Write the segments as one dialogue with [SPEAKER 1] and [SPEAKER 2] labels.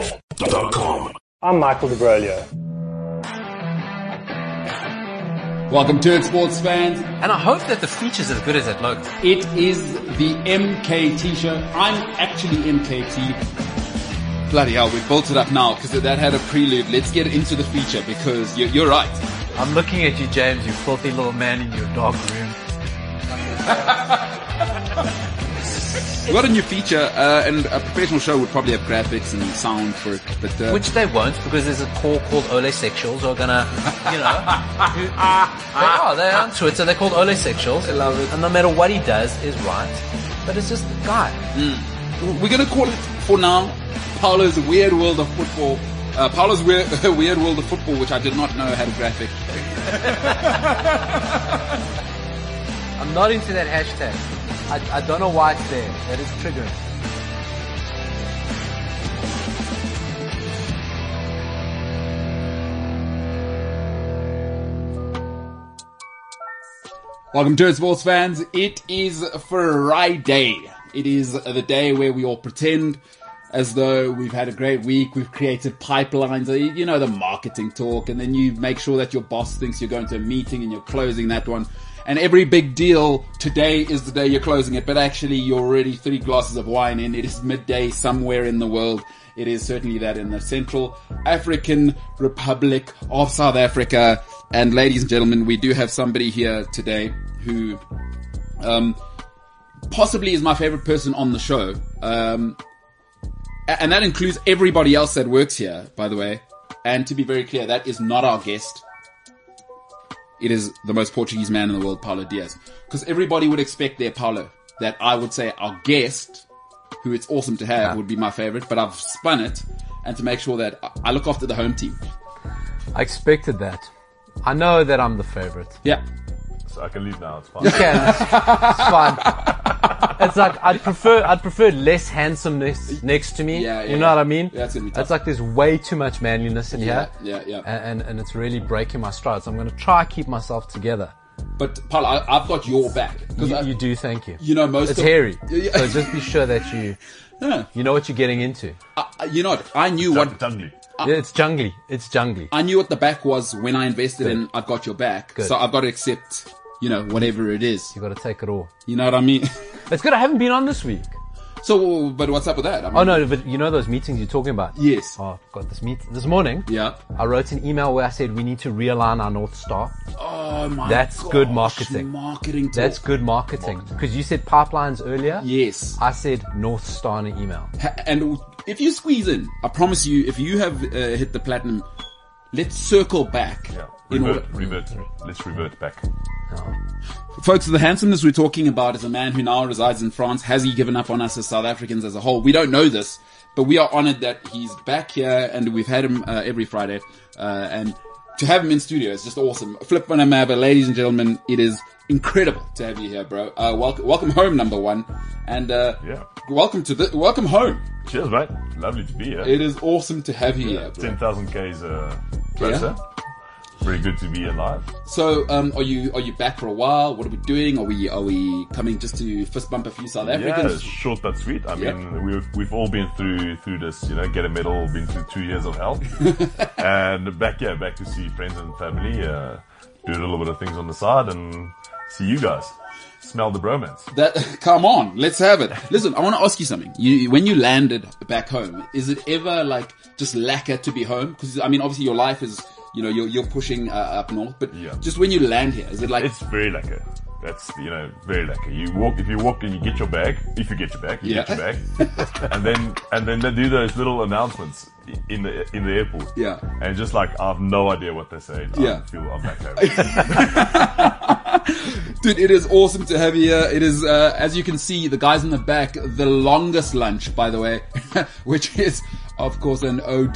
[SPEAKER 1] CliffCentral.com.
[SPEAKER 2] I'm Michael DeBroglio.
[SPEAKER 3] Welcome to it, sports fans.
[SPEAKER 4] And I hope that the feature's as good as it looks.
[SPEAKER 3] It is the MKT show. I'm actually MKT. Bloody hell, we built it up now because that had a prelude. Let's get into the feature because you're, you're right.
[SPEAKER 4] I'm looking at you, James, you filthy little man in your dark room.
[SPEAKER 3] We got a new feature, uh, and a professional show would probably have graphics and sound for it, but uh,
[SPEAKER 4] Which they won't because there's a call called Olesexuals who are gonna, you know, who, they are, they're on Twitter, they're called Olesexuals. I love it. And no matter what he does is right, but it's just the guy.
[SPEAKER 3] we're going to call it for now Paolo's Weird World of Football. Uh, Paolo's Weird, Weird World of Football, which I did not know had a graphic.
[SPEAKER 4] I'm not into that hashtag. I, I don't know why it's there. That is triggering.
[SPEAKER 3] Welcome to it, sports fans. It is Friday. It is the day where we all pretend as though we've had a great week. We've created pipelines, uh, you know, the marketing talk, and then you make sure that your boss thinks you're going to a meeting and you're closing that one. And every big deal today is the day you're closing it, but actually you're already three glasses of wine in. It is midday somewhere in the world. It is certainly that in the Central African Republic of South Africa. And ladies and gentlemen, we do have somebody here today who, um, possibly is my favorite person on the show. Um, a- and that includes everybody else that works here, by the way. And to be very clear, that is not our guest. It is the most Portuguese man in the world, Paulo Diaz. Because everybody would expect their Paulo. That I would say our guest, who it's awesome to have, would be my favorite. But I've spun it, and to make sure that I- I look after the home team.
[SPEAKER 4] I expected that. I know that I'm the favorite.
[SPEAKER 3] Yeah,
[SPEAKER 5] So I can leave now. It's fine.
[SPEAKER 4] can. It's fine. It's like I'd prefer I'd prefer less handsomeness next to me.
[SPEAKER 3] Yeah, yeah,
[SPEAKER 4] you know what I
[SPEAKER 3] yeah.
[SPEAKER 4] mean?
[SPEAKER 3] Yeah, it's gonna be tough.
[SPEAKER 4] It's like there's way too much manliness in
[SPEAKER 3] yeah,
[SPEAKER 4] here.
[SPEAKER 3] yeah, yeah.
[SPEAKER 4] And, and and it's really breaking my stride. So I'm gonna try keep myself together.
[SPEAKER 3] But Paulo, I- I've got your back because
[SPEAKER 4] You,
[SPEAKER 3] I-
[SPEAKER 4] you do thank you.
[SPEAKER 3] you know most.
[SPEAKER 4] it's
[SPEAKER 3] of,
[SPEAKER 4] hairy.
[SPEAKER 3] Yeah,
[SPEAKER 4] So just be sure that you
[SPEAKER 3] yeah.
[SPEAKER 4] you know what you're getting into.
[SPEAKER 3] I, I- you know, what? I knew what
[SPEAKER 5] Dudley.
[SPEAKER 3] Uh,
[SPEAKER 4] Yeah, it's jungly. It's jungly.
[SPEAKER 3] I knew what the back was when I invested in I've got your back.
[SPEAKER 4] Good.
[SPEAKER 3] So I've got to accept, you know, whatever it is.
[SPEAKER 4] You gotta take it all.
[SPEAKER 3] You know what I mean?
[SPEAKER 4] It's good I haven't been on this week.
[SPEAKER 3] so, but what's up with that? I mean,
[SPEAKER 4] Oh no, but you know those meetings you're talking about?
[SPEAKER 3] Yes.
[SPEAKER 4] Oh god, this meet this morning
[SPEAKER 3] Yeah.
[SPEAKER 4] I wrote an email where I said we need to realign our North Star.
[SPEAKER 3] Oh my
[SPEAKER 4] That's good
[SPEAKER 3] gosh,
[SPEAKER 4] marketing.
[SPEAKER 3] Marketing talk.
[SPEAKER 4] That's good marketing. Because you said pipelines earlier.
[SPEAKER 3] Yes.
[SPEAKER 4] I said North Star in an email.
[SPEAKER 3] Ha- and if you squeeze in, I promise you, if you have uh, hit the platinum, let's circle back.
[SPEAKER 5] Yeah.
[SPEAKER 3] In
[SPEAKER 5] Revert,
[SPEAKER 3] order.
[SPEAKER 5] revert. Let's revert back.
[SPEAKER 3] Folks, the handsomeness we're talking about is a man who now resides in France. Has he given up on us as South Africans as a whole? We don't know this, but we are honored that he's back here and we've had him uh, every Friday. Uh, and to have him in studio is just awesome. Flip on a mabba, ladies and gentlemen, it is incredible to have you here, bro. Uh, welcome, welcome home, number one. And, uh,
[SPEAKER 5] Yeah.
[SPEAKER 3] welcome to the, welcome home.
[SPEAKER 5] Cheers, mate. Lovely to be here.
[SPEAKER 3] It is awesome to have you here, bro.
[SPEAKER 5] 10,000 Ks uh, closer. Very good to be alive.
[SPEAKER 3] So, um, are you, are you back for a while? What are we doing? Are we, are we coming just to fist bump a few South
[SPEAKER 5] Yeah,
[SPEAKER 3] Africans?
[SPEAKER 5] short but sweet. I
[SPEAKER 3] Yep.
[SPEAKER 5] mean, we've, we've all been through through this, you know, get a medal, been through two years of hell. and back, yeah, back to see friends and family, uh, do a little bit of things on the side and see you guys. Smell the bromance.
[SPEAKER 3] That come on, let's have it. Listen, I want to ask you something. You when you landed back home, is it ever like just lacquer to be home? Because I mean, obviously your life is, you know, you're you're pushing uh, up north, but
[SPEAKER 5] Yeah.
[SPEAKER 3] just when you land here, is it like
[SPEAKER 5] It's very lekker. That's you know very lekker. You walk if you walk and you get your bag. If you get your bag, you get
[SPEAKER 3] Yeah.
[SPEAKER 5] your bag, and then and then they do those little announcements i- in the in the airport.
[SPEAKER 3] Yeah.
[SPEAKER 5] and just like I have no idea what they say.
[SPEAKER 3] Yeah.
[SPEAKER 5] I feel I'm back home.
[SPEAKER 3] Dude, it is awesome to have you here. It is, uh, as you can see, the guys in the back, the longest lunch, by the way, which is, of course, an ode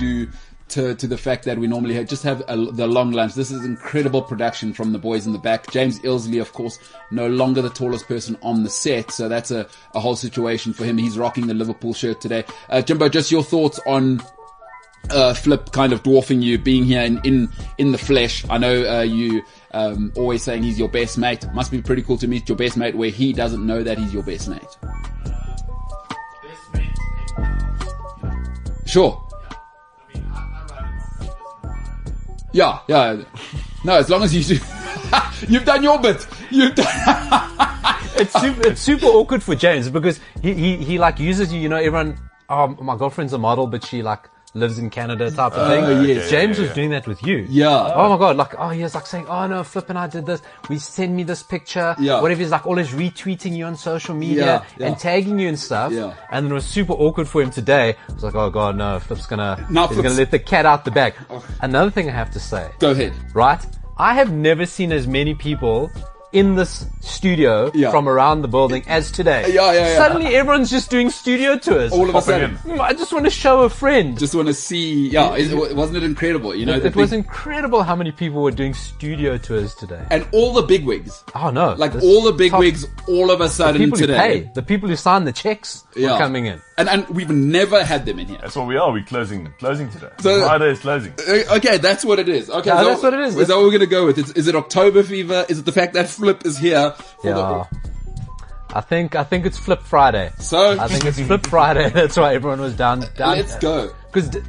[SPEAKER 3] to, to the fact that we normally have, just have a, the long lunch. This is incredible production from the boys in the back. James Ilsley, of course, no longer the tallest person on the set, so that's a, a whole situation for him. He's rocking the Liverpool shirt today. Uh, Jimbo, just your thoughts on uh, Flip kind of dwarfing you, being here in in, in the flesh. I know uh, you um, always saying he's your best mate. Must be pretty cool to meet your best mate where he doesn't know that he's your best mate. Sure. Yeah, yeah. No, as long as you do. You've done your bit. You've done.
[SPEAKER 4] it's super, it's super awkward for James because he, he, he like uses you. You know, everyone. Oh, my girlfriend's a model, but she like lives in Canada type of thing.
[SPEAKER 3] yes.
[SPEAKER 4] James
[SPEAKER 5] yeah,
[SPEAKER 4] was
[SPEAKER 5] yeah.
[SPEAKER 4] doing that with you.
[SPEAKER 3] Yeah.
[SPEAKER 4] Oh my god. Like oh, he was like saying, oh no, Flip and I did this. We send me this picture.
[SPEAKER 3] Yeah.
[SPEAKER 4] Whatever. He's like always retweeting you on social media
[SPEAKER 3] Yeah, yeah.
[SPEAKER 4] and tagging you and stuff.
[SPEAKER 3] Yeah.
[SPEAKER 4] And it was super awkward for him today. I was like, oh god, no, Flip's gonna
[SPEAKER 3] No,
[SPEAKER 4] he's
[SPEAKER 3] Flip's- Oh.
[SPEAKER 4] gonna let the cat out the bag. Another thing I have to say
[SPEAKER 3] Go ahead.
[SPEAKER 4] right? I have never seen as many people in this studio
[SPEAKER 3] Yeah.
[SPEAKER 4] from around the building as today.
[SPEAKER 3] Yeah, yeah, yeah.
[SPEAKER 4] Suddenly everyone's just doing studio tours.
[SPEAKER 3] All of a
[SPEAKER 5] Popping
[SPEAKER 3] sudden.
[SPEAKER 5] in.
[SPEAKER 4] Mm, I just want to show a friend.
[SPEAKER 3] Just want to see. Yeah, it, it- wasn't it incredible? You know,
[SPEAKER 4] it
[SPEAKER 3] the big-
[SPEAKER 4] was incredible how many people were doing studio tours today.
[SPEAKER 3] and all the big wigs,
[SPEAKER 4] Oh no.
[SPEAKER 3] like
[SPEAKER 4] this
[SPEAKER 3] all the big
[SPEAKER 4] top-
[SPEAKER 3] wigs, all of a sudden
[SPEAKER 4] people
[SPEAKER 3] today.
[SPEAKER 4] who pay, the people who sign the checks
[SPEAKER 3] Yeah.
[SPEAKER 4] are coming in.
[SPEAKER 3] And and we've never had them in here.
[SPEAKER 5] That's what we are. We're closing closing today.
[SPEAKER 3] So-
[SPEAKER 5] Friday is closing.
[SPEAKER 3] Uh, Okay, that's what it is. Okay,
[SPEAKER 4] Yeah,
[SPEAKER 3] so
[SPEAKER 4] that's what it is.
[SPEAKER 3] Is that what we're gonna go with? Is, is it October fever? Is it the fact that Flip is here? For
[SPEAKER 4] Yeah. I think I think it's Flip Friday.
[SPEAKER 3] So-
[SPEAKER 4] I think it's Flip Friday. That's why everyone was down.
[SPEAKER 3] The,
[SPEAKER 4] down
[SPEAKER 3] let's go.
[SPEAKER 4] Because d-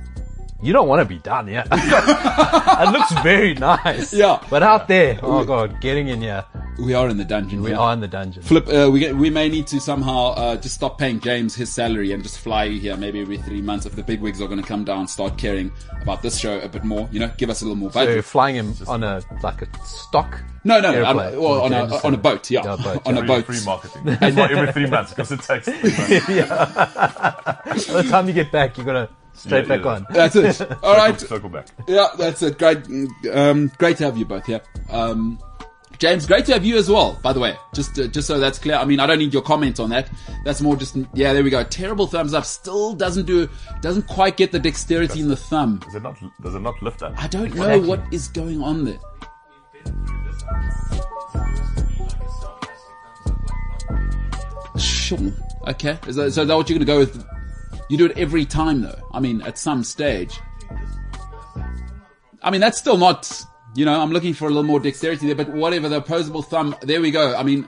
[SPEAKER 4] you don't want to be down here. it looks very nice.
[SPEAKER 3] Yeah.
[SPEAKER 4] But out there, oh god, getting in here,
[SPEAKER 3] We are in the dungeon.
[SPEAKER 4] we
[SPEAKER 3] yeah.
[SPEAKER 4] are in the dungeon.
[SPEAKER 3] Flip, uh, we get, we may need to somehow uh, just stop paying James his salary and just fly you here maybe every three months if the big wigs are going to come down, start caring about this show a bit more. You know, give us a little more budget.
[SPEAKER 4] We're flying him on a like a stock.
[SPEAKER 3] no, no, no, on,
[SPEAKER 4] airplane.
[SPEAKER 3] well, on,
[SPEAKER 4] James
[SPEAKER 3] a, on a
[SPEAKER 4] said-
[SPEAKER 3] boat, yeah,
[SPEAKER 4] Yeah, a boat,
[SPEAKER 3] on
[SPEAKER 4] yeah.
[SPEAKER 3] a
[SPEAKER 5] Free-
[SPEAKER 3] boat.
[SPEAKER 5] Free marketing. That's why every three months because it takes. Three months.
[SPEAKER 4] By the time you get back, you gotta straight
[SPEAKER 5] Yeah,
[SPEAKER 4] back
[SPEAKER 5] yeah.
[SPEAKER 4] on.
[SPEAKER 3] That's it. All right.
[SPEAKER 5] Circle back.
[SPEAKER 3] Yeah, that's it. Great, um, great to have you both here. Um, James, great to have you as well. By the way, just uh, just so that's clear. I mean, I don't need your comment on that. That's more just yeah. There we go. Terrible thumbs up. Still doesn't do doesn't quite get the dexterity in the thumb.
[SPEAKER 5] Does it not? Does it not lift up?
[SPEAKER 3] I don't know
[SPEAKER 4] Exactly.
[SPEAKER 3] what is going on there. Sure. Okay. Is that, so that what you're going to go with? You do it every time, though. I mean, at some stage. I mean, that's still not. You know, I'm looking for a little more dexterity there, but whatever. The opposable thumb. There we go. I mean,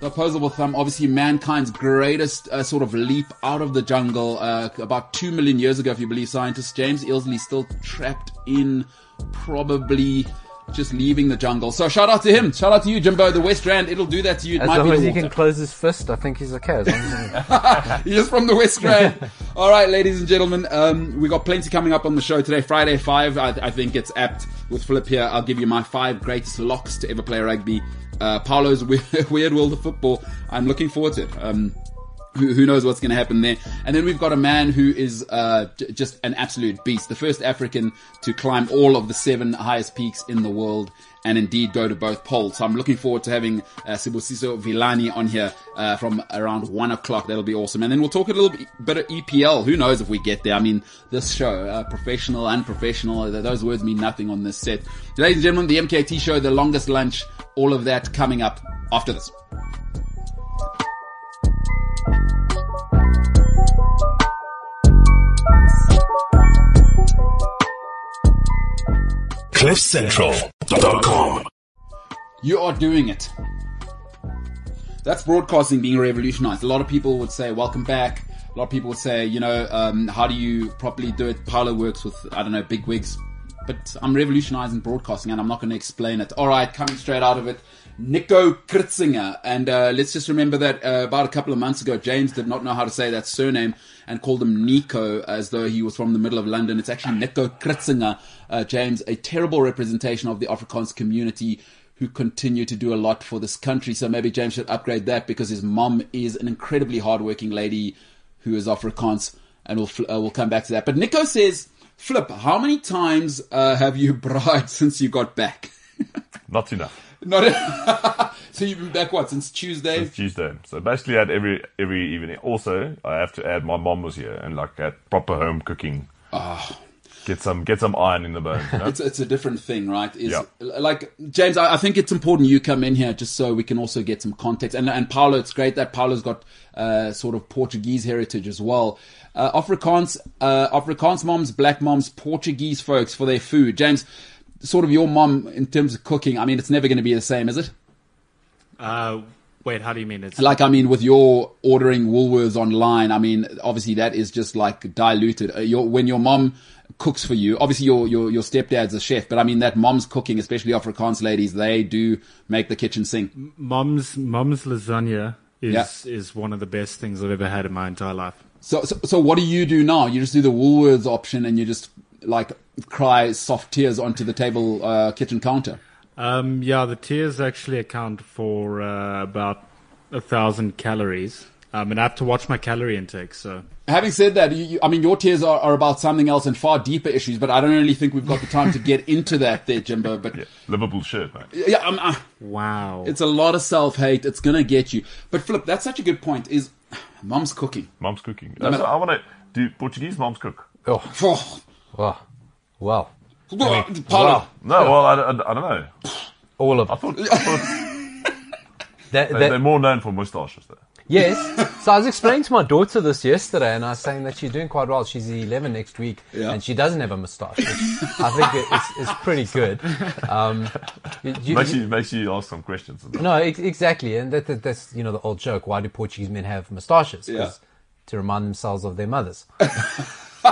[SPEAKER 3] the opposable thumb. Obviously, mankind's greatest uh, sort of leap out of the jungle uh, about two million years ago, if you believe scientists. James Ilsley still trapped in, probably. Just leaving the jungle. So shout out to him. Shout out to you, Jimbo. The West Rand. It'll do that to you. It
[SPEAKER 4] As
[SPEAKER 3] might be
[SPEAKER 4] long
[SPEAKER 3] the
[SPEAKER 4] as he
[SPEAKER 3] water.
[SPEAKER 4] can close his fist, I think he's okay. As long as he can-
[SPEAKER 3] He's from the West Rand. All right, ladies and gentlemen, um, we got plenty coming up on the show today. Friday five, I, I think it's apt with Flip here. I'll give you my five greatest locks to ever play rugby. Uh, Paolo's we- weird world of football. I'm looking forward to it. Um, who, who knows what's going to happen there? And then we've got a man who is uh, j- just an absolute beast, the first African to climb all of the seven highest peaks in the world, and indeed go to both poles. So I'm looking forward to having uh, Sibusiso Vilani on here uh, from around one o'clock. That'll be awesome. And then we'll talk a little bit- bit of EPL. Who knows if we get there? I mean, this show, uh, professional, unprofessional, th- those words mean nothing on this set. Ladies and gentlemen, the MKT show, the longest lunch, all of that coming up after this.
[SPEAKER 1] CliffCentral.com.
[SPEAKER 3] You are doing it. That's broadcasting being revolutionized. A lot of people would say, welcome back. A lot of people would say, you know, um, how do you properly do it? Paolo works with, I don't know, big wigs. But I'm revolutionizing broadcasting and I'm not going to explain it. All right, coming straight out of it. Nico Kritzinger. And uh, let's just remember that uh, about a couple of months ago, James did not know how to say that surname and called him Nico as though he was from the middle of London. It's actually Nico Kritzinger. Uh, James, a terrible representation of the Afrikaans community who continue to do a lot for this country. So maybe James should upgrade that because his mom is an incredibly hardworking lady who is Afrikaans, and we'll fl- uh, we'll come back to that. But Nico says, "Flip, how many times uh, have you bribed since you got back?"
[SPEAKER 5] Not enough.
[SPEAKER 3] Not so you've been back what since Tuesday?
[SPEAKER 5] It's Tuesday. So basically, I had every every evening. Also, I have to add my mom was here and like at proper home cooking. Get some get some iron in the bones. You know?
[SPEAKER 3] It's, it's a different thing, right? Is
[SPEAKER 5] Yeah.
[SPEAKER 3] like James. I, I think it's important you come in here just so we can also get some context. And and Paulo, it's great that Paulo's got uh, sort of Portuguese heritage as well. Uh, Afrikaans, uh, Afrikaans moms, black moms, Portuguese folks for their food. James, sort of your mom in terms of cooking. I mean, it's never going to be the same, is it?
[SPEAKER 2] Uh,
[SPEAKER 1] Wait, how do you mean it's
[SPEAKER 3] Like, I mean, with your ordering Woolworths online, I mean, obviously that is just like diluted. Uh, Your, when your mom cooks for you, obviously your, your, your stepdad's a chef, but I mean, that mom's cooking, especially Afrikaans ladies, they do make the kitchen sing.
[SPEAKER 1] mom's mom's lasagna is is one of the best things I've ever had in my entire life.
[SPEAKER 3] So, so, so what do you do now? You just do the Woolworths option and you just like cry soft tears onto the table, uh, kitchen counter.
[SPEAKER 1] Um, yeah, the tears actually account for uh, about a thousand calories, um, and I have to watch my calorie intake. So
[SPEAKER 3] Having said that, you, you, I mean, your tears are, are about something else and far deeper issues, but I don't really think we've got the time to get into that there, Jimbo. But yeah,
[SPEAKER 5] Liverpool shirt, mate.
[SPEAKER 3] I'm, uh,
[SPEAKER 1] wow,
[SPEAKER 3] it's a lot of self hate. It's going to get you. But Philip, that's such a good point is mom's cooking.
[SPEAKER 5] Mom's cooking. That's what I want to do Portuguese moms cook.
[SPEAKER 4] Oh,
[SPEAKER 3] Oh,
[SPEAKER 4] wow. Wow.
[SPEAKER 3] well, Paulo,
[SPEAKER 4] Wow.
[SPEAKER 5] No, well, I, I, I don't know.
[SPEAKER 4] All of
[SPEAKER 5] I
[SPEAKER 4] it.
[SPEAKER 5] thought, I thought
[SPEAKER 4] That-
[SPEAKER 5] they,
[SPEAKER 4] that-
[SPEAKER 5] they're more known for moustaches, though.
[SPEAKER 4] Yes. So I was explaining to my daughter this yesterday, and I was saying that she's doing quite well. She's 11 next week,
[SPEAKER 3] Yeah.
[SPEAKER 4] and she doesn't have a moustache. which I think is, is pretty good. Um, you- you-
[SPEAKER 5] Makes you, makes you ask some questions. and that.
[SPEAKER 4] no, ex- exactly, and that, that, that's you know the old joke. Why do Portuguese men have moustaches? 'Cause
[SPEAKER 3] Yeah.
[SPEAKER 4] To remind themselves of their mothers.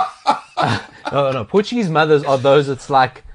[SPEAKER 4] no, no. Portuguese mothers are those. It's like,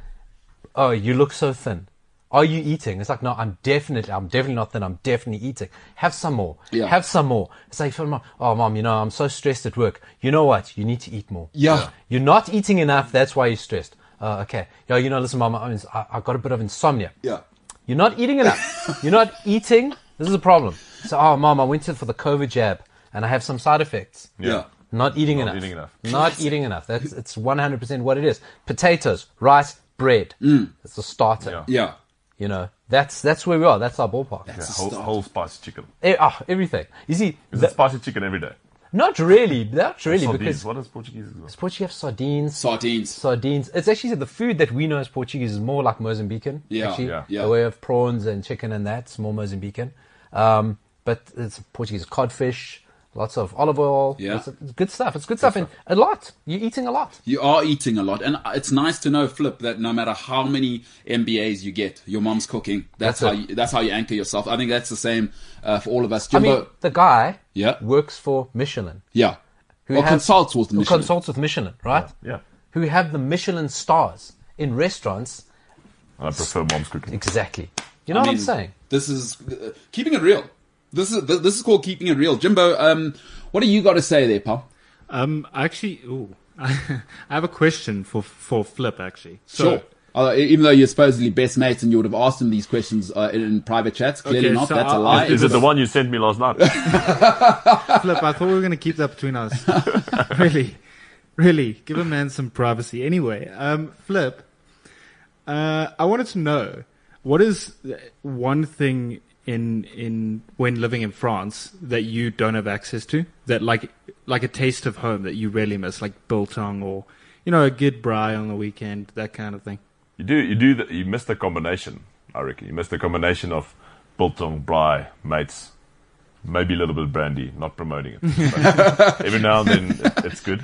[SPEAKER 4] oh, you look so thin. Are you eating? It's like, no, I'm definitely, I'm definitely not thin. I'm definitely eating. Have some more.
[SPEAKER 3] Yeah.
[SPEAKER 4] Have some more. It's like, "Mom, oh, mom, you know, I'm so stressed at work. You know what? You need to eat more.
[SPEAKER 3] Yeah.
[SPEAKER 4] You're not eating enough. That's why you're stressed. Uh, okay. Yeah, you know, listen, mom, I, I, I got a bit of insomnia.
[SPEAKER 3] Yeah.
[SPEAKER 4] You're not eating enough. You're not eating. This is a problem. So, oh, mom, I went to for the COVID jab and I have some side effects.
[SPEAKER 3] Yeah.
[SPEAKER 4] Not eating enough.
[SPEAKER 5] eating enough.
[SPEAKER 4] Not eating enough. That's it's 100% what it is. Potatoes, rice, bread. It's a starter.
[SPEAKER 5] Mm. Yeah.
[SPEAKER 3] Yeah.
[SPEAKER 4] You know, that's that's where we are. That's our ballpark.
[SPEAKER 5] Yeah, whole, whole spicy chicken.
[SPEAKER 4] Eh, ah, everything. You see,
[SPEAKER 5] Is
[SPEAKER 4] the-
[SPEAKER 5] it spicy chicken every day?
[SPEAKER 4] not really, not really,
[SPEAKER 5] Sardines.
[SPEAKER 4] because
[SPEAKER 5] what is Portuguese? as well?
[SPEAKER 4] Portuguese have sardines,
[SPEAKER 3] Sardines.
[SPEAKER 4] sardines. It's actually the food that we know as Portuguese is more like Mozambican.
[SPEAKER 3] Yeah,
[SPEAKER 4] actually.
[SPEAKER 5] yeah,
[SPEAKER 3] yeah.
[SPEAKER 4] The way of prawns and chicken and that, it's more Mozambican. Um, but it's Portuguese codfish, lots of olive oil.
[SPEAKER 3] Yeah.
[SPEAKER 4] It's, it's good stuff. It's good stuff. And a lot. You're eating a lot.
[SPEAKER 3] You are eating a lot. And it's nice to know, Flip, that no matter how many MBAs you get, your mom's cooking. That's,
[SPEAKER 4] That's
[SPEAKER 3] how
[SPEAKER 4] it.
[SPEAKER 3] you, that's how you anchor yourself. I think that's the same uh, for all of us.
[SPEAKER 4] I
[SPEAKER 3] Jimbo,
[SPEAKER 4] mean, the guy
[SPEAKER 3] Yeah.
[SPEAKER 4] works for Michelin.
[SPEAKER 3] yeah.
[SPEAKER 4] Who
[SPEAKER 3] or
[SPEAKER 4] have-
[SPEAKER 3] consults with
[SPEAKER 4] who
[SPEAKER 3] Michelin.
[SPEAKER 4] consults with Michelin, right?
[SPEAKER 5] Yeah.
[SPEAKER 4] Who have the Michelin stars in restaurants.
[SPEAKER 5] I prefer mom's cooking.
[SPEAKER 4] Exactly. You know
[SPEAKER 3] I
[SPEAKER 4] what I'm
[SPEAKER 3] mean,
[SPEAKER 4] saying?
[SPEAKER 3] This is uh, keeping it real. This is th- this is called keeping it real. Jimbo, um, what do you got to say there, pal?
[SPEAKER 1] um, I actually, ooh, I have a question for for Flip actually. So,
[SPEAKER 3] Sure. Uh, e- even though you're supposedly best mates and you would have asked him these questions uh, in, in private chats, clearly
[SPEAKER 1] Okay,
[SPEAKER 3] not.
[SPEAKER 1] so
[SPEAKER 3] That's a
[SPEAKER 1] I'll-
[SPEAKER 3] lie.
[SPEAKER 5] uh, Is it the one you sent me last night?
[SPEAKER 1] Flip, I thought we were going to keep that between us. really, really, give a man some privacy. Anyway, um, Flip, uh, I wanted to know what is uh, one thing in in when living in France that you don't have access to that like like a taste of home that you really miss, like biltong or you know a good braai on the weekend, that kind of thing.
[SPEAKER 5] You do, you do, the, you miss the combination. I reckon you miss the combination of biltong, braai, mates, maybe a little bit of brandy. Not promoting it. but every now and then, it, it's good.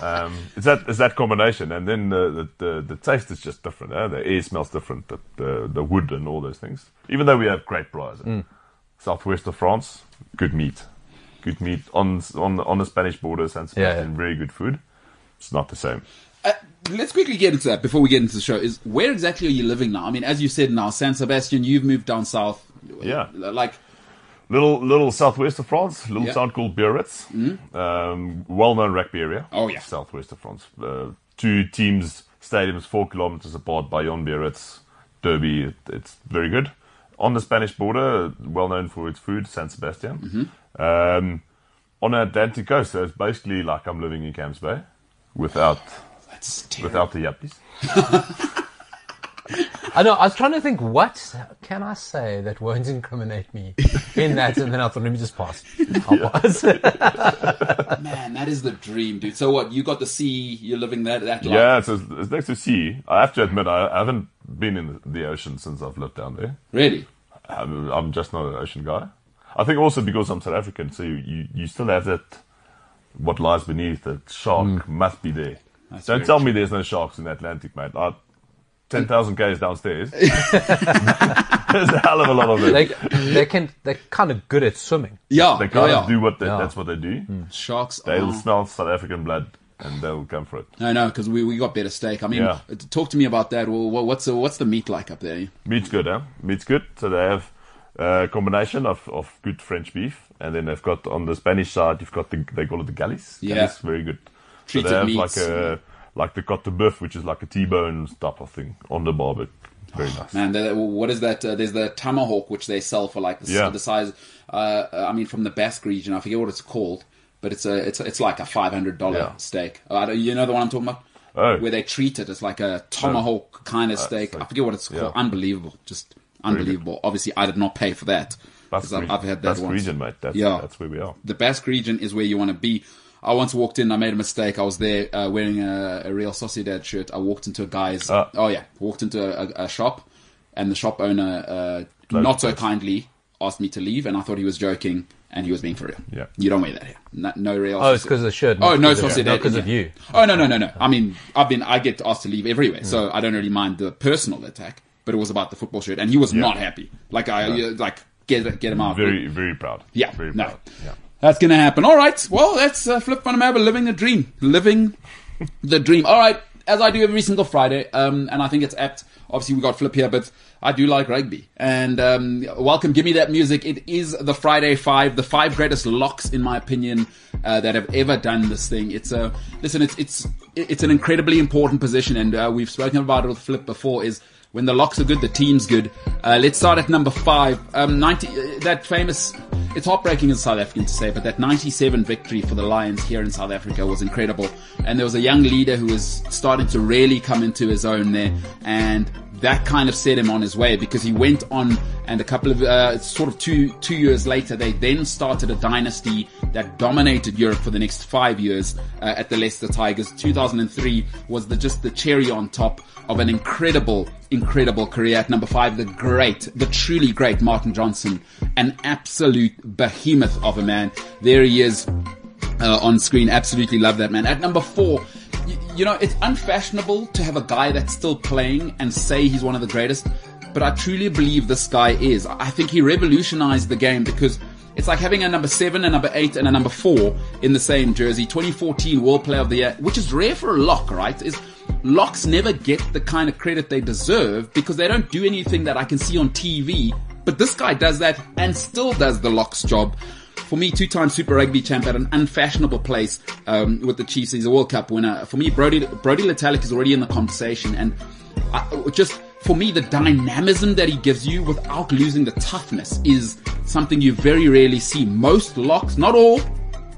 [SPEAKER 5] Um, it's that it's that combination, and then the the, the, the taste is just different. Eh? The air smells different. The, the the wood and all those things. Even though we have great braais, in southwest of France, good meat, good meat on on on the Spanish border, San
[SPEAKER 4] Yeah, yeah.
[SPEAKER 5] Sebastian, very good food. It's not the same.
[SPEAKER 3] Uh, let's quickly get into that before we get into the show. Is where exactly are you living now? I mean, as you said now, San Sebastian, you've moved down south.
[SPEAKER 5] Yeah.
[SPEAKER 3] Like,
[SPEAKER 5] little little southwest of France, little
[SPEAKER 3] Yeah. Mm.
[SPEAKER 5] town called Biarritz, um, well-known rugby area.
[SPEAKER 3] Oh, yeah.
[SPEAKER 5] southwest of France. Uh, two teams, stadiums four kilometers apart. Bayonne, Biarritz, Derby. It, it's very good. On the Spanish border, well known for its food, San Sebastian.
[SPEAKER 3] Mm-hmm.
[SPEAKER 5] Um, on the Atlantic coast, so it's basically like I'm living in Camps Bay, without
[SPEAKER 3] that's terrible.
[SPEAKER 5] without the yuppies.
[SPEAKER 4] I know. I was trying to think, what can I say that won't incriminate me in that? And then I thought, let me just pass. I'll pass.
[SPEAKER 3] Man, that is the dream, dude. So what? You got the sea. You're living that that life.
[SPEAKER 5] Yeah, it's, it's next to sea. I have to admit, I, I haven't been in the ocean since I've lived down there.
[SPEAKER 3] Really?
[SPEAKER 5] I'm, I'm just not an ocean guy. I think also because I'm South African, so you, you still have that what lies beneath that shark must be there. Don't
[SPEAKER 3] very
[SPEAKER 5] tell me there's no sharks in the Atlantic, mate. I, ten thousand k's downstairs. There's a hell of a lot of it.
[SPEAKER 4] They
[SPEAKER 5] They,
[SPEAKER 4] they can they're kind of good at swimming.
[SPEAKER 3] Yeah,
[SPEAKER 5] kind
[SPEAKER 3] yeah,
[SPEAKER 5] of
[SPEAKER 3] yeah.
[SPEAKER 5] do what they,
[SPEAKER 4] Yeah.
[SPEAKER 5] that's what they do.
[SPEAKER 3] Sharks.
[SPEAKER 5] They'll
[SPEAKER 3] are-
[SPEAKER 5] smell South African blood and they'll come for it.
[SPEAKER 3] No, no, because we, we got better steak. I mean,
[SPEAKER 5] Yeah.
[SPEAKER 3] uh, talk to me about that. Well, wha- what's the, what's the meat like up there?
[SPEAKER 5] Meat's good, huh? Meat's good. So they have a combination of, of good French beef, and then they've got on the Spanish side, you've got the they call it the gallis.
[SPEAKER 3] Yeah.
[SPEAKER 5] Gallis, very good.
[SPEAKER 3] Treated
[SPEAKER 5] so they have
[SPEAKER 3] meats.
[SPEAKER 5] like a like the cote de boeuf, which is like a T-bone type of thing on the barbecue. Very nice.
[SPEAKER 3] Ah, Man, the, what is that? Uh, there's the tomahawk which they sell for like the, s-
[SPEAKER 5] Yeah.
[SPEAKER 3] the size. Uh, I mean, from the Basque region, I forget what it's called, but it's a it's it's like a five hundred dollar
[SPEAKER 5] Yeah.
[SPEAKER 3] steak. Uh, I don't- you know the one I'm talking about?
[SPEAKER 5] Oh.
[SPEAKER 3] Where they treat it as like a tomahawk kind of steak.
[SPEAKER 5] like-
[SPEAKER 3] I forget what it's
[SPEAKER 5] yeah.
[SPEAKER 3] called. Unbelievable, just unbelievable. Obviously, I did not pay for that
[SPEAKER 5] Basque
[SPEAKER 3] because I've,
[SPEAKER 5] region.
[SPEAKER 3] I've had that
[SPEAKER 5] Basque
[SPEAKER 3] once.
[SPEAKER 5] region, mate. That's,
[SPEAKER 3] Yeah.
[SPEAKER 5] that's where we are.
[SPEAKER 3] the Basque region is where you want to be. I once walked in. I made a mistake. I was there uh, wearing a, a Real Sociedad shirt. I walked into a guy's.
[SPEAKER 5] Ah.
[SPEAKER 3] Oh yeah, walked into a, a shop, and the shop owner uh,
[SPEAKER 5] Closed
[SPEAKER 3] not so
[SPEAKER 5] doors.
[SPEAKER 3] kindly asked me to leave, and I thought he was joking, and he was being for real.
[SPEAKER 5] Yeah.
[SPEAKER 3] you don't wear that here. No, no Real.
[SPEAKER 4] Oh, it's
[SPEAKER 3] Sociedad.
[SPEAKER 4] because of the shirt.
[SPEAKER 3] Oh
[SPEAKER 4] not
[SPEAKER 3] no,
[SPEAKER 4] 'cause of-
[SPEAKER 3] Sociedad
[SPEAKER 4] not because of
[SPEAKER 3] yeah.
[SPEAKER 4] you.
[SPEAKER 3] Oh no, no, no, no. I mean, I've been. I get asked to leave everywhere,
[SPEAKER 5] Mm.
[SPEAKER 3] so I don't really mind the personal attack. But it was about the football shirt, and he was not happy. Like I, uh, like get get him out.
[SPEAKER 5] Very, very proud.
[SPEAKER 3] Ah, Yeah,
[SPEAKER 5] Very
[SPEAKER 3] no.
[SPEAKER 5] proud. Yeah.
[SPEAKER 3] That's going to happen. All right. Well, that's uh, Flip Funamaba living the dream. Living the dream. All right. As I do every single Friday, um, and I think it's apt. Obviously, we got Flip here, but I do like rugby. And um, welcome. Give me that music. It is the Friday Five, the five greatest locks, in my opinion, uh, that have ever done this thing. It's a listen. It's it's it's an incredibly important position, and uh, we've spoken about it with Flip before. Is when the locks are good, the team's good. Uh, let's start at number five. Um, 90, uh, that famous, it's heartbreaking as a South African to say, but that 97 victory for the Lions here in South Africa was incredible. And there was a young leader who was starting to really come into his own there. And that kind of set him on his way because he went on and a couple of, uh, sort of two, two years later, they then started a dynasty that dominated Europe for the next five years uh, at the Leicester Tigers. 2003 was the, just the cherry on top of an incredible, incredible career. At number five, the great, the truly great Martin Johnson, an absolute behemoth of a man. There he is uh, on screen. Absolutely love that man. At number four, you, you know, it's unfashionable to have a guy that's still playing and say he's one of the greatest, but I truly believe this guy is. I think he revolutionized the game because it's like having a number seven, a number eight, and a number four in the same jersey. 2014 World Player of the Year, which is rare for a lock, right? Is locks never get the kind of credit they deserve because they don't do anything that I can see on TV. But this guy does that and still does the locks job. For me, two-time Super Rugby champ at an unfashionable place um, with the Chiefs. He's a World Cup winner. For me, Brody Brody Letalic is already in the conversation, and I, just for me, the dynamism that he gives you without losing the toughness is something you very rarely see. Most locks, not all,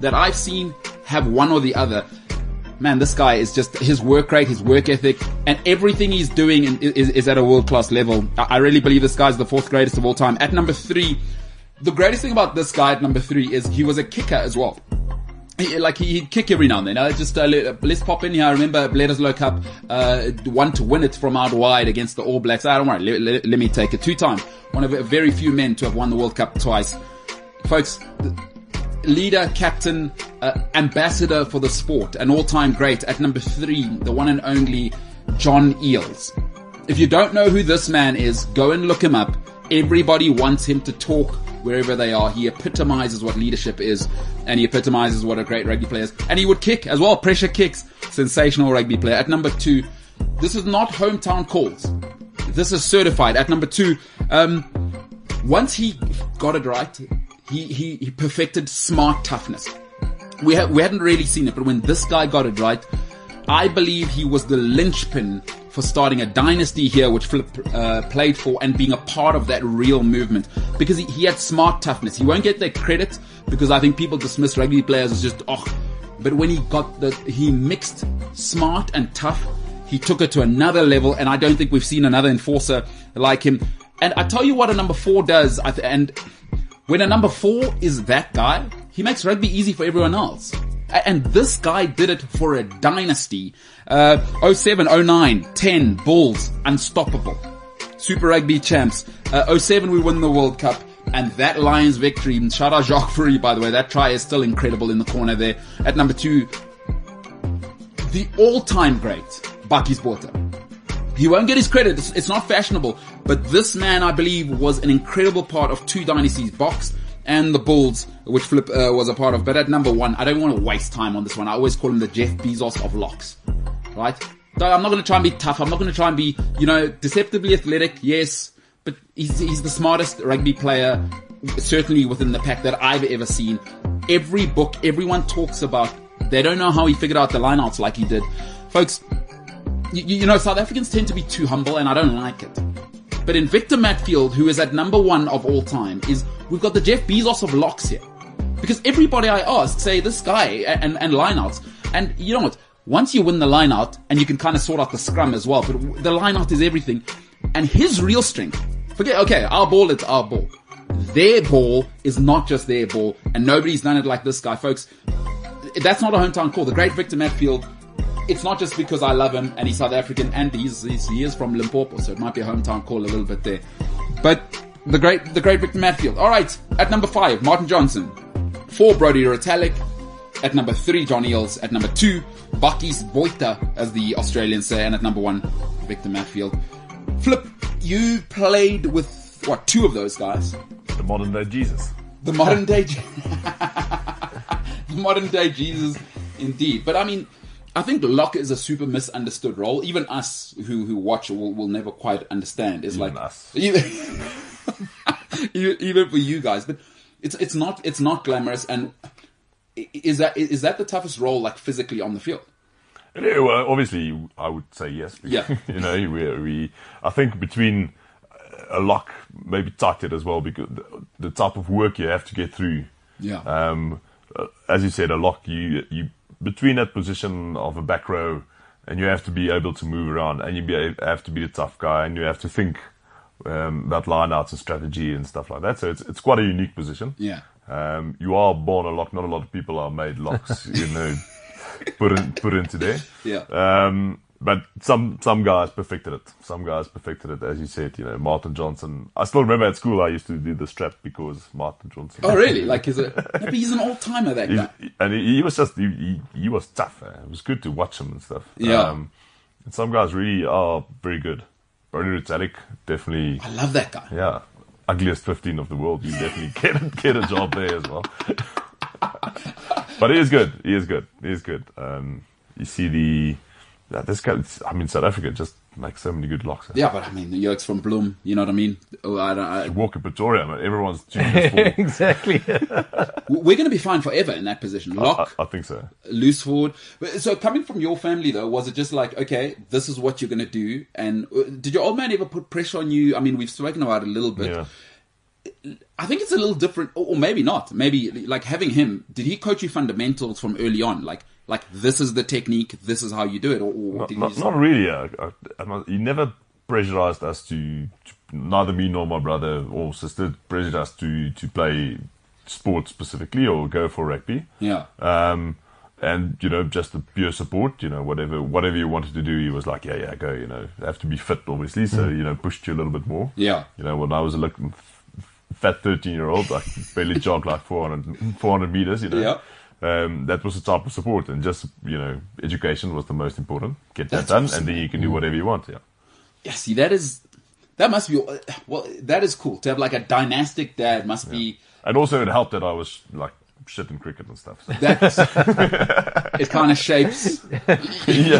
[SPEAKER 3] that I've seen have one or the other. Man, this guy is just his work rate, his work ethic, and everything he's doing in- is, is at a world class level. I I really believe this guy's the fourth greatest of all time. At number three, the greatest thing about this guy at number three is he was a kicker as well. He- like he- he'd kick every now and then. I just uh, let, let's pop in here. I remember Bledisloe Cup uh, one to win it from out wide against the All Blacks. I don't worry. Let, let- let me take it two time. One of the very few men to have won the World Cup twice, folks. th- Leader, captain, uh, ambassador for the sport, an all-time great. At number three, the one and only John Eels. If you don't know who this man is, go and look him up. Everybody wants him to talk wherever they are. He epitomizes what leadership is and he epitomizes what a great rugby player is. And he would kick as well, pressure kicks. Sensational rugby player. At number two, this is not hometown calls. This is certified. At number two, um, once he got it right, he, he, he perfected smart toughness we, ha- we hadn't really seen it, but when this guy got it right, I believe he was the linchpin for starting a dynasty here, which Flip uh, played for, and being a part of that real movement because he, he had smart toughness. He won't get that credit because I think people dismiss rugby players as just oh, but when he got the he mixed smart and tough, he took it to another level, and I don't think we've seen another enforcer like him. And I tell you what, a number four does, I th- and when a number four is that guy, he makes rugby easy for everyone else. A- And this guy did it for a dynasty. Uh, 07, 09, 10, Bulls, unstoppable. Super Rugby champs. Uh, 07, we win the World Cup. And that Lions victory, and shout out Jacques Fury, by the way, that try is still incredible in the corner there. At number two, the all-time great, Bakis Bota. He won't get his credit. It's, it's not fashionable. But this man, I believe, was an incredible part of two dynasties box and the Bulls, which Flip uh, was a part of. But at number one, I don't want to waste time on this one. I always call him the Jeff Bezos of locks, right? So I'm not going to try and be tough. I'm not going to try and be, you know, deceptively athletic. Yes, but he's, he's the smartest rugby player, certainly within the pack that I've ever seen. Every book, everyone talks about. They don't know how he figured out the lineouts like he did, folks. You, you know, South Africans tend to be too humble, and I don't like it. But in Victor Matfield, who is at number one of all time, is we've got the Jeff Bezos of locks here. Because everybody I ask say this guy and, and lineouts. And you know what? Once you win the lineout, and you can kind of sort out the scrum as well, but w- the lineout is everything. And his real strength, forget, okay, our ball, it's our ball. Their ball is not just their ball, and nobody's done it like this guy, folks. That's not a hometown call. The great Victor Matfield it's not just because I love him and he's South African and he's, he's he is from Limpopo, so it might be a hometown call a little bit there. But the great the great Victor Matfield. All right, at number five, Martin Johnson. Four, Brody Retallick. At number three, John Eels. At number two, Bakis Boita, as the Australians say, and at number one, Victor Matfield. Flip, you played with what two of those guys?
[SPEAKER 5] The modern day Jesus.
[SPEAKER 3] The modern day, Je- the modern day Jesus, indeed. But I mean, I think lock is a super misunderstood role. Even us who who watch will, will never quite understand. It's like
[SPEAKER 5] us.
[SPEAKER 3] even, even even for you guys, but it's it's not it's not glamorous. And i- is that is that the toughest role like physically on the field?
[SPEAKER 5] Yeah, well, obviously, I would say yes. because,
[SPEAKER 3] Yeah.
[SPEAKER 5] you know, we, we I think between uh, a lock, maybe tight it as well, because the, the type of work you have to get through.
[SPEAKER 3] Yeah.
[SPEAKER 5] Um, uh, as you said, a lock, you, you, between that position of a back row, and you have to be able to move around, and you be, a- have to be the tough guy, and you have to think um, about lineouts and strategy and stuff like that. So it's, it's quite a unique position.
[SPEAKER 3] Yeah.
[SPEAKER 5] Um, you are born a lock. Not a lot of people are made locks, you know, put in, put into there.
[SPEAKER 3] Yeah.
[SPEAKER 5] Um, but some some guys perfected it. Some guys perfected it, as you said. You know, Martin Johnson. I still remember at school I used to do the strap because Martin Johnson.
[SPEAKER 3] Oh really? Like is it? No, but he's an all timer. That
[SPEAKER 5] He's-
[SPEAKER 3] guy.
[SPEAKER 5] and he, he was just he, he, he was tough. eh? It was good to watch him and stuff. Um,
[SPEAKER 3] Yeah.
[SPEAKER 5] and some guys really are very good. Bernie Rutalik definitely.
[SPEAKER 3] I love that guy.
[SPEAKER 5] Yeah. Ugliest 15 of the world. You definitely get, get a job there as well. but he is good. He is good. He is good. Um, you see the. Yeah, this guy, it's- I mean, South Africa just makes so many good locks.
[SPEAKER 3] Yeah, but I mean, Yerkes from Bloom. You know what I mean? Oh, I don't, I,
[SPEAKER 5] Walker Pretoria, man, everyone's tuning this forward.
[SPEAKER 4] exactly.
[SPEAKER 3] we're going to be fine forever in that position. Lock.
[SPEAKER 5] I, I think so.
[SPEAKER 3] loose forward. But- So coming from your family though, was it just like, okay, this is what you're going to do? And uh, did your old man ever put pressure on you? I mean, we've spoken about it a little bit.
[SPEAKER 5] Yeah.
[SPEAKER 3] I think it's a little different, or, or maybe not. Maybe like having him, did he coach you fundamentals from early on? Like, like this is the technique, this is how you do it, or, or did he
[SPEAKER 5] Not,
[SPEAKER 3] just-
[SPEAKER 5] not really. uh, uh, I'm not- he never pressurized us to, to, neither me nor my brother or sister, pressured us to, to play sport specifically or go for rugby.
[SPEAKER 3] yeah,
[SPEAKER 5] um, and you know just the pure support you know whatever whatever you wanted to do he was like yeah yeah go you know have to be fit obviously so you know pushed you a little bit more
[SPEAKER 3] Mm. Yeah.
[SPEAKER 5] you know when i was a look, fat 13 year old i could barely jogged like 400, 400 meters you know
[SPEAKER 3] Yeah.
[SPEAKER 5] um, that was the type of support and just you know education was the most important get that
[SPEAKER 3] That's
[SPEAKER 5] done
[SPEAKER 3] awesome. Mm.
[SPEAKER 5] and then you can do whatever you want yeah
[SPEAKER 3] yeah. See, that is that must be uh, well. That is cool to have like a dynastic dad. Must be.
[SPEAKER 5] and also it helped that i was like shit in cricket and stuff so.
[SPEAKER 3] That's, it kind of shapes.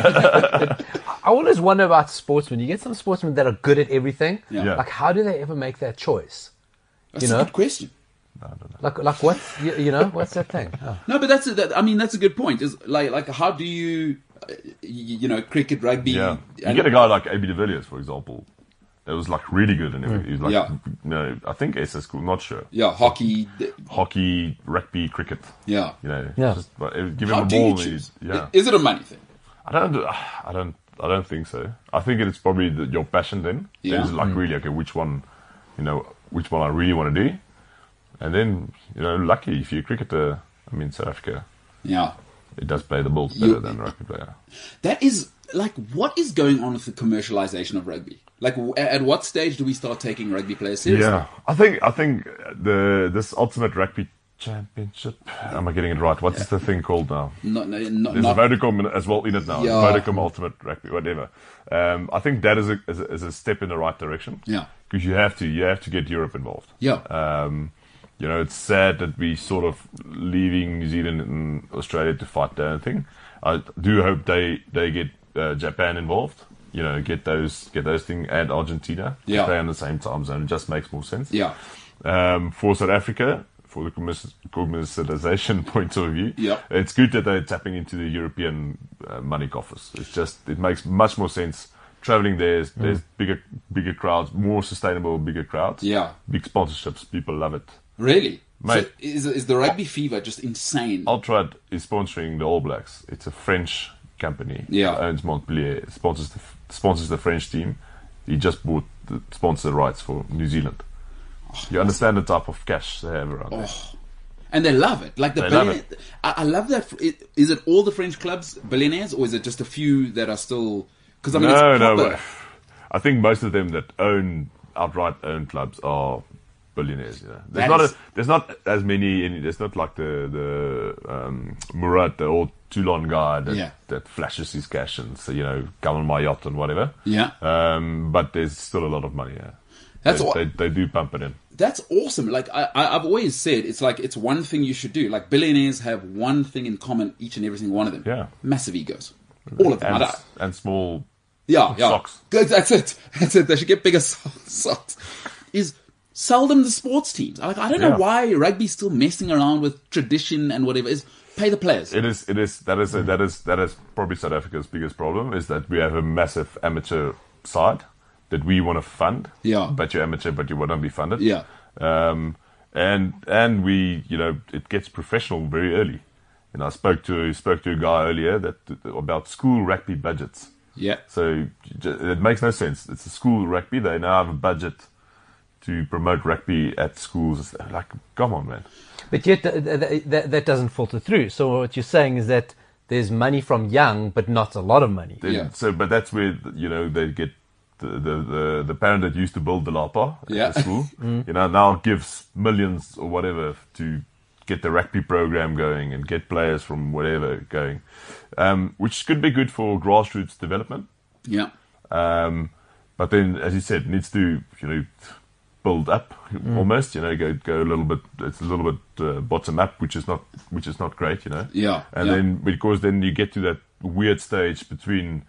[SPEAKER 4] I always wonder about sportsmen. You get some sportsmen that are good at everything.
[SPEAKER 3] Yeah.
[SPEAKER 5] Yeah.
[SPEAKER 4] Like, how do they ever make that choice?
[SPEAKER 3] That's
[SPEAKER 4] You know?
[SPEAKER 3] a good question.
[SPEAKER 4] Like, like what? You, you know, what's that thing? Oh.
[SPEAKER 3] No, but that's a, that, I mean that's a good point. Is like like how do you uh, y- you know cricket rugby?
[SPEAKER 5] Yeah, you
[SPEAKER 3] and-
[SPEAKER 5] get a guy like AB de Villiers, for example. That was like really good, and everything. he was like,
[SPEAKER 3] Mm. Yeah.
[SPEAKER 5] no, I think SS school, not sure.
[SPEAKER 3] yeah hockey. th-
[SPEAKER 5] Hockey, rugby, cricket.
[SPEAKER 3] Yeah,
[SPEAKER 5] You know,
[SPEAKER 4] Yeah.
[SPEAKER 5] just like, uh, give him
[SPEAKER 3] how
[SPEAKER 5] a
[SPEAKER 3] do
[SPEAKER 5] ball.
[SPEAKER 3] you
[SPEAKER 5] and
[SPEAKER 3] choose?
[SPEAKER 5] he- yeah,
[SPEAKER 3] Is it a money thing?
[SPEAKER 5] I don't, I don't, I don't think so. I think it's probably the, your passion then.
[SPEAKER 3] Yeah.
[SPEAKER 5] Then it's like really okay, which one, you know, which one I really want to do, and then you know, lucky if you're a cricketer. I mean, South Africa,
[SPEAKER 3] Yeah,
[SPEAKER 5] it does play the balls
[SPEAKER 3] You-
[SPEAKER 5] better than a rugby player.
[SPEAKER 3] that is like what is going on with the commercialization of rugby? Like w- at what stage do we start taking rugby players seriously?
[SPEAKER 5] Yeah, I think I think the this ultimate rugby Championship. Am I getting it right? What's the thing called now?
[SPEAKER 3] Not, no, not,
[SPEAKER 5] There's
[SPEAKER 3] not,
[SPEAKER 5] a Vodacom in- as well in it now.
[SPEAKER 3] Yeah.
[SPEAKER 5] Vodacom Ultimate Rugby, whatever. Um, I think that is a, is, a, is a step in the right direction.
[SPEAKER 3] Yeah.
[SPEAKER 5] Because you have to, you have to get Europe involved.
[SPEAKER 3] Yeah.
[SPEAKER 5] Um, you know, it's sad that we sort of leaving New Zealand and Australia to fight their own thing. I do hope they they get uh, Japan involved. You know, get those get those thing and Argentina.
[SPEAKER 3] Yeah.
[SPEAKER 5] Play in the same time zone. It just makes more sense
[SPEAKER 3] yeah.
[SPEAKER 5] um, for South Africa, for the commis- commercialization point of view,
[SPEAKER 3] Yeah.
[SPEAKER 5] it's good that they're tapping into the European uh, money coffers. It's just it makes much more sense traveling there. Is, There's bigger bigger crowds, more sustainable, bigger crowds.
[SPEAKER 3] Mm. Yeah.
[SPEAKER 5] big sponsorships. People love it.
[SPEAKER 3] Really? So
[SPEAKER 5] Mate.
[SPEAKER 3] is, is the rugby fever just insane?
[SPEAKER 5] Ultrad is sponsoring the All Blacks. It's a French company.
[SPEAKER 3] Yeah.
[SPEAKER 5] owns Montpellier. sponsors the, sponsors the French team. He just bought the sponsor rights for New Zealand. You understand the type of cash they have around there.
[SPEAKER 3] And they love it. Like the
[SPEAKER 5] They love
[SPEAKER 3] billionaire- I, I love that. fr- it- Is it all the French clubs billionaires, or is it just a few that are still? Because I mean,
[SPEAKER 5] no,
[SPEAKER 3] it's
[SPEAKER 5] no.
[SPEAKER 3] proper.
[SPEAKER 5] but I think most of them that own outright own clubs are billionaires. You know?
[SPEAKER 3] That
[SPEAKER 5] There's not
[SPEAKER 3] is-
[SPEAKER 5] a, there's not as many. In, there's not like the the um, Murat, the old Toulon guy that
[SPEAKER 3] Yeah.
[SPEAKER 5] that flashes his cash and so you know come on my yacht and whatever.
[SPEAKER 3] Yeah.
[SPEAKER 5] Um, but there's still a lot of money. Yeah.
[SPEAKER 3] That's
[SPEAKER 5] they,
[SPEAKER 3] wha-
[SPEAKER 5] they, they do pump it in.
[SPEAKER 3] That's awesome. Like I, I, I've always said, it's like it's one thing you should do. Like billionaires have one thing in common, each and every single one of them.
[SPEAKER 5] Yeah.
[SPEAKER 3] massive egos. All of them. I
[SPEAKER 5] And,
[SPEAKER 3] don't-
[SPEAKER 5] and small.
[SPEAKER 3] Yeah, yeah.
[SPEAKER 5] Socks.
[SPEAKER 3] Good, That's it. That's it. They should get bigger so- socks. Is sell them the sports teams. Like I don't know
[SPEAKER 5] Yeah.
[SPEAKER 3] why rugby's still messing around with tradition and whatever. Is pay the players.
[SPEAKER 5] It is. It is. That is.
[SPEAKER 3] Mm-hmm.
[SPEAKER 5] That is. That is probably South Africa's biggest problem is that we have a massive amateur side that we want to fund.
[SPEAKER 3] Yeah.
[SPEAKER 5] But you're amateur, but you want to be funded.
[SPEAKER 3] Yeah.
[SPEAKER 5] Um, and and we, you know, it gets professional very early. And I spoke to spoke to a guy earlier that about school rugby budgets.
[SPEAKER 3] yeah.
[SPEAKER 5] So j- it makes no sense. It's a school rugby. They now have a budget to promote rugby at schools. Like, come on, man.
[SPEAKER 4] But yet th- th- th- that, that doesn't filter through. So what you're saying is that there's money from young, but not a lot of money.
[SPEAKER 5] Then-
[SPEAKER 3] Yeah.
[SPEAKER 5] So, but that's where you know they get the the the, the parent that used to build the lapa at
[SPEAKER 3] Yeah. Mm.
[SPEAKER 5] the school, you know, now gives millions or whatever to get the rugby program going and get players from whatever going, um, which could be good for grassroots development.
[SPEAKER 3] Yeah.
[SPEAKER 5] Um, but then, as you said, needs to you know build up
[SPEAKER 3] Mm.
[SPEAKER 5] almost. You know, go go a little bit. It's a little bit uh, bottom up, which is not which is not great. You know.
[SPEAKER 3] Yeah,
[SPEAKER 5] And
[SPEAKER 3] yeah.
[SPEAKER 5] then because then you get to that weird stage between.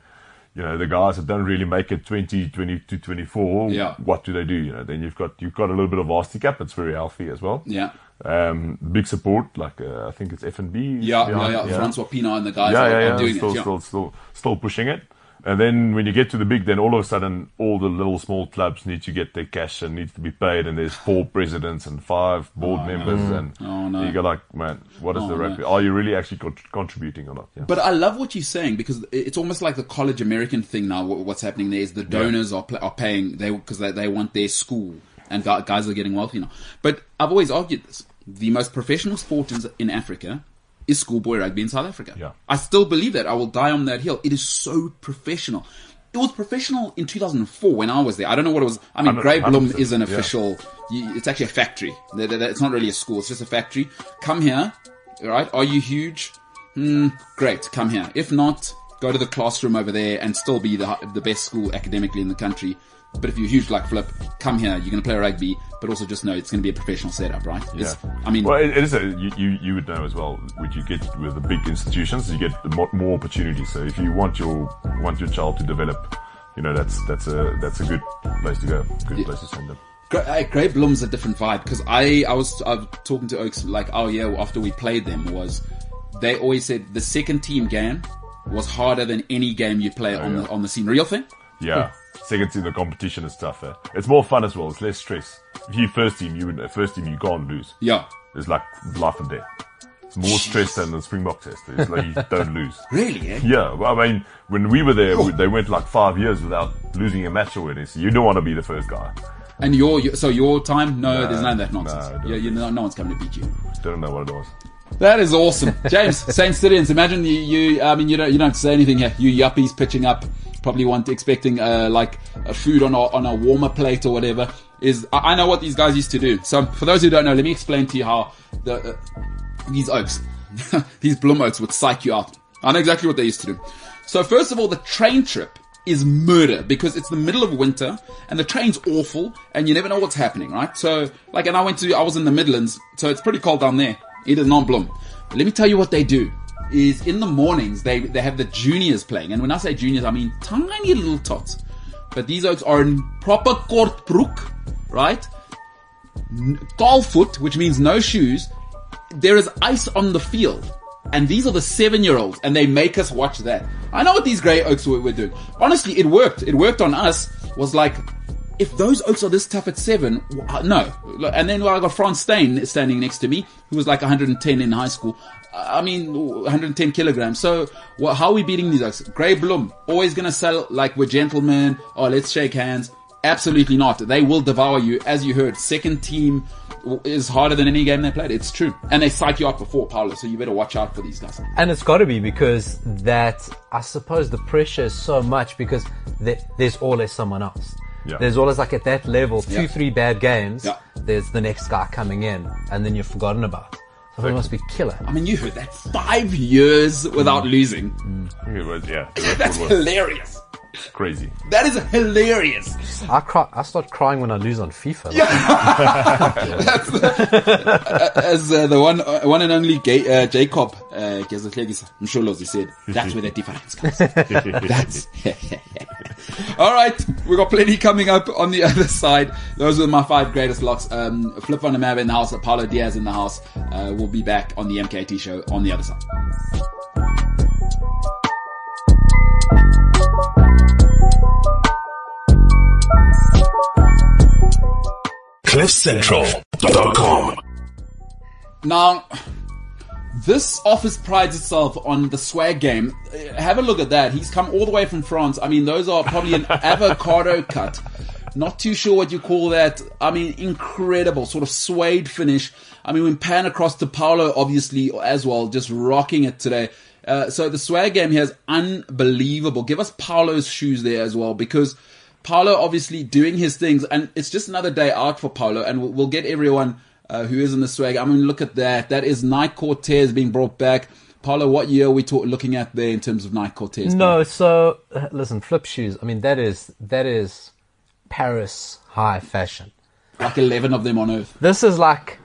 [SPEAKER 5] You know the guys that don't really make it 20, 20 to 24.
[SPEAKER 3] Yeah.
[SPEAKER 5] What do they do? You know, then you've got you've got a little bit of varsity cap. It's very healthy as well.
[SPEAKER 3] Yeah.
[SPEAKER 5] Um, big support like uh, I think it's F and B.
[SPEAKER 3] Yeah, yeah, yeah. Francois Pina and the guys
[SPEAKER 5] Yeah,
[SPEAKER 3] are,
[SPEAKER 5] yeah,
[SPEAKER 3] are
[SPEAKER 5] yeah.
[SPEAKER 3] doing
[SPEAKER 5] still,
[SPEAKER 3] it. Yeah.
[SPEAKER 5] still, still, still pushing it. And then when you get to the big, then all of a sudden, all the little small clubs need to get their cash and needs to be paid. And there's four presidents and five board members, and
[SPEAKER 3] Oh, no.
[SPEAKER 5] you go like, man, what is
[SPEAKER 3] Oh,
[SPEAKER 5] the
[SPEAKER 3] no.
[SPEAKER 5] rugby? Are you really actually con- contributing or not? Yeah.
[SPEAKER 3] But I love what you're saying because it's almost like the college American thing now. Wh- What's happening there is the donors are, pla are paying they because they, they want their school and gu- guys are getting wealthy now. But I've always argued this: the most professional sport in, in Africa is schoolboy rugby in South Africa.
[SPEAKER 5] Yeah.
[SPEAKER 3] I still believe that. I will die on that hill. It is so professional. It was professional in 2004 when I was there. I don't know what it was. I mean,
[SPEAKER 5] Hundred-
[SPEAKER 3] Greyblum
[SPEAKER 5] 100%,
[SPEAKER 3] is an
[SPEAKER 5] yeah.
[SPEAKER 3] official. You, it's actually a factory. They- they- they- It's not really a school. It's just a factory. Come here, all right? Are you huge? Hmm, great. Come here. If not, go to the classroom over there and still be the the best school academically in the country. But if you're huge like Flip, come here. You're going to play rugby, but also just know it's going to be a professional setup, right? It's- I mean,
[SPEAKER 5] well, it, it is a you, you you would know as well. Would you get with the big institutions, you get mo- more opportunities. So if you want your want your child to develop, you know that's that's a that's a good place to go, good place to send them.
[SPEAKER 3] Grey, uh, Grey Bloom's a different vibe because I, I was I was talking to Oaks like oh yeah well, after we played them was they always said the second team game was harder than any game you play on
[SPEAKER 5] Oh, yeah.
[SPEAKER 3] the on the scene real thing
[SPEAKER 5] Yeah. Second team, the competition is tougher. It's more fun as well. It's less stress. If you first team, you win. First team, you can't lose.
[SPEAKER 3] yeah
[SPEAKER 5] It's like life and death. It's more stress than the Springbok test. It's like you don't lose.
[SPEAKER 3] really eh?
[SPEAKER 5] Yeah, well, I mean, when we were there, we- they went like five years without losing a match or anything. So you don't want to be the first guy.
[SPEAKER 3] and your, your so your time no there's none of that
[SPEAKER 5] no,
[SPEAKER 3] nonsense
[SPEAKER 5] I don't
[SPEAKER 3] yeah you know, no one's coming to beat you
[SPEAKER 5] Don't know what it was.
[SPEAKER 3] that is awesome James Saint Citizens imagine you you I mean you don't you don't say anything here you yuppies pitching up probably want expecting uh, like a food on a, on a warmer plate or whatever is I, I know what these guys used to do. So for those who don't know, let me explain to you how the uh, these oaks, these bloom oaks would psych you out. I know exactly what they used to do. So first of all, the train trip is murder because it's the middle of winter and the train's awful and you never know what's happening, right? So like, and I went to, I was in the Midlands, so it's pretty cold down there. It is not bloom. But let me tell you what they do is in the mornings they, they have the juniors playing. And when I say juniors, I mean tiny little tots. But these oaks are in proper Kortbroek, right? Golf foot, which means no shoes, there is ice on the field. And these are the seven year olds, and they make us watch that. I know what these grey oaks were, were doing. Honestly, it worked. It worked on us. Was like, if those oaks are this tough at seven, w- uh, no. Look, And then I got Franz Stein standing next to me, who was like 110 in high school. Uh, I mean, 110 kilograms. So, wha how are we beating these oaks? Grey Bloom, always gonna sell like we're gentlemen. Oh, let's shake hands. Absolutely not. They will devour you, as you heard. Second team w- is harder than any game they played. It's true. And they psych you up before Paolo, so you better watch out for these guys.
[SPEAKER 4] And it's got to be because that, I suppose, the pressure is so much because there, there's always someone else.
[SPEAKER 5] Yeah.
[SPEAKER 4] There's always like at that level, two,
[SPEAKER 3] Yeah.
[SPEAKER 4] three bad games,
[SPEAKER 3] Yeah.
[SPEAKER 4] there's the next guy coming in, and then you're forgotten about. So it must be killer.
[SPEAKER 3] I mean, you heard that five years without losing.
[SPEAKER 5] It was, yeah. The
[SPEAKER 3] That's
[SPEAKER 5] record was
[SPEAKER 3] hilarious.
[SPEAKER 5] crazy.
[SPEAKER 3] That is hilarious.
[SPEAKER 4] I cry, I start crying when I lose on FIFA. Yeah.
[SPEAKER 3] As uh, the one, uh, one and only gay, uh, Jacob uh, Kezatlidis Msholos, he said, that's where the difference comes. that's all right. We got plenty coming up on the other side. Those are my five greatest locks. Um, Flip on the map in the house. Apollo Diaz in the house. Uh, we'll be back on the MKT show on the other side.
[SPEAKER 2] CliffCentral.com.
[SPEAKER 3] Now, this office prides itself on the swag game. Uh, Have a look at that. He's come all the way from France. I mean, those are probably an avocado cut. Not too sure what you call that. I mean, incredible sort of suede finish. I mean, when pan across to Paolo, obviously as well, just rocking it today. Uh, so the swag game here is unbelievable. Give us Paolo's shoes there as well because Paolo obviously doing his things, and it's just another day out for Paolo, and we'll, we'll get everyone uh, who is in the swag. I mean, look at that. That is Nike Cortez being brought back. Paolo, what year are we talk, looking at there in terms of Nike Cortez?
[SPEAKER 4] No, so uh, listen, flip shoes. I mean, that is that is Paris high fashion.
[SPEAKER 3] Like 11 of them on earth.
[SPEAKER 4] This is like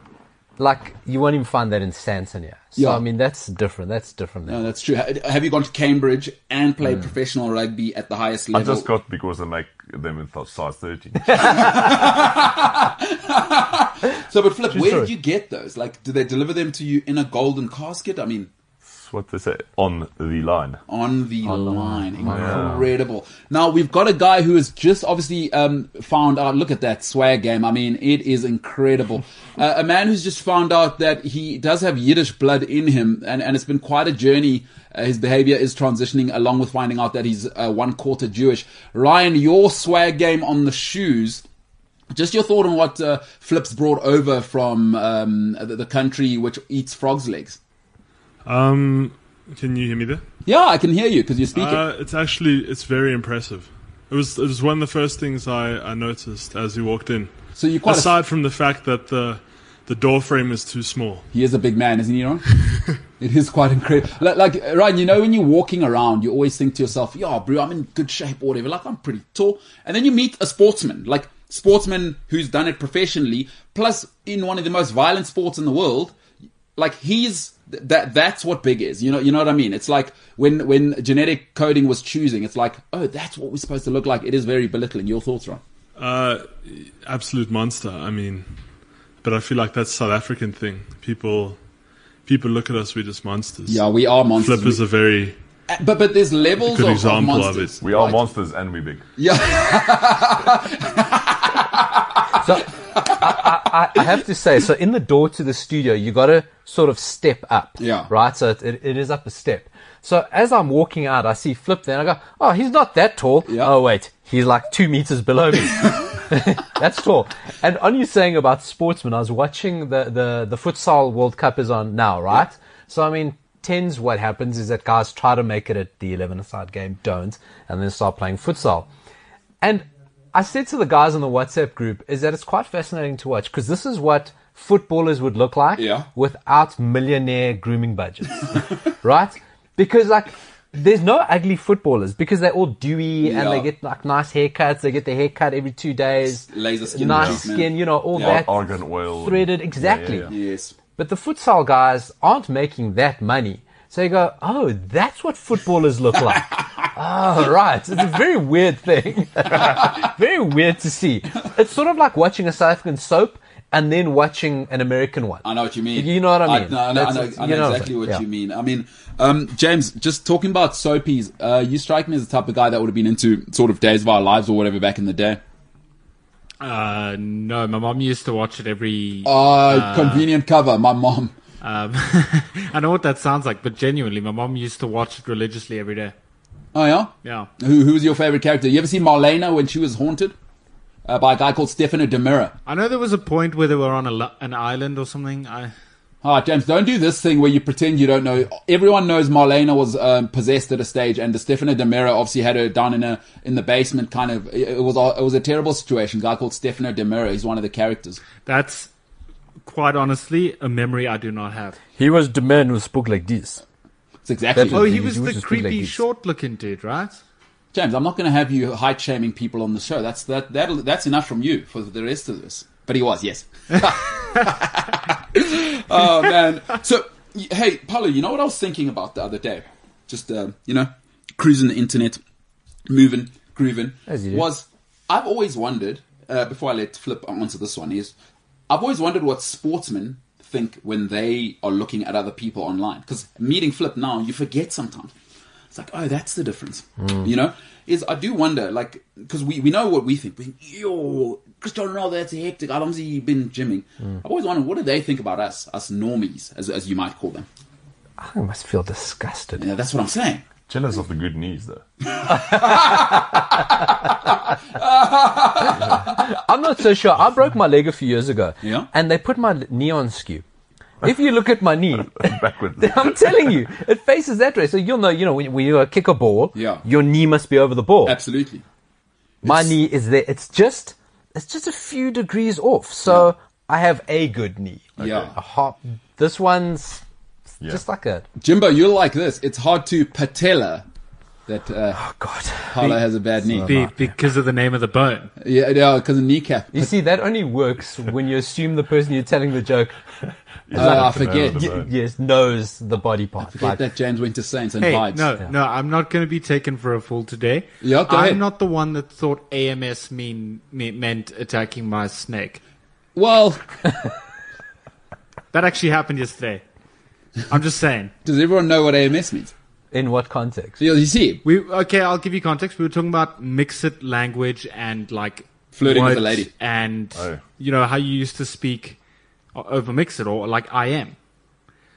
[SPEAKER 4] like you won't even find that in Sansonia. So
[SPEAKER 3] Yeah.
[SPEAKER 4] I mean, that's different. That's different.
[SPEAKER 3] No, that's true. Ha- Have you gone to Cambridge and played professional rugby at the highest
[SPEAKER 5] I
[SPEAKER 3] level?
[SPEAKER 5] just got because they make them in th- size 13.
[SPEAKER 3] so, but Flip, where
[SPEAKER 4] story.
[SPEAKER 3] did you get those? Like, do they deliver them to you in a golden casket? I mean,
[SPEAKER 5] That's what they say. On the line.
[SPEAKER 3] on the line. Incredible. Now we've got a guy who has just obviously um, found out. Look at that swag game. I mean, it is incredible. uh, a man who's just found out that he does have Yiddish blood in him, and, and it's been quite a journey. Uh, his behavior is transitioning along with finding out that he's uh, one quarter Jewish. Ryan, your swag game on the shoes. Just your thought on what uh, Flips brought over from um, the, the country which eats frogs' legs.
[SPEAKER 6] Um, can you hear me there?
[SPEAKER 3] Yeah, I can hear you because you're speaking.
[SPEAKER 6] Uh, it's actually it's very impressive. It was it was one of the first things I, I noticed as we walked in.
[SPEAKER 3] so you're quite a-
[SPEAKER 6] Aside from the fact that the the door frame is too small.
[SPEAKER 3] He is a big man, isn't he, Ron? it is quite incredible. Like, like, Ryan, you know, when you're walking around, you always think to yourself, yeah, bro, I'm in good shape or whatever. Like, I'm pretty tall. And then you meet a sportsman, like, sportsman who's done it professionally, plus in one of the most violent sports in the world. Like, he's. th- That that's what big is, you know. You know what I mean. It's like when when genetic coding was choosing. It's like, oh, that's what we're supposed to look like. It is very belittling. Your thoughts, Ron?
[SPEAKER 6] Uh, absolute monster. I mean, but I feel like that's South African thing. People people look at us. We're just monsters.
[SPEAKER 3] Yeah, we are monsters.
[SPEAKER 6] Flip is a very
[SPEAKER 3] but but there's levels
[SPEAKER 6] good
[SPEAKER 3] of, of
[SPEAKER 6] example of
[SPEAKER 3] monsters.
[SPEAKER 6] it.
[SPEAKER 5] We are
[SPEAKER 3] Right.
[SPEAKER 5] monsters and we big.
[SPEAKER 3] Yeah,
[SPEAKER 4] So I, I, I have to say, so in the door to the studio, you got to sort of step up.
[SPEAKER 3] Yeah.
[SPEAKER 4] Right? So it, it, it is up a step. So as I'm walking out, I see Flip there and I go, oh, he's not that tall.
[SPEAKER 3] Yeah.
[SPEAKER 4] Oh, wait, he's like two meters below me. That's tall. And on you saying about sportsmen, I was watching the, the, the futsal World Cup is on now, right? So I mean, tends what happens is that guys try to make it at the 11 side game, don't, and then start playing futsal. And I said to the guys in the WhatsApp group is that it's quite fascinating to watch because this is what footballers would look like
[SPEAKER 3] Yeah.
[SPEAKER 4] without millionaire grooming budgets, right? Because like there's no ugly footballers because they're all dewy and they
[SPEAKER 3] Yeah.
[SPEAKER 4] get like nice haircuts. They get their hair cut every two days,
[SPEAKER 3] Laser skin
[SPEAKER 4] nice
[SPEAKER 3] treatment.
[SPEAKER 4] skin, you know, all
[SPEAKER 3] Yeah.
[SPEAKER 4] that
[SPEAKER 5] Argan oil. and-
[SPEAKER 4] threaded exactly.
[SPEAKER 5] Yeah, yeah,
[SPEAKER 3] Yes.
[SPEAKER 4] But the futsal guys aren't making that money. So you go, oh, that's what footballers look like. oh, right. It's a very weird thing. very weird to see. It's sort of like watching a South African soap and then watching an American one.
[SPEAKER 3] I know what you mean.
[SPEAKER 4] You know what I mean?
[SPEAKER 3] I, no, no, I
[SPEAKER 4] That's-
[SPEAKER 3] know, I
[SPEAKER 4] you
[SPEAKER 3] know
[SPEAKER 4] know what I'm
[SPEAKER 3] exactly
[SPEAKER 4] saying.
[SPEAKER 3] what
[SPEAKER 4] Yeah.
[SPEAKER 3] you mean. I mean, um, James, just talking about soapies, uh, you strike me as the type of guy that would have been into sort of Days of Our Lives or whatever back in the day.
[SPEAKER 1] Uh, no, my mom used to watch it every.
[SPEAKER 3] Uh, convenient cover, my mom.
[SPEAKER 1] Um, I know what that sounds like, but genuinely, my mom used to watch it religiously every day.
[SPEAKER 3] Oh, yeah?
[SPEAKER 1] Yeah.
[SPEAKER 3] Who, who's your favorite character? You ever seen Marlena when she was haunted? Uh, by a guy called Stefano Demira.
[SPEAKER 1] I know there was a point where they were on a, lo- an island or something. I
[SPEAKER 3] Ah, James, don't do this thing where you pretend you don't know. Everyone knows Marlena was um, possessed at a stage, and the Stefano Demira obviously had her down in a in the basement. Kind of, it it was a- it was a terrible situation. A guy called Stefano Demira. He's one of the characters.
[SPEAKER 1] That's quite honestly a memory I do not have.
[SPEAKER 4] He was the man who spoke like this.
[SPEAKER 3] It's exactly
[SPEAKER 1] Oh, he
[SPEAKER 4] you
[SPEAKER 1] was
[SPEAKER 4] do
[SPEAKER 1] the
[SPEAKER 4] just speak like
[SPEAKER 1] creepy,
[SPEAKER 4] this.
[SPEAKER 1] short-looking dude, right?
[SPEAKER 3] James. I'm not going to have you height shaming people on the show. That's that that that's enough from you for the rest of this. But he was, yes. oh man. So y- hey, Paulo, you know what I was thinking about the other day? Just um, you know, cruising the internet, moving, grooving.
[SPEAKER 4] As you do.
[SPEAKER 3] Was I've always wondered. Uh, before I let Flip answer this one, is I've always wondered what sportsmen think when they are looking at other people online. Because meeting Flip now, you forget sometimes. It's like, oh, that's the difference. You know, is I do wonder, like, because we, we know what we think. We think, yo, Cristiano Ronaldo, that's hectic. How long's he been gymming? I've always wondered, what do they think about us, us normies, as, as you might call them?
[SPEAKER 4] I must feel disgusted.
[SPEAKER 3] Yeah, that's what I'm saying.
[SPEAKER 5] Jealous of the good knees, though.
[SPEAKER 4] I'm not so sure. I broke my leg a few years ago.
[SPEAKER 3] Yeah.
[SPEAKER 4] And they put my knee on skew. If you look at my knee,
[SPEAKER 5] Backwards.
[SPEAKER 4] I'm telling you, it faces that way. So you'll know, you know, when, when you uh, kick a ball,
[SPEAKER 3] Yeah.
[SPEAKER 4] your knee must be over the ball.
[SPEAKER 3] Absolutely.
[SPEAKER 4] My
[SPEAKER 3] It's-
[SPEAKER 4] knee is there. It's just, it's just a few degrees off. So I have a good knee.
[SPEAKER 3] Yeah.
[SPEAKER 4] A hop. This one's just like a,
[SPEAKER 3] Jimbo, you're like this. It's hard to patella that uh,
[SPEAKER 4] oh God.
[SPEAKER 3] Paolo has a bad knee.
[SPEAKER 1] Be, because of the name of the bone.
[SPEAKER 3] Yeah, yeah, because of kneecap.
[SPEAKER 4] You see, that only works when you assume the person you're telling the joke,
[SPEAKER 3] Uh, I forget.
[SPEAKER 5] Yeah.
[SPEAKER 4] y- yes, knows the body part.
[SPEAKER 3] forget
[SPEAKER 4] Like,
[SPEAKER 3] that James went to Saints and
[SPEAKER 1] Hey,
[SPEAKER 3] vibes.
[SPEAKER 1] no, no, I'm not going to be taken for a fool today.
[SPEAKER 3] Yeah, go
[SPEAKER 1] I'm
[SPEAKER 3] ahead.
[SPEAKER 1] not the one that thought AMS mean, me meant attacking my snake.
[SPEAKER 3] Well,
[SPEAKER 1] That actually happened yesterday. I'm just saying.
[SPEAKER 3] does everyone know what AMS means?
[SPEAKER 4] in what context?
[SPEAKER 3] You you see,
[SPEAKER 1] We okay. I'll give you context. We were talking about mixed language and like
[SPEAKER 3] Flirting with a
[SPEAKER 1] words
[SPEAKER 3] lady.
[SPEAKER 1] and
[SPEAKER 5] Oh.
[SPEAKER 1] you know how you used to speak o- over mix it or like I am.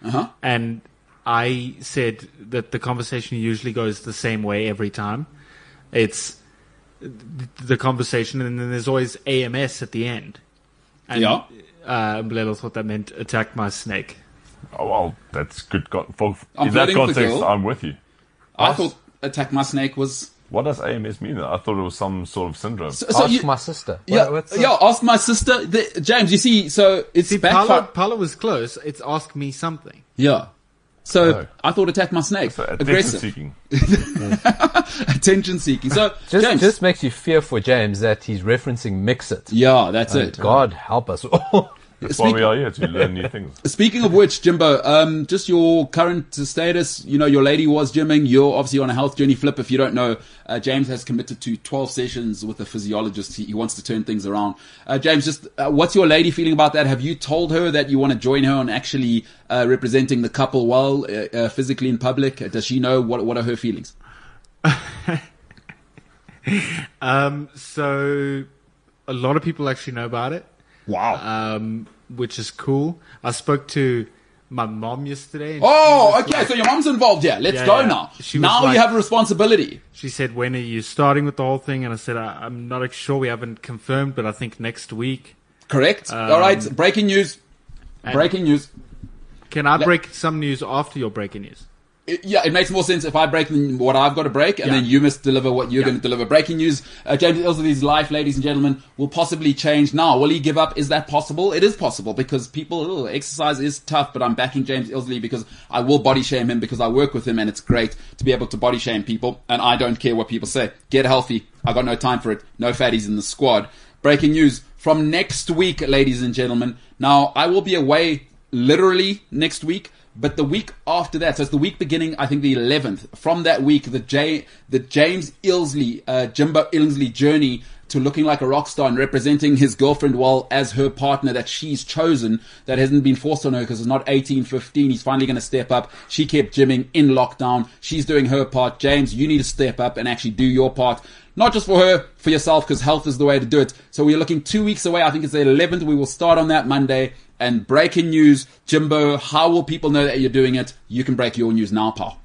[SPEAKER 3] Uh-huh.
[SPEAKER 1] And I said that the conversation usually goes the same way every time. It's th- the conversation, and then there's always AMS at the end. And,
[SPEAKER 3] Yeah.
[SPEAKER 1] Uh, Mblelo thought that meant attack my snake.
[SPEAKER 5] Oh, well, that's good. Con- for,
[SPEAKER 3] I'm
[SPEAKER 5] in that
[SPEAKER 3] flirting with the
[SPEAKER 5] context,
[SPEAKER 3] girl.
[SPEAKER 5] I'm with you.
[SPEAKER 3] I thought attack my snake was
[SPEAKER 5] What does AMS mean? I thought it was some sort of syndrome.
[SPEAKER 3] So, so
[SPEAKER 4] Ask
[SPEAKER 3] you,
[SPEAKER 4] my sister.
[SPEAKER 3] yeah,
[SPEAKER 4] What- what's the-
[SPEAKER 3] yeah, ask my sister. The, James, you see, so it's
[SPEAKER 1] See,
[SPEAKER 3] back.
[SPEAKER 1] Paolo,
[SPEAKER 3] fi-
[SPEAKER 1] Paolo was close. It's ask me something.
[SPEAKER 3] yeah. So
[SPEAKER 5] Oh.
[SPEAKER 3] I thought attack my snake.
[SPEAKER 5] So attention
[SPEAKER 3] Aggressive.
[SPEAKER 5] seeking.
[SPEAKER 3] Attention seeking. So
[SPEAKER 4] Just,
[SPEAKER 3] James.
[SPEAKER 4] just makes you fear for James that he's referencing Mix It.
[SPEAKER 3] yeah, that's it.
[SPEAKER 4] Oh, God help us all.
[SPEAKER 5] That's why
[SPEAKER 3] Speak-
[SPEAKER 5] we are here to learn new things.
[SPEAKER 3] Speaking of which, Jimbo, um, just your current status. You know, your lady was gymming. You're obviously on a health journey. Flip, if you don't know, uh, James has committed to 12 sessions with a physiologist. He, he wants to turn things around. Uh, James, just uh, what's your lady feeling about that? Have you told her that you want to join her on actually uh, representing the couple well uh, uh, physically in public? Uh, Does she know what what are her feelings?
[SPEAKER 1] Um, so a lot of people actually know about it,
[SPEAKER 3] Wow.
[SPEAKER 1] um, which is cool. I spoke to my mom yesterday. And
[SPEAKER 3] oh,
[SPEAKER 1] she was
[SPEAKER 3] okay.
[SPEAKER 1] like-
[SPEAKER 3] so your mom's involved. Yeah, let's
[SPEAKER 1] Yeah,
[SPEAKER 3] go
[SPEAKER 1] yeah.
[SPEAKER 3] now.
[SPEAKER 1] She was
[SPEAKER 3] Now
[SPEAKER 1] like-
[SPEAKER 3] you have a responsibility.
[SPEAKER 1] she said, "When are you starting with the whole thing?" And I said, I, "I'm not sure. We haven't confirmed, but I think next week." Um,
[SPEAKER 3] Correct. All right. Breaking news. Breaking news.
[SPEAKER 1] Can I break some news after your breaking news?
[SPEAKER 3] It- yeah, it makes more sense if I break than what I've got to break, and then you must deliver what you're going to deliver. Breaking news: uh, James Elsworthy's life, ladies and gentlemen, will possibly change now. Will he give up? Is that possible? It is possible because people oh, exercise is tough, but I'm backing James Ilsley because I will body shame him because I work with him, and it's great to be able to body shame people, and I don't care what people say. Get healthy. I got no time for it. No fatties in the squad. Breaking news from next week, ladies and gentlemen. Now I will be away literally next week. But the week after that, so it's the week beginning, I think the 11th. From that week, the J, the James Ilsley, uh, Jimbo Ilsley journey to looking like a rock star and representing his girlfriend well as her partner that she's chosen that hasn't been forced on her because it's not 18, 15. He's finally going to step up. She kept gymming in lockdown. She's doing her part. James, you need to step up and actually do your part not just for her, for yourself, because health is the way to do it. So we're looking two weeks away. I think it's the 11th. We will start on that Monday. And breaking news, Jimbo, how will people know that you're doing it? You can break your news now, pal.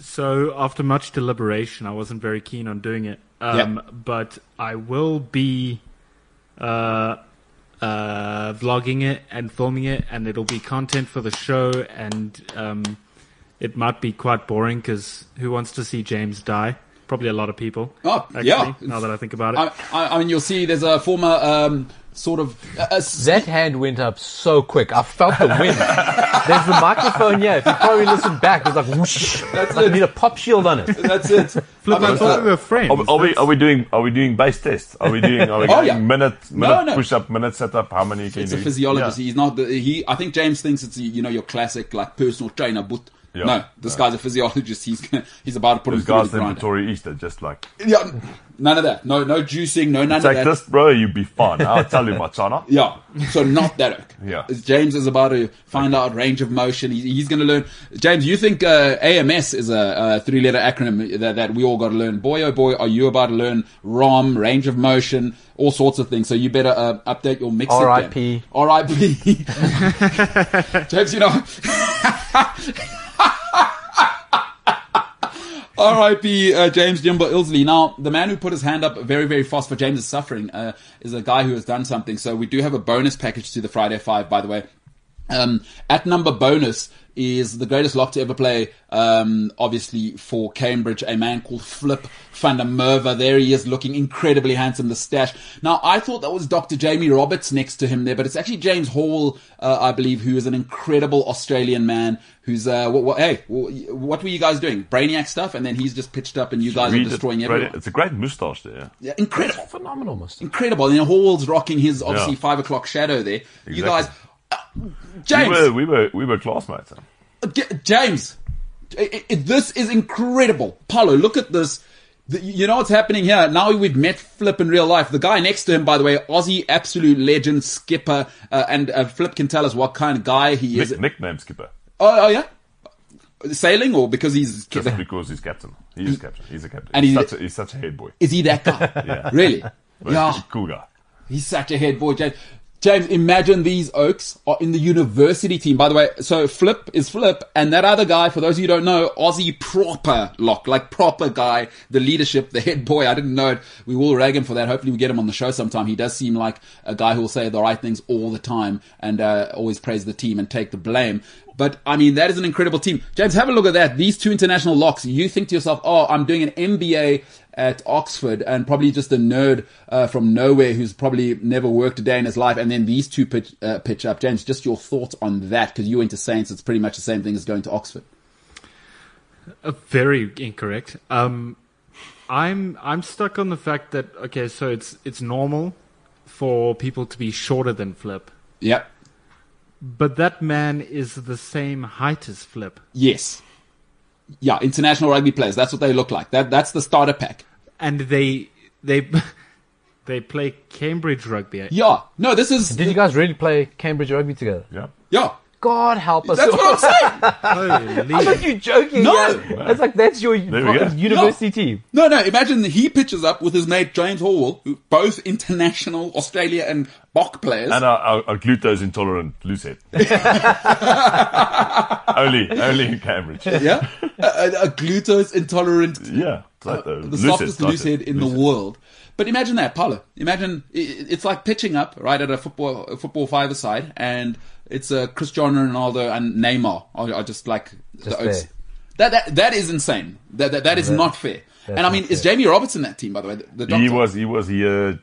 [SPEAKER 1] So after much deliberation, I wasn't very keen on doing it. Um,
[SPEAKER 3] Yeah.
[SPEAKER 1] But I will be uh, uh, vlogging it and filming it, and it'll be content for the show. And um, it might be quite boring because who wants to see James die? Probably a lot of people.
[SPEAKER 3] Oh, yeah.
[SPEAKER 1] Now that I think about it,
[SPEAKER 3] I, I, I mean, you'll see there's a former um, sort of. Uh, uh, s-
[SPEAKER 4] That hand went up so quick. I felt the wind. There's the microphone here. If you probably listen back, it's like whoosh.
[SPEAKER 3] That's
[SPEAKER 4] like
[SPEAKER 3] it.
[SPEAKER 4] I need a pop shield on it.
[SPEAKER 3] that's it.
[SPEAKER 1] Flip,
[SPEAKER 3] I
[SPEAKER 1] I,
[SPEAKER 3] mean,
[SPEAKER 1] thought
[SPEAKER 3] uh,
[SPEAKER 1] we were friends.
[SPEAKER 5] Are, we- are we are we doing are we doing base tests? Are we doing are we
[SPEAKER 3] Oh,
[SPEAKER 5] going
[SPEAKER 3] yeah.
[SPEAKER 5] minute minute
[SPEAKER 3] No, no.
[SPEAKER 5] push up minute set up? How many can
[SPEAKER 3] It's
[SPEAKER 5] you?
[SPEAKER 3] a
[SPEAKER 5] do?
[SPEAKER 3] physiologist.
[SPEAKER 5] Yeah.
[SPEAKER 3] He's not. The, he. I think James thinks it's you know your classic like personal trainer, but
[SPEAKER 5] Yeah.
[SPEAKER 3] no, this guy's a physiologist. He's gonna, he's about to put him
[SPEAKER 5] Those
[SPEAKER 3] through the
[SPEAKER 5] guys in
[SPEAKER 3] grind.
[SPEAKER 5] Pretoria East are just like
[SPEAKER 3] Yeah, none of that. No, no juicing. No, none of
[SPEAKER 5] take
[SPEAKER 3] that.
[SPEAKER 5] this, bro. You be fine. I'll tell you, my chana.
[SPEAKER 3] Yeah. So not that irk.
[SPEAKER 5] Yeah.
[SPEAKER 3] James is about to find out range of motion. He, he's going to learn. James, you think uh, AMS is a, uh three-letter acronym that, that we all got to learn? Boy, oh boy, are you about to learn ROM, range of motion, all sorts of things. So you better uh, update your mix.
[SPEAKER 4] RIP.
[SPEAKER 3] R.I.P. James, you know. R.I.P. Uh, James Jimbo Ilsley. Now, the man who put his hand up very, very fast for James' suffering uh, is a guy who has done something. So we do have a bonus package to the Friday Five, by the way. Um, at number bonus is the greatest lock to ever play, um, obviously for Cambridge, a man called Flip Fandamerva. There he is, looking incredibly handsome, the stash. Now, I thought that was Dr. Jamie Roberts next to him there, but it's actually James Hall, uh, I believe, who is an incredible Australian man who's, uh, what, what, hey, wh- what were you guys doing? Brainiac stuff? And then he's just pitched up and you guys are
[SPEAKER 5] Read it.
[SPEAKER 3] destroying
[SPEAKER 5] Great-
[SPEAKER 3] everyone.
[SPEAKER 5] It's a great moustache there.
[SPEAKER 3] Yeah, incredible
[SPEAKER 4] Phenomenal, Mustang.
[SPEAKER 3] incredible. And then Hall's rocking his obviously
[SPEAKER 5] Yeah.
[SPEAKER 3] five o'clock shadow there. You
[SPEAKER 5] Exactly.
[SPEAKER 3] guys, uh,
[SPEAKER 5] We
[SPEAKER 3] James,
[SPEAKER 5] were we were we were classmates. huh?
[SPEAKER 3] J- James, I- I- this is incredible. Paulo, look at this. The- You know what's happening here? Now we've met Flip in real life. The guy next to him, by the way, Aussie absolute legend, skipper, uh, and uh, Flip can tell us what kind of guy he is.
[SPEAKER 5] Nick, nickname skipper.
[SPEAKER 3] Oh, oh yeah, sailing or because he's
[SPEAKER 5] Just because he's captain. He is captain. He's a captain.
[SPEAKER 3] And
[SPEAKER 5] he's,
[SPEAKER 3] he's-
[SPEAKER 5] such a, he's such a head boy.
[SPEAKER 3] is he that guy?
[SPEAKER 5] Yeah.
[SPEAKER 3] Really?
[SPEAKER 5] But
[SPEAKER 3] yeah.
[SPEAKER 5] Cool guy.
[SPEAKER 3] He's such a head boy, James. James, imagine these Oaks are in the university team. By the way, so Flip is Flip, and that other guy, for those of you who don't know, Aussie proper lock, like proper guy, the leadership, the head boy. I didn't know it. We will rag him for that. Hopefully, we get him on the show sometime. He does seem like a guy who will say the right things all the time and uh, always praise the team and take the blame. But I mean, that is an incredible team. James, have a look at that. These two international locks. You think to yourself, oh, I'm doing an MBA at Oxford and probably just a nerd uh, from nowhere who's probably never worked a day in his life. And then these two pitch, uh, pitch up. James, just your thoughts on that because you went to Saints. It's pretty much the same thing as going to Oxford.
[SPEAKER 1] Uh, very incorrect. Um, I'm I'm stuck on the fact that okay, so it's it's normal for people to be shorter than Flip,
[SPEAKER 3] Yep.
[SPEAKER 1] but that man is the same height as Flip,
[SPEAKER 3] Yes. Yeah, international rugby players. That's what they look like. That That's the starter pack.
[SPEAKER 1] and they they they play Cambridge rugby.
[SPEAKER 3] Yeah. No, this is.
[SPEAKER 4] Did you guys really play Cambridge rugby together?
[SPEAKER 5] Yeah.
[SPEAKER 3] Yeah.
[SPEAKER 4] God help us.
[SPEAKER 3] That's what I'm saying.
[SPEAKER 4] I
[SPEAKER 1] Holy!
[SPEAKER 4] thought you joking.
[SPEAKER 3] No.
[SPEAKER 4] yeah. It's like that's your
[SPEAKER 5] we go.
[SPEAKER 4] fucking university team.
[SPEAKER 3] No, no. Imagine he pitches up with his mate James Hall, who both international Australia and Bok players.
[SPEAKER 5] And our, our, our glucose intolerant loose head. only only in Cambridge.
[SPEAKER 3] yeah, a, a, a glucose intolerant
[SPEAKER 5] Yeah. like the,
[SPEAKER 3] Uh, the
[SPEAKER 5] loose
[SPEAKER 3] softest
[SPEAKER 5] head,
[SPEAKER 3] loose
[SPEAKER 5] like
[SPEAKER 3] head in the world. But imagine that, Paulo. Imagine i- i- it's like pitching up right at a football a football five side, and it's uh, Cristiano Ronaldo and Neymar are, are just like
[SPEAKER 4] Just
[SPEAKER 3] the oats.
[SPEAKER 4] there.
[SPEAKER 3] That, that that is insane. That that, that is not fair. And I
[SPEAKER 4] not
[SPEAKER 3] mean, is
[SPEAKER 4] fair.
[SPEAKER 3] Jamie Robertson that team by the way? The, the
[SPEAKER 5] He
[SPEAKER 3] doctor?
[SPEAKER 5] was he was here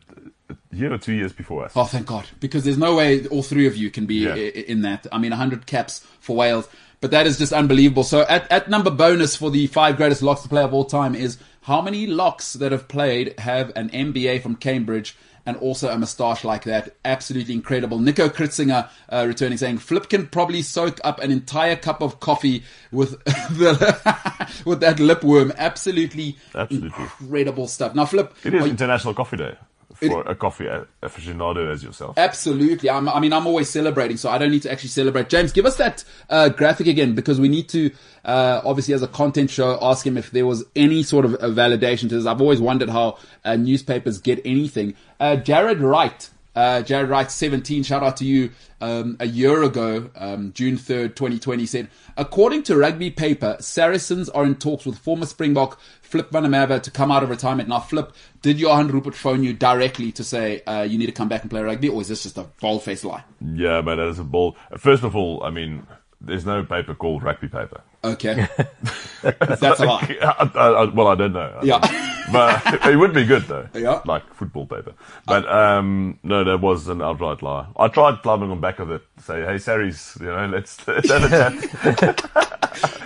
[SPEAKER 5] a year or two years before us.
[SPEAKER 3] Oh, thank God. Because there's no way all three of you can be
[SPEAKER 5] Yeah.
[SPEAKER 3] i i- in that. I mean, 100 caps for Wales. But that is just unbelievable. So at, at number bonus for the five greatest locks to play of all time is how many locks that have played have an MBA from Cambridge and also a moustache like that. Absolutely incredible. Nico Kritzinger uh, returning saying, Flip can probably soak up an entire cup of coffee with, the, with that lip worm. Absolutely,
[SPEAKER 5] Absolutely.
[SPEAKER 3] incredible stuff. Now, Flip,
[SPEAKER 5] It is
[SPEAKER 3] are you-
[SPEAKER 5] International Coffee Day for a coffee a- aficionado as yourself.
[SPEAKER 3] Uh, Absolutely. I'm, I mean, I'm always celebrating, so I don't need to actually celebrate. James, give us that uh, graphic again because we need to, uh, obviously, as a content show, ask him if there was any sort of a validation to this. I've always wondered how uh, newspapers get anything. Uh, Jared Wright. Uh, Jared Wright, 17, shout out to you. Um, a year ago, um, June 3rd, 2020, said, according to Rugby Paper, Saracens are in talks with former Springbok Flip Vanamava to come out of retirement. Now, Flip, did Johan Rupert phone you directly to say uh, you need to come back and play rugby, or is this just a bold-faced lie?
[SPEAKER 5] Yeah, but that is a ball. First of all, I mean, there's no paper called rugby paper.
[SPEAKER 3] Okay, that's a lie.
[SPEAKER 5] I, I, I, uh, well, I don't know.
[SPEAKER 3] Yeah.
[SPEAKER 5] but it would be good though.
[SPEAKER 3] Yeah.
[SPEAKER 5] Like football paper. But um, no, that was an outright lie. I tried climbing on back of it, say, "Hey, Saris, you know, let's let's have a chat."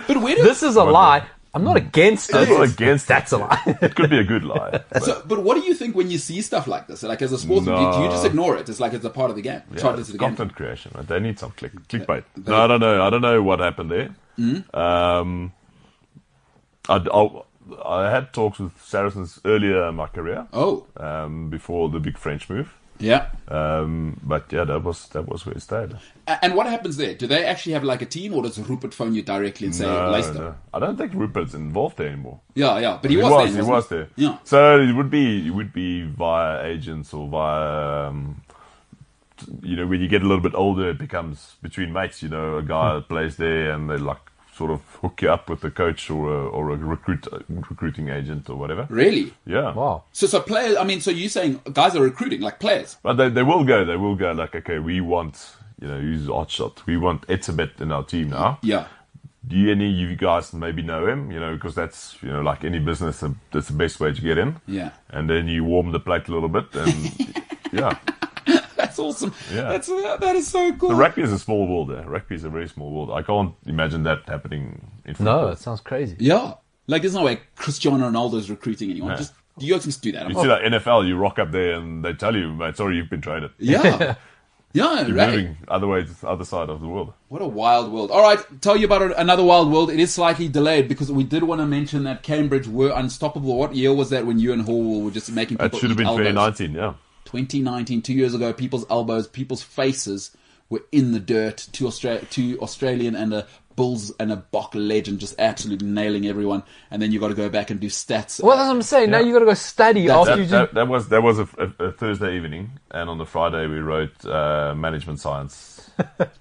[SPEAKER 3] But where do
[SPEAKER 4] This is a lie. I'm not against it.
[SPEAKER 5] I'm not against.
[SPEAKER 4] That's
[SPEAKER 5] it.
[SPEAKER 4] a lie.
[SPEAKER 5] It could be a good lie. But
[SPEAKER 3] so, but what do you think when you see stuff like this? Like as a sportsman, do, you- do you just
[SPEAKER 5] No.
[SPEAKER 3] ignore it? It's like it's a part of the game.
[SPEAKER 5] yeah,
[SPEAKER 3] Charged
[SPEAKER 5] it's
[SPEAKER 3] into the game.
[SPEAKER 5] content creation. Right? They need some click clickbait. No, I don't know. I don't know what happened there.
[SPEAKER 3] Hmm?
[SPEAKER 5] Um, I'd, I'll- I had talks with Saracens earlier in my career.
[SPEAKER 3] Oh,
[SPEAKER 5] Um, before the big French move.
[SPEAKER 3] yeah.
[SPEAKER 5] Um, but yeah, that was that was where it stayed.
[SPEAKER 3] A- And what happens there? Do they actually have like a team, or does Rupert phone you directly and say,
[SPEAKER 5] No,
[SPEAKER 3] Leicester?
[SPEAKER 5] no. I don't think Rupert's involved there anymore.
[SPEAKER 3] Yeah, yeah. But he,
[SPEAKER 5] He
[SPEAKER 3] was,
[SPEAKER 5] was,
[SPEAKER 3] then,
[SPEAKER 5] he
[SPEAKER 3] wasn't
[SPEAKER 5] was there.
[SPEAKER 3] Yeah.
[SPEAKER 5] So it would be it would be via agents or via um, t- you know when you get a little bit older, it becomes between mates. You know, a guy
[SPEAKER 3] Hmm.
[SPEAKER 5] plays there and they like sort of hook you up with a coach or a, or a recruit recruiting agent or whatever.
[SPEAKER 3] Really?
[SPEAKER 5] Yeah.
[SPEAKER 4] Wow.
[SPEAKER 3] So, so players. I mean, so you're saying guys are recruiting like players?
[SPEAKER 5] But they, they will go. They will go. Like okay, we want you know who's hot shot. We want Etzebet in our team now.
[SPEAKER 3] Yeah.
[SPEAKER 5] do you- any of you guys maybe know him? You know, because that's you know like any business, uh, that's the best way to get in.
[SPEAKER 3] Yeah.
[SPEAKER 5] And then you warm the plate a little bit, and yeah,
[SPEAKER 3] That's awesome.
[SPEAKER 5] Yeah.
[SPEAKER 3] That's uh, that is so cool.
[SPEAKER 5] the rugby is a small world. There, rugby is a very small world. I can't imagine that happening in
[SPEAKER 4] No,
[SPEAKER 5] football.
[SPEAKER 4] it sounds crazy.
[SPEAKER 3] Yeah. Like, there's no way Cristiano Ronaldo's recruiting anyone.
[SPEAKER 5] No.
[SPEAKER 3] Just the Yorks just do that.
[SPEAKER 5] You see, like NFL, you rock up there and they tell you, mate, sorry, you've been traded.
[SPEAKER 3] yeah. Yeah,
[SPEAKER 5] You're
[SPEAKER 3] right.
[SPEAKER 5] moving other way, to the other side of the world.
[SPEAKER 3] What a wild world. All right, tell you about a- another wild world. It is slightly delayed because we did want to mention that Cambridge were unstoppable. What year was that when you and Hall were just making people
[SPEAKER 5] That should have
[SPEAKER 3] eat
[SPEAKER 5] been
[SPEAKER 3] elbows?
[SPEAKER 5] 2019, yeah.
[SPEAKER 3] 2019, two years ago, people's elbows, people's faces were in the dirt. Two, Austra- two Australian and a Bulls and a Bok legend just absolutely nailing everyone. And then you got to go back and do stats.
[SPEAKER 4] Well, that's what I'm saying. Now you got to go study after you
[SPEAKER 5] That,
[SPEAKER 4] do.
[SPEAKER 5] that, that was that was a, a, a Thursday evening, and on the Friday we wrote uh, management science.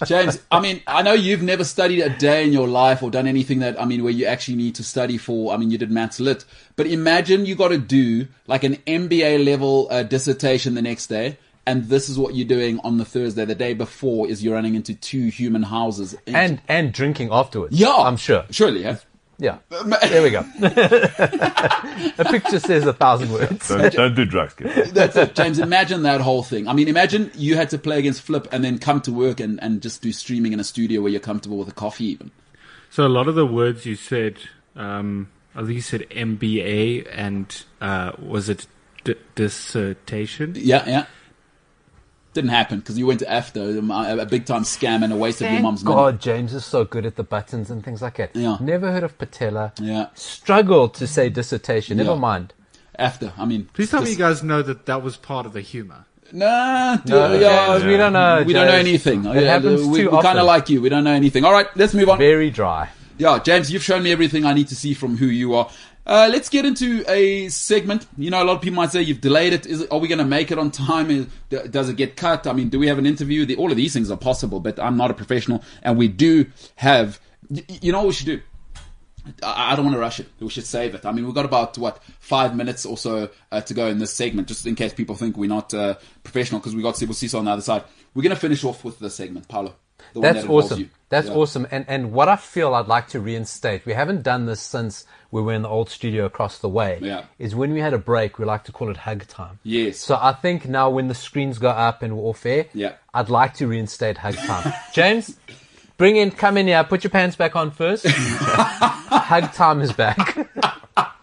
[SPEAKER 3] James, I mean, I know you've never studied a day in your life or done anything that, I mean, where you actually need to study for. I mean, you did maths lit, but imagine you got to do like an MBA level uh, dissertation the next day. And this is what you're doing on the Thursday. The day before is you're running into two human houses.
[SPEAKER 4] and and drinking afterwards.
[SPEAKER 3] yeah,
[SPEAKER 4] I'm sure.
[SPEAKER 3] Surely, yeah.
[SPEAKER 4] Yeah, there we go. a picture says a thousand words.
[SPEAKER 5] Don't, don't do drugs, kids.
[SPEAKER 3] That's it, James. Imagine that whole thing. I mean, imagine you had to play against Flip and then come to work and, and just do streaming in a studio where you're comfortable with a coffee, even.
[SPEAKER 1] So a lot of the words you said, um, I think you said MBA and uh, was it d- dissertation?
[SPEAKER 3] Yeah, yeah. Didn't happen because you went to AFTO, um, a a big time scam and a waste of your mum's money.
[SPEAKER 4] God, James is so good at the buttons and things like that.
[SPEAKER 3] Yeah.
[SPEAKER 4] Never heard of patella.
[SPEAKER 3] Yeah.
[SPEAKER 4] Struggle to say dissertation. Never
[SPEAKER 3] Yeah.
[SPEAKER 4] mind.
[SPEAKER 3] AFTO, I mean.
[SPEAKER 1] Please tell me you
[SPEAKER 3] just-
[SPEAKER 1] guys know that that was part of the humor.
[SPEAKER 3] Nah, dude,
[SPEAKER 4] No,
[SPEAKER 3] yeah,
[SPEAKER 4] James, we don't know.
[SPEAKER 3] We don't know
[SPEAKER 4] James.
[SPEAKER 3] anything.
[SPEAKER 4] It
[SPEAKER 3] Yeah,
[SPEAKER 4] happens
[SPEAKER 3] we,
[SPEAKER 4] too
[SPEAKER 3] we kind
[SPEAKER 4] often.
[SPEAKER 3] of like you. We don't know anything. All right, let's move on.
[SPEAKER 4] Very dry.
[SPEAKER 3] Yeah, James, you've shown me everything I need to see from who you are. Uh, let's get into a segment. You know, a lot of people might say you've delayed it. Is it are we going to make it on time? Is, d- does it get cut? I mean, do we have an interview? The, all of these things are possible, but I'm not a professional, and we do have. y- y- You know what we should do? I I don't want to rush it. We should save it. I mean, we've got about what five minutes or so uh, to go in this segment, just in case people think we're not uh, professional because we got Sybil Cecil on the other side. We're going to finish off with this segment, Paolo. The one
[SPEAKER 4] That's
[SPEAKER 3] that involves
[SPEAKER 4] awesome.
[SPEAKER 3] you.
[SPEAKER 4] That's
[SPEAKER 3] Yeah.
[SPEAKER 4] awesome. And and what I feel I'd like to reinstate, we haven't done this since we were in the old studio across the way.
[SPEAKER 3] Yeah.
[SPEAKER 4] Is when we had a break, we like to call it hug time.
[SPEAKER 3] Yes.
[SPEAKER 4] So I think now when the screens go up and we're off air,
[SPEAKER 3] Yeah.
[SPEAKER 4] I'd like to reinstate hug time. James, bring in, come in here, put your pants back on first. hug time is back.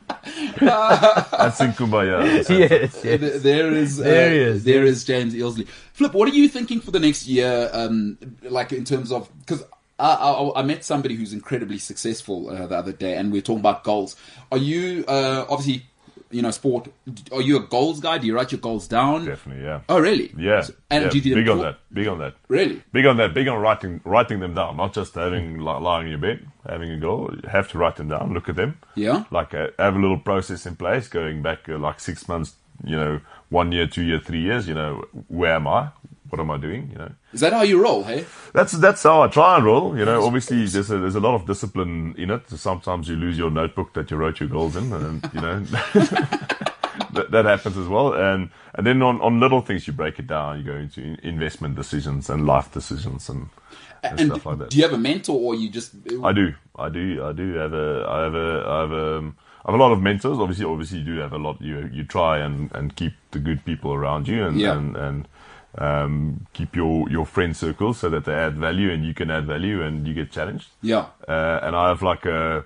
[SPEAKER 5] I think Kumbaya.
[SPEAKER 4] yes, yes.
[SPEAKER 3] Th- there is uh,
[SPEAKER 4] There he is.
[SPEAKER 3] there is James Eilsley. Flip, what are you thinking for the next year? Um, like in terms of because I, I, I met somebody who's incredibly successful uh, the other day, and we were talking about goals. Are you uh, obviously you know sport? Are you a goals guy? Do you write your goals down?
[SPEAKER 5] Definitely, yeah.
[SPEAKER 3] Oh really?
[SPEAKER 5] Yeah,
[SPEAKER 3] So- And
[SPEAKER 5] yeah,
[SPEAKER 3] do you do
[SPEAKER 5] big on
[SPEAKER 3] talk-
[SPEAKER 5] that. Big on that.
[SPEAKER 3] Really?
[SPEAKER 5] Big on that. Big on writing writing them down, not just having like, lying in your bed, having a goal. You have to write them down. Look at them.
[SPEAKER 3] Yeah.
[SPEAKER 5] Like uh, have a little process in place, going back uh, like six months. You know, one year, two year, three years. You know, where am I? What am I doing? You know,
[SPEAKER 3] Is that how you roll? Hey,
[SPEAKER 5] that's that's how I try and roll. You know, obviously there's a, there's a lot of discipline in it. Sometimes you lose your notebook that you wrote your goals in, and you know that, that happens as well. And and then on, on little things you break it down. You go into in- investment decisions and life decisions and, and,
[SPEAKER 3] and
[SPEAKER 5] stuff like that.
[SPEAKER 3] do you have a mentor or you just?
[SPEAKER 5] I do, I do, I do have a, I have a, I have a, um, I have a lot of mentors. Obviously, obviously you do have a lot. You you try and, and keep the good people around you and
[SPEAKER 3] Yeah.
[SPEAKER 5] and, and um, keep your your friend circle so that they add value and you can add value and you get challenged.
[SPEAKER 3] Yeah.
[SPEAKER 5] Uh, and I have like a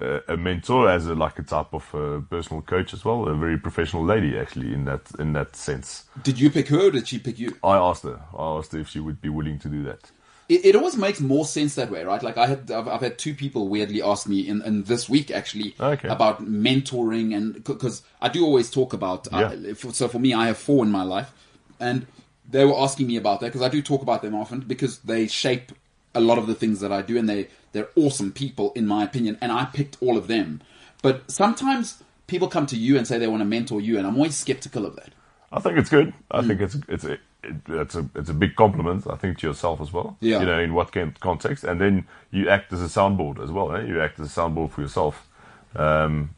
[SPEAKER 5] a a mentor as a, like a type of uh, personal coach as well. A very professional lady actually in that in that sense.
[SPEAKER 3] Did you pick her? or Did she pick you?
[SPEAKER 5] I asked her. I asked her if she would be willing to do that.
[SPEAKER 3] it, it always makes more sense that way, right? Like I had, I've, I've had two people weirdly ask me in, in this week actually
[SPEAKER 5] Okay.
[SPEAKER 3] about mentoring and because I do always talk about,
[SPEAKER 5] Yeah.
[SPEAKER 3] uh, for- so for me, I have four in my life and they were asking me about that because I do talk about them often because they shape a lot of the things that I do and they, they're awesome people in my opinion. And I picked all of them, but sometimes people come to you and say they want to mentor you and I'm always skeptical of that.
[SPEAKER 5] I think it's good. I think it's it's a, it, it's a it's a big compliment. I think to yourself as well.
[SPEAKER 3] Yeah.
[SPEAKER 5] You know, in what can, context, and then you act as a soundboard as well. Eh? You act as a soundboard for yourself. Um,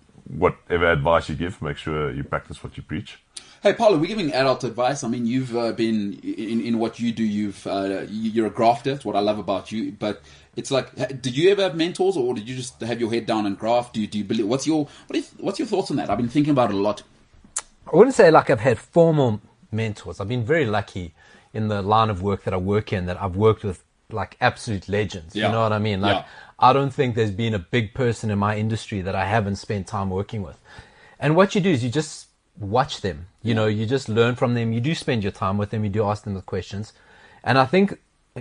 [SPEAKER 5] whatever advice you give, make sure you practice what you preach.
[SPEAKER 3] Hey, Paula, we're giving adult advice. I mean, you've uh, been in, in what you do. You've uh, you- you're a grafter. It's what I love about you. But it's like, ha- did you ever have mentors, or did you just have your head down and graft? Do you, do you believe? What's your what is, what's your thoughts on that? I've been thinking about it a lot.
[SPEAKER 4] I wouldn't say like I've had formal mentors. I've been very lucky in the line of work that I work in that I've worked with like absolute legends.
[SPEAKER 3] Yeah.
[SPEAKER 4] You know what I mean? Like
[SPEAKER 3] Yeah.
[SPEAKER 4] I don't think there's been a big person in my industry that I haven't spent time working with. And what you do is you just watch them. You know, you just learn from them. You do spend your time with them. You do ask them the questions. And I think,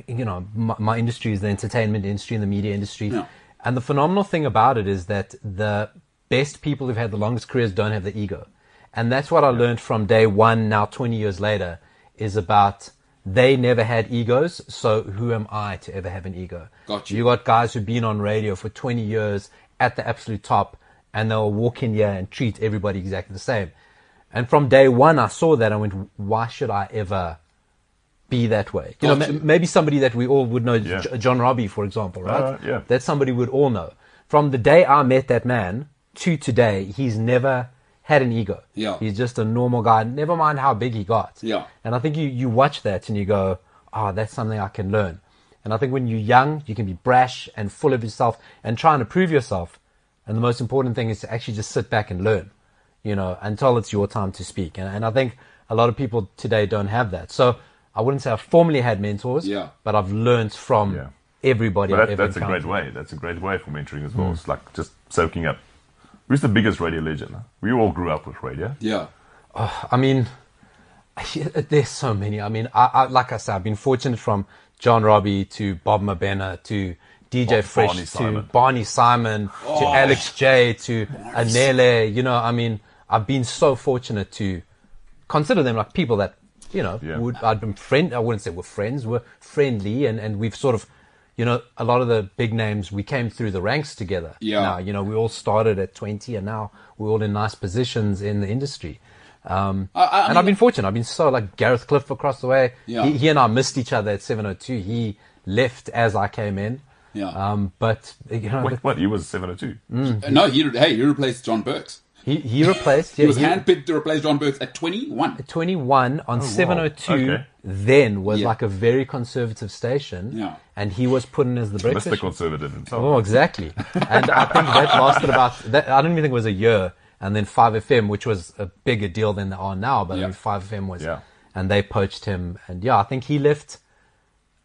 [SPEAKER 4] you know, my, my industry is the entertainment industry and the media industry.
[SPEAKER 3] Yeah.
[SPEAKER 4] And the phenomenal thing about it is that the best people who've had the longest careers don't have the ego. And that's what I learned from day one, now 20 years later, is about they never had egos. So who am I to ever have an ego?
[SPEAKER 3] Got you.
[SPEAKER 4] You got guys who've been on radio for 20 years at the absolute top and they'll walk in here and treat everybody exactly the same. And from day one, I saw that. I went, why should I ever be that way? You know,
[SPEAKER 3] Got
[SPEAKER 4] ma-
[SPEAKER 3] you.
[SPEAKER 4] maybe somebody that we all would know,
[SPEAKER 5] Yeah.
[SPEAKER 4] J- John Robbie, for example, right?
[SPEAKER 5] Uh, yeah.
[SPEAKER 4] That's somebody we'd all know. From the day I met that man to today, he's never had an ego.
[SPEAKER 3] Yeah.
[SPEAKER 4] He's just a normal guy, never mind how big he got.
[SPEAKER 3] Yeah.
[SPEAKER 4] And I think you, you watch that and you go, ah, that's something I can learn. And I think when you're young, you can be brash and full of yourself and trying to prove yourself. And the most important thing is to actually just sit back and learn, you know, until it's your time to speak. And, and I think a lot of people today don't have that. So I wouldn't say I formally had mentors,
[SPEAKER 3] Yeah.
[SPEAKER 4] but I've learned from
[SPEAKER 5] Yeah.
[SPEAKER 4] everybody
[SPEAKER 5] But
[SPEAKER 4] I've
[SPEAKER 5] that,
[SPEAKER 4] ever
[SPEAKER 5] that's a great
[SPEAKER 4] encountered.
[SPEAKER 5] way. That's a great way for mentoring as well. It's like just soaking up. Who's the biggest radio legend? We all grew up with radio.
[SPEAKER 3] Yeah,
[SPEAKER 4] I mean, there's so many. I mean, I, I like I said, I've been fortunate from John Robbie to Bob Mabena to DJ
[SPEAKER 5] Bar-
[SPEAKER 4] Fresh
[SPEAKER 5] Barney
[SPEAKER 4] to
[SPEAKER 5] Simon. Oh.
[SPEAKER 4] Barney Simon to Alex J to Anele. You know, I mean, I've been so fortunate to consider them like people that you know
[SPEAKER 5] Yeah.
[SPEAKER 4] would I'd been friend. I wouldn't say we're friends. We're friendly, and and we've sort of. You know, a lot of the big names, we came through the ranks together.
[SPEAKER 3] Yeah.
[SPEAKER 4] Now, you know, we all started at 20 and now we're all in nice positions in the industry. Um,
[SPEAKER 3] I- I
[SPEAKER 4] and
[SPEAKER 3] mean-
[SPEAKER 4] I've been fortunate. I've been so like Gareth Cliff across the way.
[SPEAKER 3] Yeah.
[SPEAKER 4] oh He, he and I missed each other at 702. He left as I came in.
[SPEAKER 3] Yeah.
[SPEAKER 4] Um, but you know,
[SPEAKER 5] Wait, what? He was seven or two.
[SPEAKER 3] Uh, no, you hey, you replaced John Burks.
[SPEAKER 4] he, he replaced.
[SPEAKER 3] He
[SPEAKER 4] yeah,
[SPEAKER 3] was handpicked to replace John Burks at 21.
[SPEAKER 4] 21 on 702
[SPEAKER 5] Okay.
[SPEAKER 4] then was
[SPEAKER 3] Yeah.
[SPEAKER 4] like a very conservative station
[SPEAKER 3] Yeah.
[SPEAKER 4] and he was put in as the breakfast
[SPEAKER 5] Mr. Conservative himself.
[SPEAKER 4] oh exactly and i think that lasted about that i don't even think it was a year and then 5fm which was a bigger deal than they are now but
[SPEAKER 3] Yeah.
[SPEAKER 4] I mean, 5fm was
[SPEAKER 5] Yeah.
[SPEAKER 4] and they poached him and yeah i think he left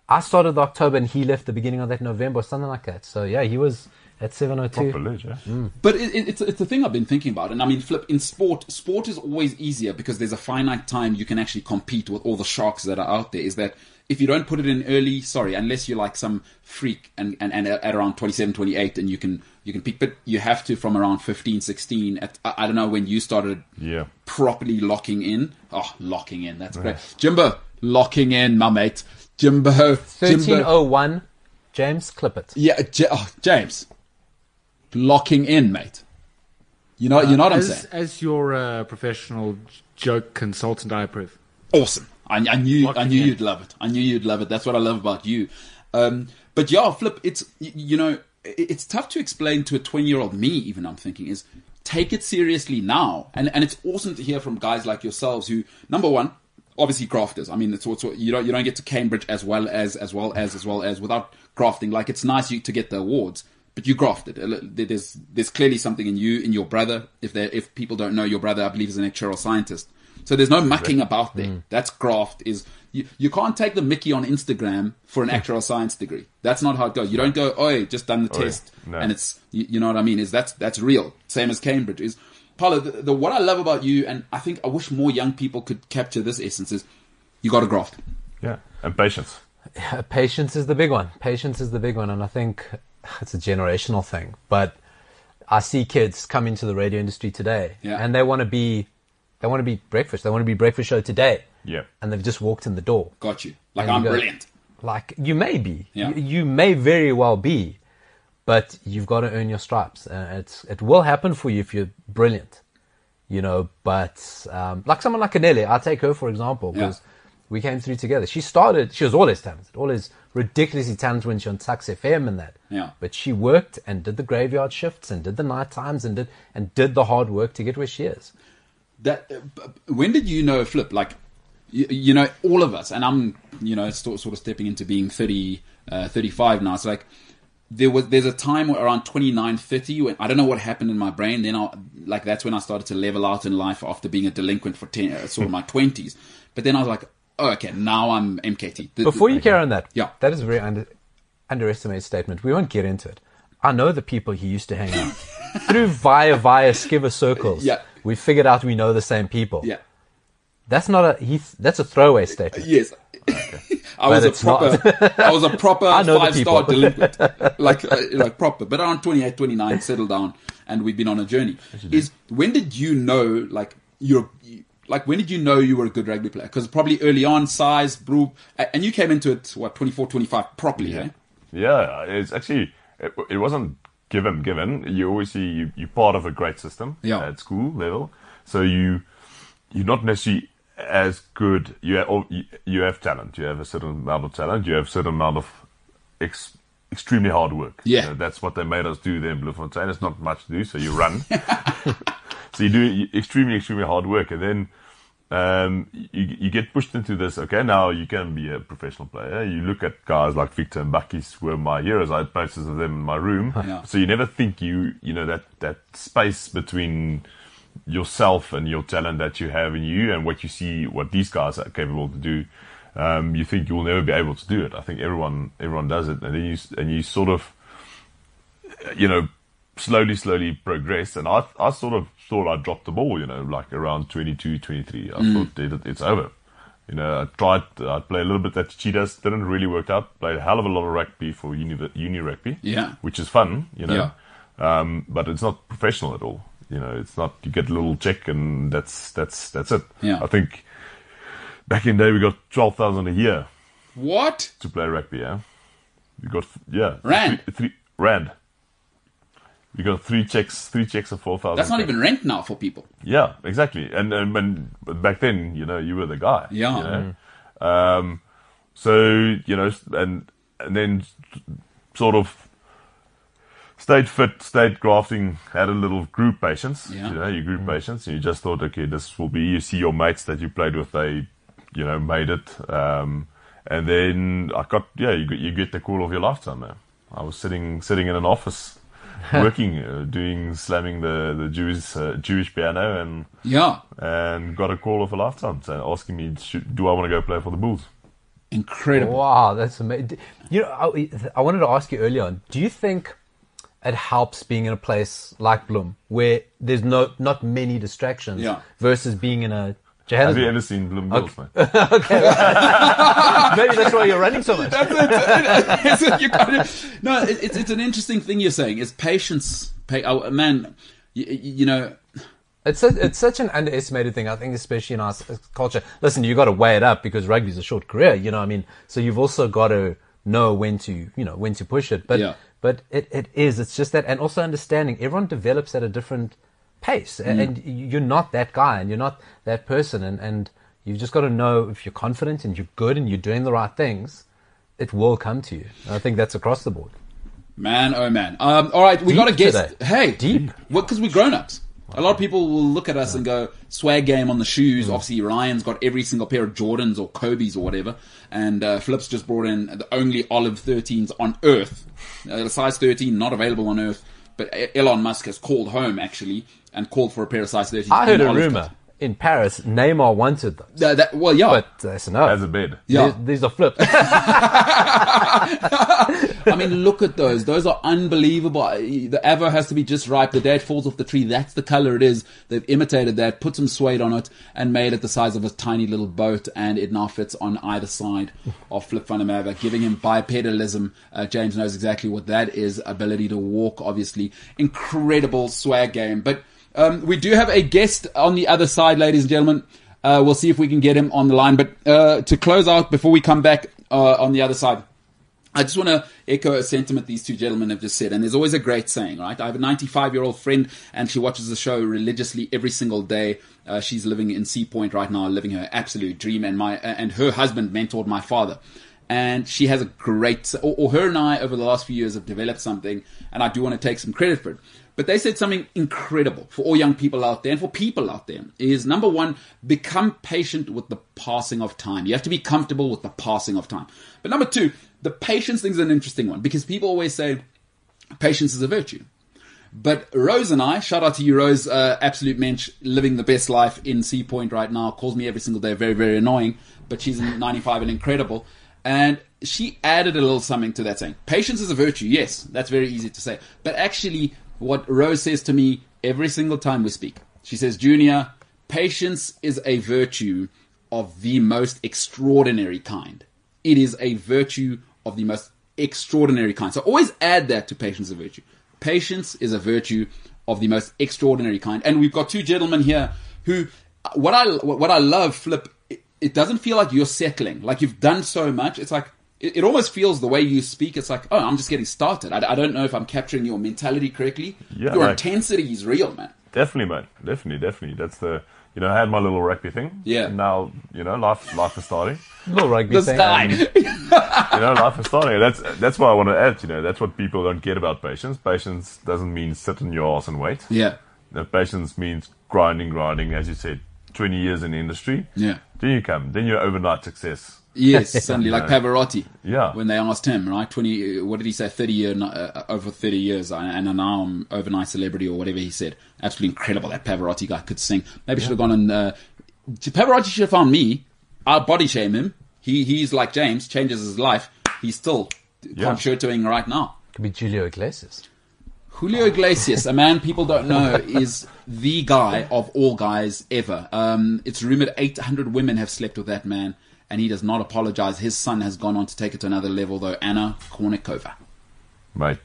[SPEAKER 4] i started october and he left the beginning of that november or something like that so yeah he was at 702
[SPEAKER 5] Proper luge, eh?
[SPEAKER 3] But it, it, it's it's a thing I've been thinking about, and I mean, flip in sport. Sport is always easier because there's a finite time you can actually compete with all the sharks that are out there. Is that if you don't put it in early, sorry, unless you're like some freak and, and, and at around 27, 28, and you can you can peak, but you have to from around 15, 16. At, I, I don't know when you started
[SPEAKER 5] Yeah.
[SPEAKER 3] properly locking in. Oh, locking in, that's great. Jimbo, locking in, my mate. Jimbo, Jimbo.
[SPEAKER 4] 1301 james clippett
[SPEAKER 3] Yeah, J- oh, James, locking in, mate. You know, you know what I'm
[SPEAKER 1] as,
[SPEAKER 3] saying.
[SPEAKER 1] as your uh, professional j- joke consultant, I approve.
[SPEAKER 3] Awesome. I, I knew, I
[SPEAKER 1] Locking
[SPEAKER 3] knew
[SPEAKER 1] in.
[SPEAKER 3] you'd love it. I knew you'd love it. That's what I love about you. Um, but yeah, Flip, it's y- you know, i- it's tough to explain to a 20 year old me. Even I'm thinking is take it seriously now, and and it's awesome to hear from guys like yourselves who number one. Obviously, crafters. I mean, it's what's what you don't you don't get to Cambridge as well as as well as as well as without crafting. Like it's nice you to get the awards, but you grafted. A li- There's there's clearly something in you in your brother. If they if people don't know your brother, I believe is an actuarial scientist. So there's no mucking about there. That's graft. Is you, you can't take the Mickey on Instagram for an actuarial science degree. That's not how it goes. You don't go, oh, just done the
[SPEAKER 5] Oi,
[SPEAKER 3] test,
[SPEAKER 5] no.
[SPEAKER 3] and it's you, you know what I mean. Is that's that's real. Same as Cambridge is. Paolo, the, the what I love about you, and I think I wish more young people could capture this essence is, you got to graft.
[SPEAKER 5] Yeah. And patience.
[SPEAKER 4] Uh, patience is the big one. Patience is the big one, and I think it's a generational thing. But I see kids come into the radio industry today,
[SPEAKER 3] Yeah.
[SPEAKER 4] and they want to be, they want to be breakfast. They want to be breakfast show today.
[SPEAKER 5] Yeah.
[SPEAKER 4] and they've just walked in the door.
[SPEAKER 3] Got you. Like
[SPEAKER 4] And you
[SPEAKER 3] I'm
[SPEAKER 4] go-
[SPEAKER 3] brilliant.
[SPEAKER 4] Like you may be,
[SPEAKER 3] Yeah.
[SPEAKER 4] you, you may very well be, but you've got to earn your stripes. Uh, it's it will happen for you if you're brilliant, you know. But um, like someone like Anelli, I take her for example
[SPEAKER 3] Yeah.
[SPEAKER 4] because we came through together. She started; she was always talented, always ridiculously talented when she was on Tax FM and that.
[SPEAKER 3] Yeah.
[SPEAKER 4] But she worked and did the graveyard shifts and did the night times and did and did the hard work to get where she is.
[SPEAKER 3] that uh, b- b- when did you know flip like you, you know all of us and i'm you know sort, sort of stepping into being 30 uh, 35 now it's like there was there's a time where around 29 30 when i don't know what happened in my brain then i like that's when i started to level out in life after being a delinquent for 10 uh, sort of my 20s but then i was like oh, okay now i'm mkt Th- th-
[SPEAKER 4] Before you carry on that,
[SPEAKER 3] Yeah.
[SPEAKER 4] that is a very under, underestimated statement. We won't get into it. I know the people he used to hang out through via via skiver circles.
[SPEAKER 3] Yeah.
[SPEAKER 4] we figured out we know the same people.
[SPEAKER 3] yeah
[SPEAKER 4] that's not a he, that's a throwaway statement.
[SPEAKER 3] Yes. I was a
[SPEAKER 4] it's not.
[SPEAKER 3] proper, I was a proper
[SPEAKER 4] know the
[SPEAKER 3] five-star
[SPEAKER 4] people.
[SPEAKER 3] delinquent, like uh, like proper. But around 28, 29, settled down, and we've been on a journey. Is when did you know, like you're, you- like when did you know you were a good rugby player? Because probably early on, size, brew, a- and you came into it what 24, 25 properly, eh?
[SPEAKER 5] Yeah, it's actually it, it wasn't given given. You always see you you're part of a great system
[SPEAKER 3] Yeah.
[SPEAKER 5] at school level, so you you're not necessarily as good. You have, or you- you have talent. You have a certain amount of talent. You have a certain amount of ex, extremely hard work.
[SPEAKER 3] Yeah.
[SPEAKER 5] You know, that's what they made us do there in Bloemfontein. It's not much to do, so you run. so you do extremely extremely hard work, and then um, you, you get pushed into this. Okay, now you can be a professional player. You look at guys like Victor and Bakis who were my heroes. I had posters of them in my room.
[SPEAKER 3] Yeah.
[SPEAKER 5] So you never think you you know that that space between yourself and your talent that you have in you and what you see what these guys are capable to do. Um, you think you will never be able to do it. I think everyone everyone does it, and then you s- and you sort of you know, slowly, slowly progress. And I, I sort of thought I dropped the ball, you know, like around 22, 23. I
[SPEAKER 3] Mm.
[SPEAKER 5] thought it, it's over. You know, I tried, I played a little bit at Cheetahs, didn't really work out. Played a hell of a lot of rugby for uni, uni rugby,
[SPEAKER 3] Yeah.
[SPEAKER 5] which is fun, you know, um, but it's not professional at all. You know, it's not, you get a little check and that's, that's, that's it.
[SPEAKER 3] Yeah.
[SPEAKER 5] I think back in the day we got 12,000 a year
[SPEAKER 3] What?
[SPEAKER 5] to play rugby. Yeah, we got yeah
[SPEAKER 3] Rand.
[SPEAKER 5] three, three rand. We got three checks, three checks of four thousand.
[SPEAKER 3] That's not even rent now for people.
[SPEAKER 5] yeah, exactly. And and when but back then, you know, you were the guy.
[SPEAKER 3] Yeah.
[SPEAKER 5] you know? Um, so you know, and and then sort of stayed fit, stayed grafting, had a little group patience.
[SPEAKER 3] Yeah.
[SPEAKER 5] You know, your group patience. And you just thought, okay, this will be. You see your mates that you played with, they, you know, made it. Um, and then I got, yeah, you, get- you get the call of your lifetime, man. I was sitting sitting in an office, working, uh, doing slamming the the Jewish uh, Jewish piano, and
[SPEAKER 3] Yeah.
[SPEAKER 5] and got a call of a lifetime saying, asking me, should, do I want to go play for the Bulls?
[SPEAKER 3] Incredible.
[SPEAKER 4] Wow, that's amazing. You know, I, I wanted to ask you earlier on. Do you think it helps being in a place like Bloom where there's no not many distractions
[SPEAKER 3] Yeah.
[SPEAKER 4] versus being in a
[SPEAKER 5] Have you
[SPEAKER 4] Johannesburg?
[SPEAKER 5] ever seen Bloom Bulls, man?
[SPEAKER 4] Maybe that's why you're running so much.
[SPEAKER 3] It's- you kind of- no, it, it's it's an interesting thing you're saying. It's patience. Pa- oh, man, you, you know,
[SPEAKER 4] It's su it's such an underestimated thing, I think, especially in our s- uh, culture. Listen, you got to weigh it up because rugby's a short career, you know. what I mean, so you've also got to know when to, you know, when to push it. But
[SPEAKER 3] Yeah.
[SPEAKER 4] but it, it is. It's just that, and also understanding everyone develops at a different pace,
[SPEAKER 5] Mm.
[SPEAKER 4] a- and y- you're not that guy, and you're not that person, and and you've just got to know if you're confident and you're good and you're doing the right things, it will come to you. And I think that's across the board.
[SPEAKER 3] man, oh man. Um, all right, we
[SPEAKER 4] Deep
[SPEAKER 3] got a guest.
[SPEAKER 4] today.
[SPEAKER 3] Hey,
[SPEAKER 4] Deep.
[SPEAKER 3] because we're grown ups. A lot of people will look at us and go, swag game on the shoes.
[SPEAKER 4] Mm.
[SPEAKER 3] Obviously, Ryan's got every single pair of Jordans or Kobe's or whatever. And uh, Phillips just brought in the only olive 13s on Earth. Uh, size 13, not available on Earth. But E- Elon Musk has called home, actually, and called for a pair of size 13s.
[SPEAKER 4] I heard
[SPEAKER 3] in
[SPEAKER 4] a
[SPEAKER 3] olive
[SPEAKER 4] rumor in Paris, Neymar wanted them,
[SPEAKER 3] cut. That- that- well, yeah.
[SPEAKER 4] but uh, that's no.
[SPEAKER 5] As a bed.
[SPEAKER 3] yeah.
[SPEAKER 4] These, these are flipped.
[SPEAKER 3] I mean, look at those. Those are unbelievable. The avo has to be just ripe. The day it falls off the tree, that's the color it is. They've imitated that, put some suede on it, and made it the size of a tiny little boat. And it now fits on either side of Flip Funamava, giving him bipedalism. Uh, James knows exactly what that is. Ability to walk, obviously. Incredible swag game. But um, we do have a guest on the other side, ladies and gentlemen. Uh, we'll see if we can get him on the line. But uh, to close out, before we come back uh, on the other side, I just want to echo a sentiment these two gentlemen have just said, and there's always a great saying, right? I have a 95 year old friend, and she watches the show religiously every single day. Uh, she's living in Sea Point right now, living her absolute dream, and my uh, and her husband mentored my father, and she has a great, or, or her and I over the last few years have developed something, and I do want to take some credit for it. But they said something incredible for all young people out there and for people out there is number one, become patient with the passing of time. You have to be comfortable with the passing of time. But number two, the patience thing is an interesting one because people always say patience is a virtue. But Rose and I, shout out to you, Rose, uh, absolute mensch, living the best life in Sea Point right now. Calls me every single day, very, very annoying, but she's in 95 and incredible. And she added a little something to that saying. Patience is a virtue, yes, that's very easy to say. But actually, what Rose says to me every single time we speak, she says, Junior, patience is a virtue of the most extraordinary kind. It is a virtue of the most extraordinary kind. So always add that to patience is a virtue. Patience is a virtue of the most extraordinary kind. And we've got two gentlemen here who, what I what I love, Flip, it, it doesn't feel like you're settling. Like you've done so much. It's like it, it almost feels the way you speak. It's like, oh, I'm just getting started. I, I don't know if I'm capturing your mentality correctly.
[SPEAKER 5] Yeah,
[SPEAKER 3] your
[SPEAKER 5] like-
[SPEAKER 3] intensity is real, man.
[SPEAKER 5] Definitely, mate. Definitely, definitely. That's the you know, I had my little rugby thing.
[SPEAKER 3] Yeah.
[SPEAKER 5] Now, you know, life life is starting.
[SPEAKER 4] little rugby um,
[SPEAKER 3] This
[SPEAKER 4] thing.
[SPEAKER 3] guy.
[SPEAKER 5] You know, life is starting. That's that's what I want to add, you know, that's what people don't get about patience. Patience doesn't mean sit in your ass and wait.
[SPEAKER 3] yeah.
[SPEAKER 5] The patience means grinding, grinding, as you said, twenty years in the industry.
[SPEAKER 3] Yeah.
[SPEAKER 5] Then you come, then you're overnight success.
[SPEAKER 3] Yes, suddenly like Pavarotti.
[SPEAKER 5] Yeah.
[SPEAKER 3] When they asked him, right, twenty, uh, what did he say? Thirty year, uh, over thirty years, and- and now I'm overnight celebrity or whatever he said. Absolutely incredible that Pavarotti guy could sing. Maybe should have gone and uh, Pavarotti should have found me. I body shame him. He he's like James, changes his life. He's still concertoing right now.
[SPEAKER 4] Could be Julio Iglesias.
[SPEAKER 3] Julio Iglesias, a man people don't know, is the guy of all guys ever. Um, it's rumored 800 women have slept with that man, and he does not apologize. His son has gone on to take it to another level, though. Anna Kournikova.
[SPEAKER 5] Mate.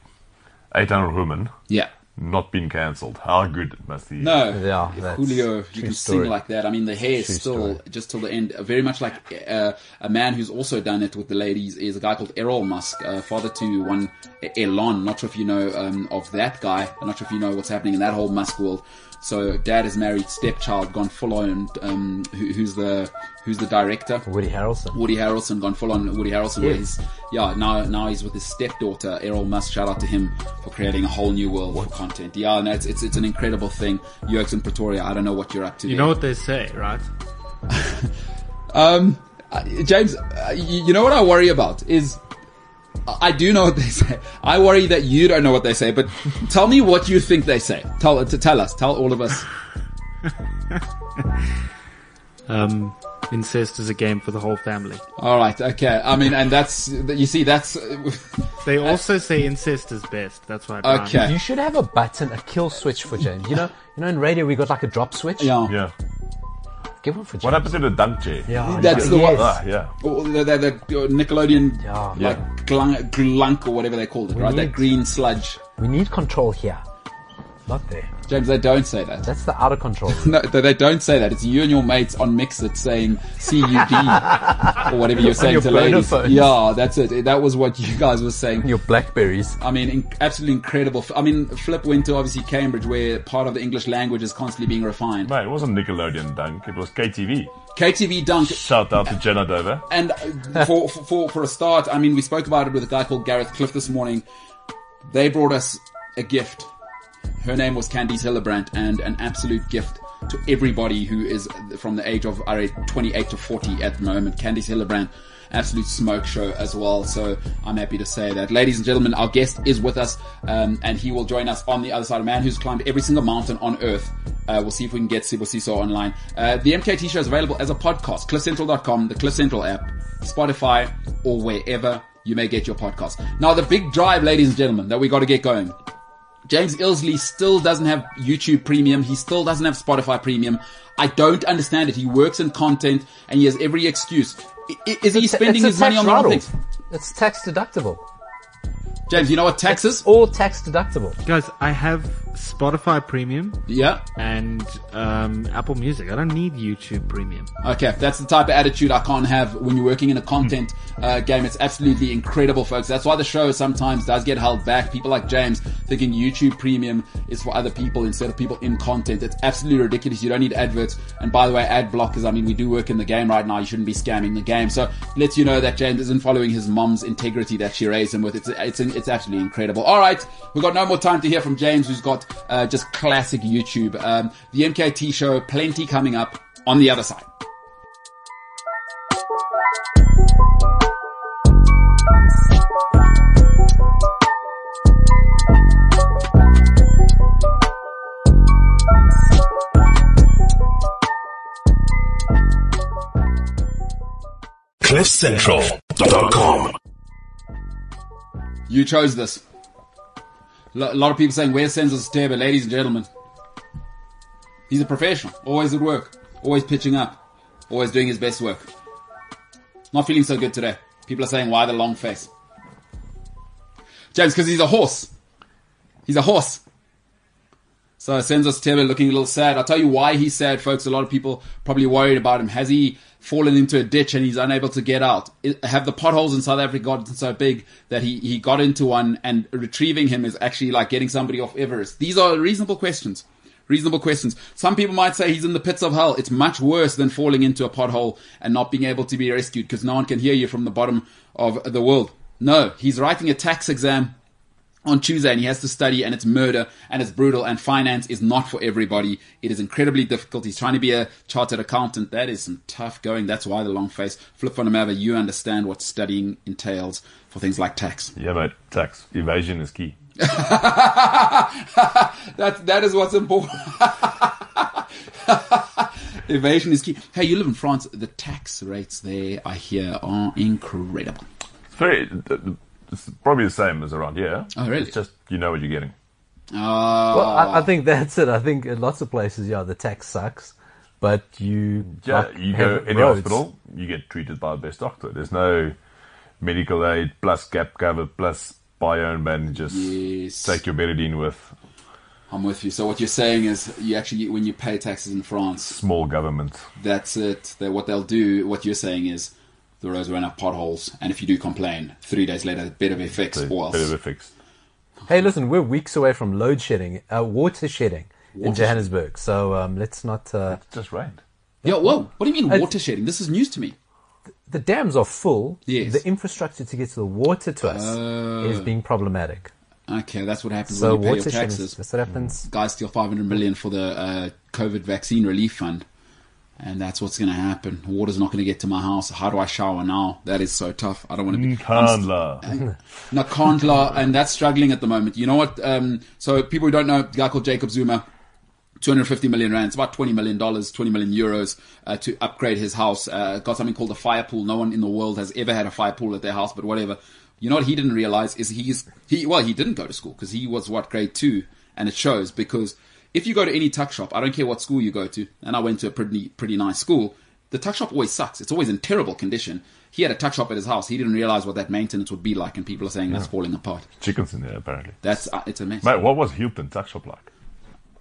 [SPEAKER 5] Eight hundred women
[SPEAKER 3] Yeah.
[SPEAKER 5] not been cancelled. How good must he
[SPEAKER 3] No.
[SPEAKER 4] Yeah, that's
[SPEAKER 3] Julio, you
[SPEAKER 4] true
[SPEAKER 3] can
[SPEAKER 4] story.
[SPEAKER 3] sing like that. I mean, the hair is
[SPEAKER 4] True
[SPEAKER 3] still
[SPEAKER 4] story.
[SPEAKER 3] just till the end. Very much like uh, a man who's also done it with the ladies is a guy called Errol Musk, uh, father to one Elon. Not sure if you know um, of that guy. I'm not sure if you know what's happening in that whole Musk world. So dad is married, stepchild gone full on. Um, who, who's the who's the director?
[SPEAKER 4] Woody Harrelson.
[SPEAKER 3] Woody Harrelson gone full on Woody Harrelson. Where
[SPEAKER 4] Yes.
[SPEAKER 3] he's, yeah, now now he's with his stepdaughter Errol Musk. Shout out to him for creating a whole new world of content. Yeah, no, it's, it's it's an incredible thing. Yerkes in Pretoria. I don't know what you're up to.
[SPEAKER 1] You
[SPEAKER 3] there.
[SPEAKER 1] know what they say, right?
[SPEAKER 3] Um, I- James, uh, you, you know what I worry about is I I do know what they say. I worry that you don't know what they say, but tell me what you think they say. Tell to tell us. Tell all of us.
[SPEAKER 1] Um, incest is a game for the whole family.
[SPEAKER 3] All right. Okay. I mean, and that's you see that's
[SPEAKER 1] They also say incest is best. That's why. I
[SPEAKER 3] Okay.
[SPEAKER 4] You should have a button, a kill switch for James. You know, you know, in radio we got like a drop switch.
[SPEAKER 3] yeah.
[SPEAKER 5] Yeah.
[SPEAKER 4] Give one for James.
[SPEAKER 5] What happened to the dunk chair?
[SPEAKER 4] Yeah,
[SPEAKER 3] That's the one-
[SPEAKER 4] yes.
[SPEAKER 5] Ah, yeah.
[SPEAKER 3] Or The, the, the Nickelodeon
[SPEAKER 4] Yeah.
[SPEAKER 3] like glunk, glunk or whatever they called it, right?
[SPEAKER 4] need-
[SPEAKER 3] That green sludge.
[SPEAKER 4] We need control here. Not there.
[SPEAKER 3] James, they don't say that.
[SPEAKER 4] That's the out of control.
[SPEAKER 3] No, they they don't say that. It's you and your mates on Mixit saying CUD or whatever you're saying
[SPEAKER 4] your
[SPEAKER 3] to ladies.
[SPEAKER 4] bonaphones.
[SPEAKER 3] Yeah, that's it. That was what you guys were saying.
[SPEAKER 4] Your blackberries.
[SPEAKER 3] I mean, in, absolutely incredible. F- I mean, Flip went to obviously Cambridge, where part of the English language is constantly being refined.
[SPEAKER 5] No, it wasn't Nickelodeon dunk. It was KTV.
[SPEAKER 3] KTV Dunk.
[SPEAKER 5] Shout out to Jenna Dover.
[SPEAKER 3] And uh, for, for- for, for a start, I mean, we spoke about it with a guy called Gareth Cliff this morning. They brought us a gift. Her name was Candice Hillebrand, and an absolute gift to everybody who is from the age of I read, 28 to 40 at the moment. Candice Hillebrand, absolute smoke show as well. So I'm happy to say that. Ladies and gentlemen, our guest is with us, um, and he will join us on the other side. A man who's climbed every single mountain on earth. Uh, we'll see if we can get Sibo Seesaw online. Uh, the MKT show is available as a podcast, cliffcentral.com, the Cliff Central app, Spotify, or wherever you may get your podcast. Now, the big drive, ladies and gentlemen, that we got to get going. James Ilsley still doesn't have YouTube Premium. He still doesn't have Spotify Premium. I don't understand it. He works in content and he has every excuse. I- I- Is he
[SPEAKER 4] It's a-
[SPEAKER 3] spending
[SPEAKER 4] it's a
[SPEAKER 3] his money
[SPEAKER 4] tax
[SPEAKER 3] on the wrong
[SPEAKER 4] write-off.
[SPEAKER 3] things?
[SPEAKER 4] It's tax deductible.
[SPEAKER 3] James, you know what taxes?
[SPEAKER 4] It's all tax deductible.
[SPEAKER 1] Guys, I have Spotify Premium
[SPEAKER 3] Yeah.
[SPEAKER 1] and um, Apple Music. I don't need YouTube Premium.
[SPEAKER 3] Okay, that's the type of attitude I can't have when you're working in a content uh, game. It's absolutely incredible, folks. That's why the show sometimes does get held back. People like James thinking YouTube Premium is for other people instead of people in content. It's absolutely ridiculous. You don't need adverts. And by the way, ad blockers. I mean, we do work in the game right now. You shouldn't be scamming the game. So lets you know that James isn't following his mom's integrity that she raised him with. It's it's it's absolutely incredible. All right, we've got no more time to hear from James, who's got uh, just classic YouTube. Um, the MKT show, plenty coming up on the other side.
[SPEAKER 2] CliffCentral.com.
[SPEAKER 3] You chose this. Lo- A lot of people saying, where Senzo's Tebe, ladies and gentlemen. He's a professional. Always at work. Always pitching up. Always doing his best work. Not feeling so good today. People are saying, why the long face? James, because he's a horse. He's a horse. So Senzo's Tebe looking a little sad. I'll tell you why he's sad, folks. A lot of people probably worried about him. Has he fallen into a ditch and he's unable to get out? I- Have the potholes in South Africa gotten so big that he, he got into one and retrieving him is actually like getting somebody off Everest? These are reasonable questions. Reasonable questions. Some people might say he's in the pits of hell. It's much worse than falling into a pothole and not being able to be rescued because no one can hear you from the bottom of the world. No, he's writing a tax exam on Tuesday and he has to study and it's murder and it's brutal and finance is not for everybody. It is incredibly difficult. He's trying to be a chartered accountant. That is some tough going. That's why the long face. Flip on Amava, you understand what studying entails for things like tax.
[SPEAKER 5] Yeah, mate. Tax evasion is key.
[SPEAKER 3] That, that is what's important. Evasion is key. Hey, you live in France. The tax rates there, I hear, are incredible.
[SPEAKER 5] It's very. It's probably the same as around here.
[SPEAKER 3] Oh, really?
[SPEAKER 5] It's just you know what you're getting.
[SPEAKER 3] Ah,
[SPEAKER 4] Well, I, I think that's it. I think in lots of places, yeah, the tax sucks, but you
[SPEAKER 5] Yeah,
[SPEAKER 4] like,
[SPEAKER 5] you go
[SPEAKER 4] have
[SPEAKER 5] in
[SPEAKER 4] roads.
[SPEAKER 5] hospital, you get treated by the best doctor. There's no medical aid plus gap cover plus buy own bandages.
[SPEAKER 3] Yes.
[SPEAKER 5] Take your Betadine with
[SPEAKER 3] I'm with you. So what you're saying is you actually, when you pay taxes in France,
[SPEAKER 5] small government.
[SPEAKER 3] That's it. That what they'll do. What you're saying is the roads won't have potholes, and if you do complain, three days later, bit of a fix,
[SPEAKER 5] Bit
[SPEAKER 3] or
[SPEAKER 5] of
[SPEAKER 3] else.
[SPEAKER 5] a fix.
[SPEAKER 4] Hey, listen, we're weeks away from load shedding, uh, water shedding in Johannesburg. So um, let's not. Uh,
[SPEAKER 5] It's just rained.
[SPEAKER 3] Yeah, whoa. What do you mean
[SPEAKER 4] I-
[SPEAKER 3] water shedding? This is news to me.
[SPEAKER 4] the dams are full.
[SPEAKER 3] Yes.
[SPEAKER 4] The infrastructure to get to the water to us is being problematic.
[SPEAKER 3] Okay, that's what happens when
[SPEAKER 4] So
[SPEAKER 3] you pay your
[SPEAKER 4] water sharing,
[SPEAKER 3] taxes. Mm.
[SPEAKER 4] that's what happens.
[SPEAKER 3] Guys steal 500 million for the uh, COVID vaccine relief fund. And that's what's going to happen. Water's not going to get to my house. How do I shower now? That is so tough. I don't want to be.
[SPEAKER 5] Mm, Nkandla.
[SPEAKER 3] Nakandla, and that's struggling at the moment. You know what? Um, so people who don't know, the guy called Jacob Zuma, 250 million rand, it's about 20 million dollars, 20 million euros uh, to upgrade his house. Uh, got something called a fire pool. No one in the world has ever had a fire pool at their house, but whatever. You know what he didn't realize is he's he well he didn't go to school because he was what grade two, and it shows because if you go to any tuck shop, I don't care what school you go to, and I went to a pretty pretty nice school. The tuck shop always sucks. It's always in terrible condition. He had a tuck shop at his house. He didn't realize what that maintenance would be like, and people are saying that's falling apart.
[SPEAKER 5] Chickens in there, apparently.
[SPEAKER 3] That's uh, it's a mess.
[SPEAKER 5] Mate, what was Hilton tuck shop like?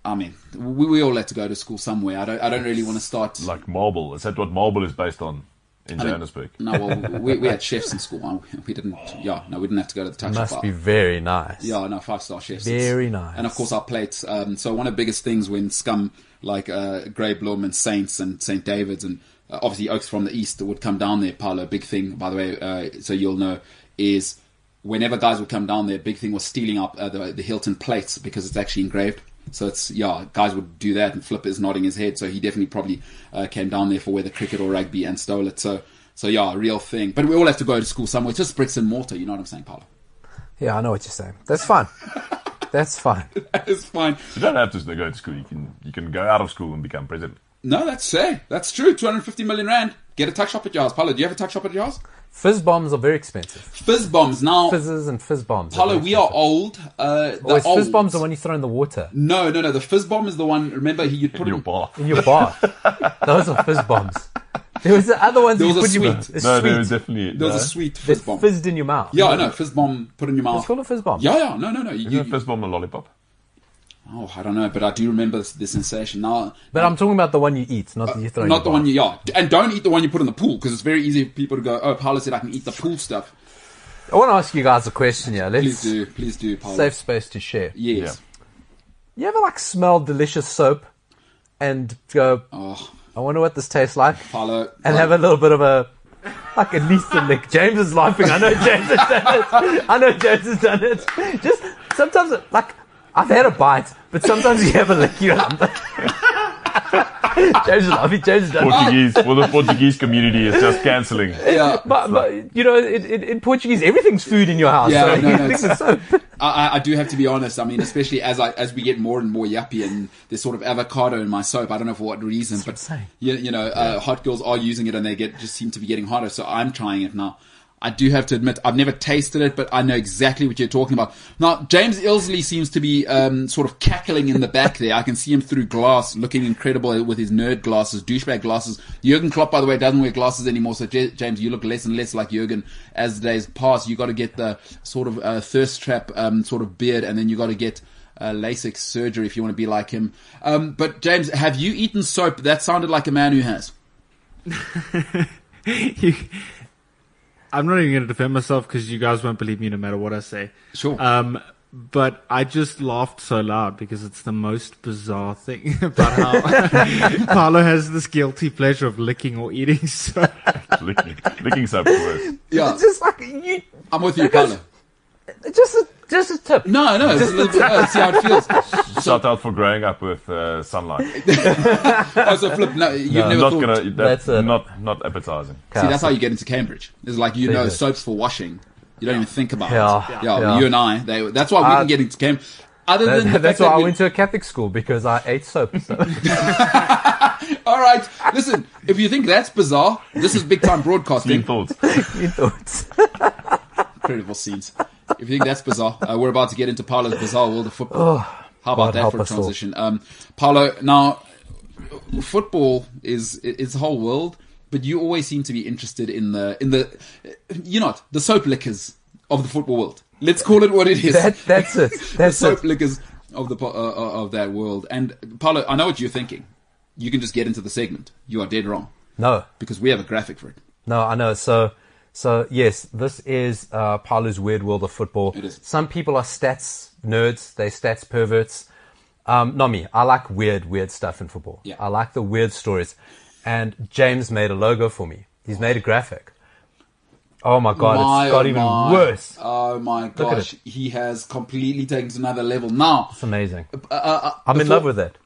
[SPEAKER 3] I mean, we, we all had to go to school somewhere. I don't I don't really want to start
[SPEAKER 5] Like Marble. Is that what Marble is based on in Johannesburg?
[SPEAKER 3] No, well, we, we had chefs in school. huh? We didn't. Yeah, no, we didn't have to go to the touch
[SPEAKER 4] Must
[SPEAKER 3] up.
[SPEAKER 4] be very nice.
[SPEAKER 3] Yeah, no, five star chefs. It's-
[SPEAKER 4] Very nice.
[SPEAKER 3] And of course, our plates. Um, so one of the biggest things when scum like uh, Grey Blum and Saints and St David's and uh, obviously Oaks from the East would come down there. Paolo, big thing by the way. Uh, so you'll know is whenever guys would come down there, big thing was stealing up uh, the, the Hilton plates because it's actually engraved. So it's yeah, guys would do that, and Flipper is nodding his head. So he definitely probably uh, came down there for whether cricket or rugby and stole it. So so yeah, real thing. But we all have to go to school somewhere. It's just bricks and mortar. You know what I'm saying, Paolo?
[SPEAKER 4] Yeah, I know what you're saying. That's fine. That's fine.
[SPEAKER 3] it's fine.
[SPEAKER 5] You don't have to go to school. You can you can go out of school and become president.
[SPEAKER 3] No, that's fair. That's true. 250 million rand. Get a tuck shop at your house. Paolo, do you have a tuck shop at your house?
[SPEAKER 4] Fizz bombs are very expensive.
[SPEAKER 3] Fizz bombs. Now,
[SPEAKER 4] Fizzes and fizz bombs.
[SPEAKER 3] Paolo, we are old. Uh, the
[SPEAKER 4] Oh, is fizz
[SPEAKER 3] old-
[SPEAKER 4] bombs the one you throw in the water
[SPEAKER 3] No, no, no. The fizz bomb is the one. Remember, he, you'd put
[SPEAKER 5] Your
[SPEAKER 3] it-
[SPEAKER 5] bar.
[SPEAKER 4] in your bath? Those are fizz bombs. There was the other ones
[SPEAKER 3] There
[SPEAKER 4] you
[SPEAKER 3] was
[SPEAKER 4] put
[SPEAKER 3] a
[SPEAKER 4] your
[SPEAKER 3] sweet.
[SPEAKER 4] It's
[SPEAKER 5] No, there
[SPEAKER 4] sweet.
[SPEAKER 5] was definitely.
[SPEAKER 3] There was
[SPEAKER 5] no.
[SPEAKER 3] a sweet fizz
[SPEAKER 4] It's
[SPEAKER 3] bomb.
[SPEAKER 4] fizzed in your mouth.
[SPEAKER 3] Yeah, I know. Fizz bomb, put in your mouth.
[SPEAKER 4] It's called a fizz bomb.
[SPEAKER 3] yeah, yeah, no, no, no. You,
[SPEAKER 5] Isn't a fist bomb a lollipop?
[SPEAKER 3] oh, I don't know, but I do remember the sensation. Now,
[SPEAKER 4] But I'm talking about the one you eat, not the you throw. in your
[SPEAKER 3] Uh, not the
[SPEAKER 4] bath.
[SPEAKER 3] one you, yeah. And don't eat the one you put in the pool because it's very easy for people to go, oh, Paolo said I can eat the pool stuff.
[SPEAKER 4] I want to ask you guys a question here.
[SPEAKER 3] Please
[SPEAKER 4] Let's
[SPEAKER 3] do, please do, Paolo.
[SPEAKER 4] safe space to share.
[SPEAKER 3] Yes.
[SPEAKER 4] You ever like smell delicious soap and go,
[SPEAKER 3] Oh,
[SPEAKER 4] I wonder what this tastes like,
[SPEAKER 3] Paolo.
[SPEAKER 4] and have a little bit of a like at least a lick. James is laughing. I know James has done it. I know James has done it. Just sometimes like I've had a bite, but sometimes you have a lick. You remember? James is laughing. James has done it.
[SPEAKER 5] Portuguese. well, the Portuguese community is just cancelling.
[SPEAKER 3] Yeah.
[SPEAKER 4] But, but you know, in, in, in Portuguese, everything's food in your house.
[SPEAKER 3] Yeah,
[SPEAKER 4] so
[SPEAKER 3] no, no,
[SPEAKER 4] you think
[SPEAKER 3] it's-
[SPEAKER 4] it's soap.
[SPEAKER 3] I, I- I do have to be honest. I mean, especially as I as we get more and more yuppie and there's sort of avocado in my soap. I don't know for what reason,
[SPEAKER 4] what I'm
[SPEAKER 3] but
[SPEAKER 4] saying.
[SPEAKER 3] you, you know, uh, hot girls are using it and they get just seem to be getting hotter. So I'm trying it now. I do have to admit, I've never tasted it, but I know exactly what you're talking about. Now, James Ilsley seems to be um, sort of cackling in the back there. I can see him through glass, looking incredible with his nerd glasses, douchebag glasses. Jurgen Klopp, by the way, doesn't wear glasses anymore. So, J- James, you look less and less like Jurgen as the days pass. You got to get the sort of uh, thirst trap um, sort of beard, and then you got to get uh, LASIK surgery if you want to be like him. Um, but James, have you eaten soap? That sounded like a man who has.
[SPEAKER 1] You- I'm not even going to defend myself because you guys won't believe me no matter what I say.
[SPEAKER 3] Sure.
[SPEAKER 5] Uh,
[SPEAKER 1] Um, but I just laughed so loud because it's the most bizarre thing about how Paolo has this guilty pleasure of licking or eating. So
[SPEAKER 5] licking, licking soap worse.
[SPEAKER 3] yeah,
[SPEAKER 4] It's just like you,
[SPEAKER 3] I'm with you, Paolo.
[SPEAKER 4] just a, just a tip.
[SPEAKER 3] No, no, it's a little bit, uh, see how it feels.
[SPEAKER 5] Shout out for growing up with uh, sunlight.
[SPEAKER 3] Oh, so flip. No, you've never
[SPEAKER 5] not
[SPEAKER 3] thought.
[SPEAKER 5] gonna. That's,
[SPEAKER 4] That's a-
[SPEAKER 5] not not appetizing.
[SPEAKER 3] See, that's how you get into Cambridge. It's like you know,
[SPEAKER 4] Figures.
[SPEAKER 3] soaps for washing. You don't even think about
[SPEAKER 4] Yeah,
[SPEAKER 3] it. Yeah,
[SPEAKER 4] yeah.
[SPEAKER 3] well, you and I. They, that's why we
[SPEAKER 4] Uh,
[SPEAKER 3] can get into Cambridge. Other than the
[SPEAKER 4] That-
[SPEAKER 3] fact
[SPEAKER 4] that's
[SPEAKER 3] that
[SPEAKER 4] why I
[SPEAKER 3] we-
[SPEAKER 4] went to a Catholic school because I ate soap. So.
[SPEAKER 3] All right, listen. If you think that's bizarre, this is big time broadcasting.
[SPEAKER 5] Clean thoughts.
[SPEAKER 4] you thought.
[SPEAKER 3] Incredible scenes. If you think that's bizarre, uh, we're about to get into Paolo's bizarre world of football. How about
[SPEAKER 4] Oh, God
[SPEAKER 3] that
[SPEAKER 4] help
[SPEAKER 3] for a
[SPEAKER 4] us all.
[SPEAKER 3] transition? Um, Paolo, now football is it's the whole world, but you always seem to be interested in the in the you know what, the soap liquors of the football world. Let's call it what it is.
[SPEAKER 4] That, that's it.
[SPEAKER 3] the
[SPEAKER 4] That's
[SPEAKER 3] soap
[SPEAKER 4] it.
[SPEAKER 3] liquors of the po- uh, uh, of that world. And Paolo, I know what you're thinking. You can just get into the segment. You are dead wrong
[SPEAKER 4] No,
[SPEAKER 3] because we have a graphic for it.
[SPEAKER 4] no, I know. So, so yes, this is uh, Paolo's weird world of football.
[SPEAKER 3] It is.
[SPEAKER 4] Some people are stats nerds. They stats perverts. Um, not me. I like weird, weird stuff in football.
[SPEAKER 3] Yeah.
[SPEAKER 4] I like the weird stories. And James made a logo for me. He's made a graphic. Oh my god,
[SPEAKER 3] My,
[SPEAKER 4] it's got
[SPEAKER 3] oh
[SPEAKER 4] even
[SPEAKER 3] my.
[SPEAKER 4] worse.
[SPEAKER 3] Oh my
[SPEAKER 4] at
[SPEAKER 3] gosh, he has completely taken to another level. Now,
[SPEAKER 4] It's amazing.
[SPEAKER 3] uh, uh,
[SPEAKER 4] I'm in love with it.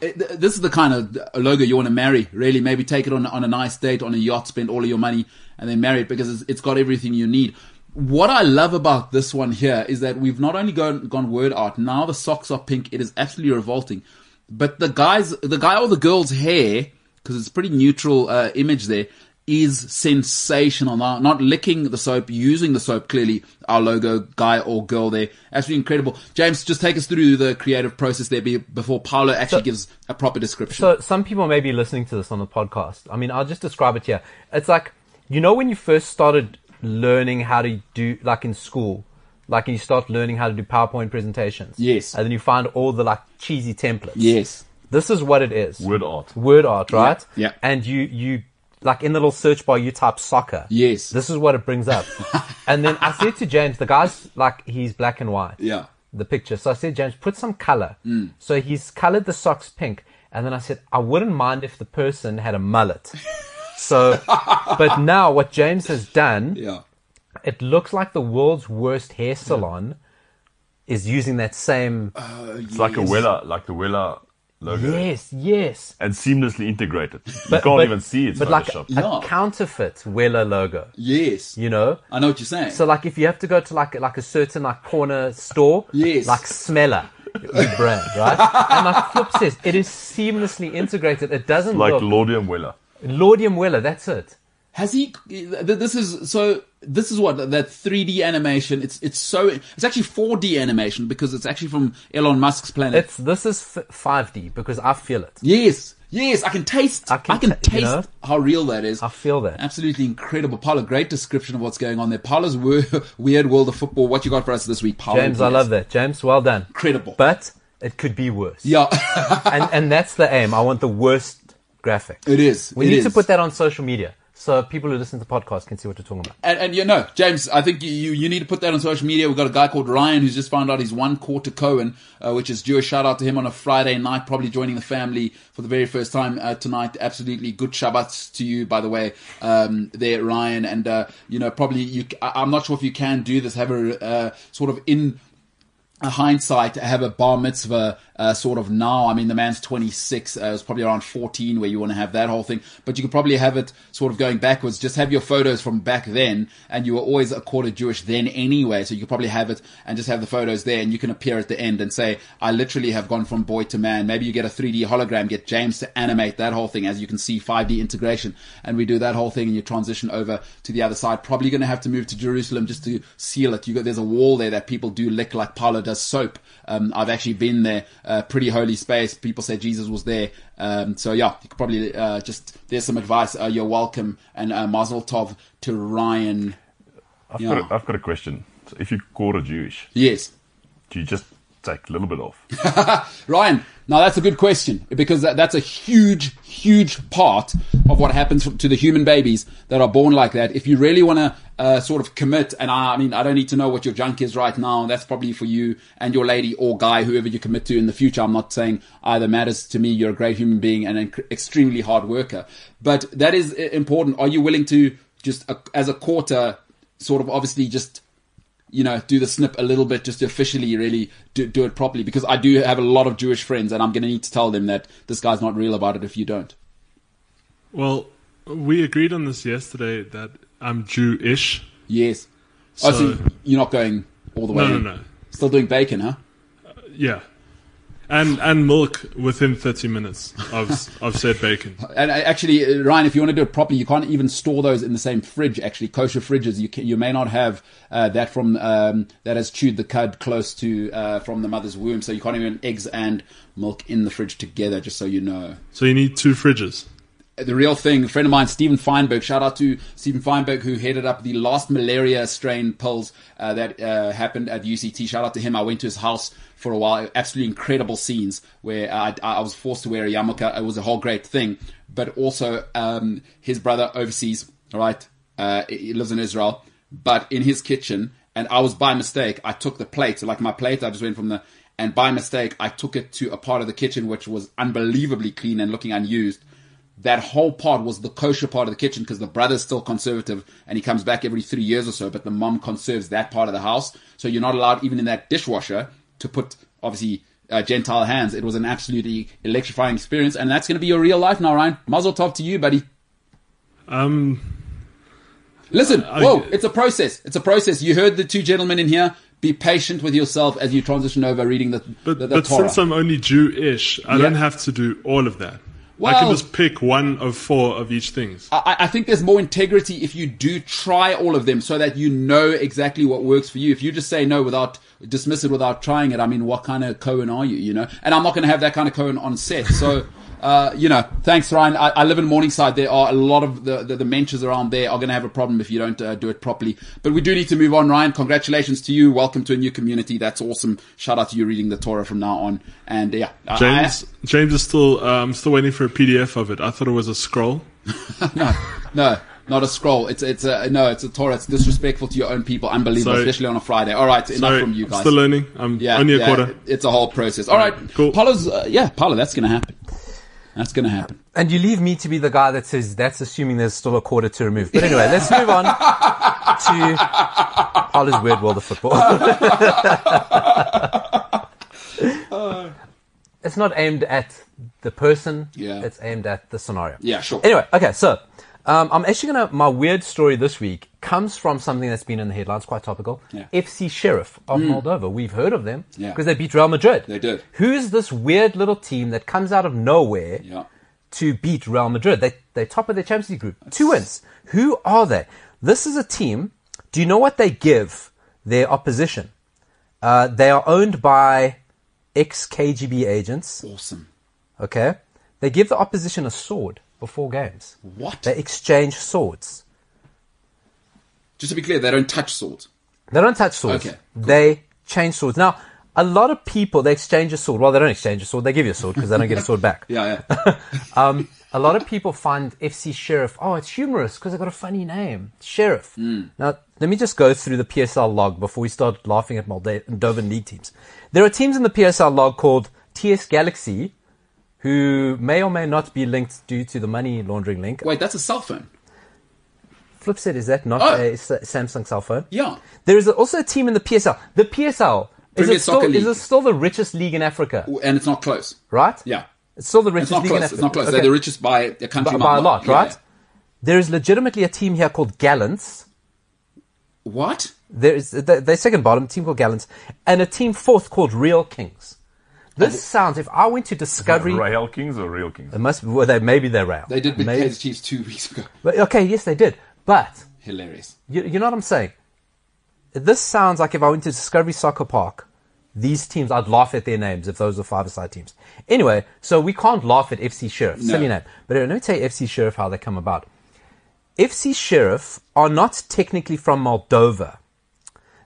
[SPEAKER 3] it. This is the kind of uh, logo you want to marry. Really, maybe take it on on a nice date on a yacht, spend all of your money, and then marry it because it's, it's got everything you need. What I love about this one here is that we've not only gone gone word art. Now the socks are pink. It is absolutely revolting. But the guys, the guy or the girl's hair, because it's pretty neutral uh, image there, is sensational. Now, not licking the soap, using the soap clearly. Our logo guy or girl there, absolutely incredible. James, just take us through the creative process there be- before Paolo actually gives a proper description.
[SPEAKER 4] So some people may be listening to this on the podcast. I mean, I'll just describe it here. It's like you know when you first started learning how to do like in school, like you start learning how to do PowerPoint presentations.
[SPEAKER 3] Yes.
[SPEAKER 4] And then you find all the like cheesy templates.
[SPEAKER 3] yes,
[SPEAKER 4] This is what it is.
[SPEAKER 5] Word art.
[SPEAKER 4] Word art, right?
[SPEAKER 3] Yeah, yeah.
[SPEAKER 4] And you you like in the little search bar you type soccer.
[SPEAKER 3] Yes.
[SPEAKER 4] This is what it brings up. and then I said to James, the guy's like he's black and white
[SPEAKER 3] yeah,
[SPEAKER 4] the picture. So I said, James, put some color.
[SPEAKER 3] Mm.
[SPEAKER 4] So he's colored the socks pink. And then I said, I wouldn't mind if the person had a mullet. so, but now what James has done,
[SPEAKER 3] yeah.
[SPEAKER 4] it looks like the world's worst hair salon is using that same.
[SPEAKER 3] Uh,
[SPEAKER 5] It's like a Wella, like the Wella logo.
[SPEAKER 4] Yes, yes.
[SPEAKER 5] And seamlessly integrated. you
[SPEAKER 4] But-
[SPEAKER 5] can't
[SPEAKER 4] but-
[SPEAKER 5] even see it's
[SPEAKER 4] But like a,
[SPEAKER 5] Photoshop.
[SPEAKER 3] Yeah.
[SPEAKER 4] counterfeit Wella logo,
[SPEAKER 3] Yes,
[SPEAKER 4] you know?
[SPEAKER 3] I know what you're saying.
[SPEAKER 4] So like if you have to go to like like a certain like corner store,
[SPEAKER 3] Yes.
[SPEAKER 4] like Smeller the brand, right? and like Flip says, it is seamlessly integrated. It doesn't
[SPEAKER 5] like
[SPEAKER 4] look
[SPEAKER 5] Laudium Wella.
[SPEAKER 4] Lordium Willa, that's it.
[SPEAKER 3] Has he? th- This is so. This is what that 3D animation. It's it's so. It's actually 4D animation because it's actually from Elon Musk's planet.
[SPEAKER 4] It's this is f- 5D because I feel it.
[SPEAKER 3] yes, yes. I can taste. I
[SPEAKER 4] I
[SPEAKER 3] can,
[SPEAKER 4] can ta-
[SPEAKER 3] taste
[SPEAKER 4] you know?
[SPEAKER 3] how real that is.
[SPEAKER 4] I feel that.
[SPEAKER 3] Absolutely incredible, Paolo. Great description of what's going on there. Paolo's wor- weird world of football. What you got for us this week, Paolo?
[SPEAKER 4] James, I
[SPEAKER 3] please.
[SPEAKER 4] love that. James, well done.
[SPEAKER 3] Incredible.
[SPEAKER 4] But it could be worse.
[SPEAKER 3] yeah,
[SPEAKER 4] And and that's the aim. I want the worst graphic.
[SPEAKER 3] it is.
[SPEAKER 4] we
[SPEAKER 3] It
[SPEAKER 4] need to
[SPEAKER 3] is.
[SPEAKER 4] put that on social media so people who listen to the podcast can see what we're talking about.
[SPEAKER 3] And, and you know, James, I think you, you, you need to put that on social media. We've got a guy called Ryan who's just found out he's one quarter Cohen, uh, which is Jewish. Shout out to him on a Friday night, probably joining the family for the very first time uh, tonight. Absolutely good Shabbat to you, by the way, um, there, Ryan. And, uh, you know, probably you, I, I'm not sure if you can do this, have a uh, sort of in a hindsight have a bar mitzvah uh, sort of now. I mean, the man's 26. Uh, it's probably around 14 where you want to have that whole thing. But you could probably have it sort of going backwards. Just have your photos from back then, and you were always a quarter Jewish then anyway. So you could probably have it and just have the photos there, and you can appear at the end and say, "I literally have gone from boy to man." Maybe you get a 3D hologram, get James to animate that whole thing, as you can see 5D integration, and we do that whole thing, and you transition over to the other side. Probably going to have to move to Jerusalem just to seal it. You got there's a wall there that people do lick like Paolo does soap. Um, I've actually been there. Uh, pretty holy space. People say Jesus was there. Um, so yeah, you could probably uh, just there's some advice. Uh, you're welcome and uh, Mazel Tov to Ryan.
[SPEAKER 5] I've,
[SPEAKER 3] Yeah.
[SPEAKER 5] got a, I've got a question. So if you quarter Jewish,
[SPEAKER 3] Yes.
[SPEAKER 5] do you just take a little bit off?
[SPEAKER 3] Ryan, now that's a good question because that, that's a huge, huge part of what happens to the human babies that are born like that. If you really want to uh, sort of commit, and I, I mean, I don't need to know what your junk is right now. That's probably for you and your lady or guy, whoever you commit to in the future. I'm not saying either matters to me. You're a great human being and an inc- extremely hard worker, but that is i- important. Are you willing to just uh, as a quarter, sort of obviously just you know, do the snip a little bit just to officially really do, do it properly because I do have a lot of Jewish friends and I'm going to need to tell them that this guy's not real about it if you don't.
[SPEAKER 6] Well, we agreed on this yesterday that I'm Jewish.
[SPEAKER 3] Yes. So, oh, so
[SPEAKER 6] So-
[SPEAKER 3] you're not going all the way
[SPEAKER 6] No, no,
[SPEAKER 3] in.
[SPEAKER 6] no.
[SPEAKER 3] Still doing bacon, huh?
[SPEAKER 6] Yeah. And and milk within 30 minutes of of said bacon.
[SPEAKER 3] And uh, actually, uh, Ryan, if you want to do it properly, you can't even store those in the same fridge. Actually, kosher fridges, you can, you may not have uh, that from um, that has chewed the cud close to uh, from the mother's womb, so you can't even eggs and milk in the fridge together. Just so you know.
[SPEAKER 6] So you need two fridges.
[SPEAKER 3] uh, the real thing. A friend of mine, Stephen Feinberg. Shout out to Stephen Feinberg, who headed up the last malaria strain pills uh, that uh, happened at UCT. Shout out to him. I went to his house for a while. Absolutely incredible scenes where I, I was forced to wear a yarmulke. It was a whole great thing. But also, um, his brother overseas, all right? Uh, he lives in Israel, but in his kitchen. And I was by mistake. I took the plate, like my plate. I just went from the And by mistake, I took it to a part of the kitchen which was unbelievably clean and looking unused. That whole part was the kosher part of the kitchen because the brother's still conservative and he comes back every three years or so, but the mom conserves that part of the house. So you're not allowed, even in that dishwasher, to put obviously uh, Gentile hands. It was an absolutely electrifying experience, and that's going to be your real life now, Ryan. Muzzle top to you, buddy.
[SPEAKER 6] Um,
[SPEAKER 3] Listen,
[SPEAKER 6] Uh, I-
[SPEAKER 3] whoa, it's a process. It's a process. You heard the two gentlemen in here. Be patient with yourself as you transition over reading the,
[SPEAKER 6] But,
[SPEAKER 3] the, the
[SPEAKER 6] but
[SPEAKER 3] Torah.
[SPEAKER 6] since I'm only Jewish, I
[SPEAKER 3] Yeah.
[SPEAKER 6] don't have to do all of that. I can
[SPEAKER 3] Well-
[SPEAKER 6] just pick one of four of each things.
[SPEAKER 3] I, I think there's more integrity if you do try all of them so that you know exactly what works for you. If you just say no without, dismiss it without trying it, I mean, what kind of Cohen are you, you know? And I'm not going to have that kind of Cohen on set. So, uh, you know, thanks, Ryan. I, I live in Morningside. There are a lot of the, the, the mentors around there are going to have a problem if you don't uh, do it properly. But we do need to move on, Ryan. Congratulations to you. Welcome to a new community. That's awesome. Shout out to you reading the Torah from now on. And yeah, I- I-
[SPEAKER 6] James, James is still. uh, I'm still waiting for a PDF of it. I thought it was a scroll.
[SPEAKER 3] no, no, not a scroll. It's it's a no. It's a Torah. It's disrespectful to your own people. Unbelievable,
[SPEAKER 6] Sorry.
[SPEAKER 3] especially on a Friday. All right, enough
[SPEAKER 6] Sorry,
[SPEAKER 3] from you
[SPEAKER 6] I'm
[SPEAKER 3] guys.
[SPEAKER 6] still learning. I'm
[SPEAKER 3] yeah,
[SPEAKER 6] only a
[SPEAKER 3] yeah,
[SPEAKER 6] quarter.
[SPEAKER 3] It's a whole process. All right,
[SPEAKER 6] Cool.
[SPEAKER 3] Paolo's uh, yeah, Paolo. That's gonna happen. That's gonna happen.
[SPEAKER 4] And you leave me to be the guy that says that's assuming there's still a quarter to remove. But anyway, let's move on to Paula's weird world of football. it's not aimed at the person.
[SPEAKER 3] Yeah.
[SPEAKER 4] It's aimed at the scenario.
[SPEAKER 3] Yeah, sure.
[SPEAKER 4] Anyway, okay, so um, I'm actually gonna my weird story this week comes from something that's been in the headlines, quite topical.
[SPEAKER 3] Yeah. Mm.
[SPEAKER 4] FC Sheriff of Moldova. We've heard of them
[SPEAKER 3] Yeah.
[SPEAKER 4] because they beat Real Madrid.
[SPEAKER 3] They did.
[SPEAKER 4] Who's this weird little team that comes out of nowhere?
[SPEAKER 3] Yeah.
[SPEAKER 4] to beat Real Madrid. They they top of their Champions League group. Two wins. Who are they? This is a team. Do you know what they give their opposition? Uh, they are owned by ex KGB agents.
[SPEAKER 3] Awesome.
[SPEAKER 4] Okay, they give the opposition a sword before games.
[SPEAKER 3] What?
[SPEAKER 4] They exchange swords.
[SPEAKER 3] Just to be clear, they don't touch swords.
[SPEAKER 4] They don't touch swords.
[SPEAKER 3] Okay,
[SPEAKER 4] They change swords. Now, a lot of people they exchange a sword. Well, they don't exchange a sword. They give you a sword because they don't get a sword back.
[SPEAKER 3] Yeah, yeah.
[SPEAKER 4] Um, a lot of people find FC Sheriff, oh, it's humorous because they've got a funny name, Sheriff.
[SPEAKER 3] Hmm.
[SPEAKER 4] Now, let me just go through the PSL log before we start laughing at Moldovan league teams. There are teams in the PSL log called TS Galaxy who may or may not be linked due to the money laundering link.
[SPEAKER 3] Wait, that's a cell phone.
[SPEAKER 4] Flip said, is that not
[SPEAKER 3] Oh.
[SPEAKER 4] a S- Samsung cell phone?
[SPEAKER 3] Yeah.
[SPEAKER 4] There is also a team in the PSL. The PSL. Is
[SPEAKER 3] Premier
[SPEAKER 4] it, still,
[SPEAKER 3] Soccer
[SPEAKER 4] is
[SPEAKER 3] League.
[SPEAKER 4] it still the richest league in Africa?
[SPEAKER 3] And it's not close.
[SPEAKER 4] Right?
[SPEAKER 3] Yeah.
[SPEAKER 4] It's still the
[SPEAKER 3] It's
[SPEAKER 4] richest
[SPEAKER 3] not
[SPEAKER 4] league in
[SPEAKER 3] close.
[SPEAKER 4] Africa.
[SPEAKER 3] It's not close.
[SPEAKER 4] Okay.
[SPEAKER 3] They're the richest by a country
[SPEAKER 4] by, by
[SPEAKER 3] mile.
[SPEAKER 4] a lot,
[SPEAKER 3] Yeah,
[SPEAKER 4] right?
[SPEAKER 3] yeah.
[SPEAKER 4] There is legitimately a team here called Gallants.
[SPEAKER 3] What?
[SPEAKER 4] There is th- their second bottom team called Gallants, and a team fourth called Real Kings. This sounds. If I went to Discovery,
[SPEAKER 5] Rail Kings or Real Kings?
[SPEAKER 4] it must. Well, they maybe they're Rail.
[SPEAKER 3] They did beat
[SPEAKER 4] Maybe-
[SPEAKER 3] Kansas Chiefs two weeks ago.
[SPEAKER 4] but, okay, yes, they did. But
[SPEAKER 3] Hilarious.
[SPEAKER 4] you, you know what I'm saying. This sounds like if I went to Discovery Soccer Park, these teams I'd laugh at their names if those are five-a-side teams. Anyway, so we can't laugh at FC Sheriff. Silly name. But anyway, let me tell you FC Sheriff how they come about. FC Sheriff are not technically from Moldova.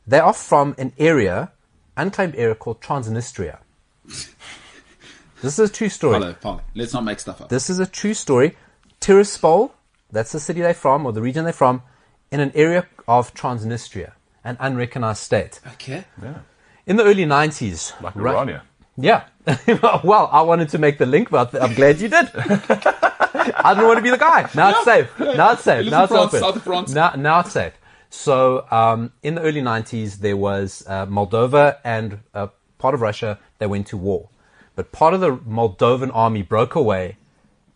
[SPEAKER 4] They are from an area, unclaimed area called Transnistria. this is a true story.
[SPEAKER 3] Paulo, Paulo. Let's not make stuff up.
[SPEAKER 4] This is a true story. Tiraspol, that's the city they're from or the region they're from, in an area of Transnistria, an unrecognized state.
[SPEAKER 3] okay.
[SPEAKER 4] In the early 90s.
[SPEAKER 5] Like
[SPEAKER 4] Ru-
[SPEAKER 5] Irania.
[SPEAKER 4] Yeah. well, I wanted to make the link, but I'm glad you did. I didn't want to be the guy. Now it's safe. Now it's safe.
[SPEAKER 3] Live
[SPEAKER 4] Now
[SPEAKER 3] in
[SPEAKER 4] it's
[SPEAKER 3] France,
[SPEAKER 4] open.
[SPEAKER 3] South of France.
[SPEAKER 4] Now, now it's safe. So, um, in the early 90s, there was uh, Moldova and uh, part of Russia. They went to war, but part of the Moldovan army broke away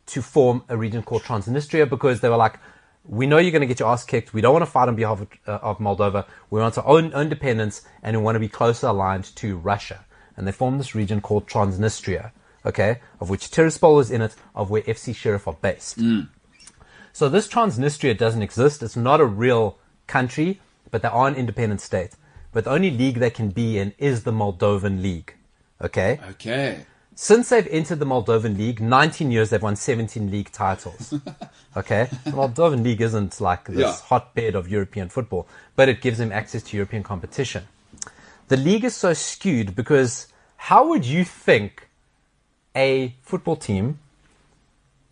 [SPEAKER 4] to form a region called Transnistria because they were like, we know you're going to get your ass kicked. We don't want to fight on behalf of, uh, of Moldova. We want our own independence and we want to be closer aligned to Russia. And they formed this region called Transnistria, okay, of which Tiraspol is in it, of where FC Sheriff are based. So this Transnistria doesn't exist. It's not a real country, but they are an independent state. But the only league they can be in is the Moldovan League, okay?
[SPEAKER 3] Okay.
[SPEAKER 4] since they've entered the Moldovan League, 19 years they've won 17 league titles. Okay? The Moldovan League isn't like this
[SPEAKER 3] Yeah.
[SPEAKER 4] hotbed of European football, but it gives them access to European competition. The league is so skewed because how would you think a football team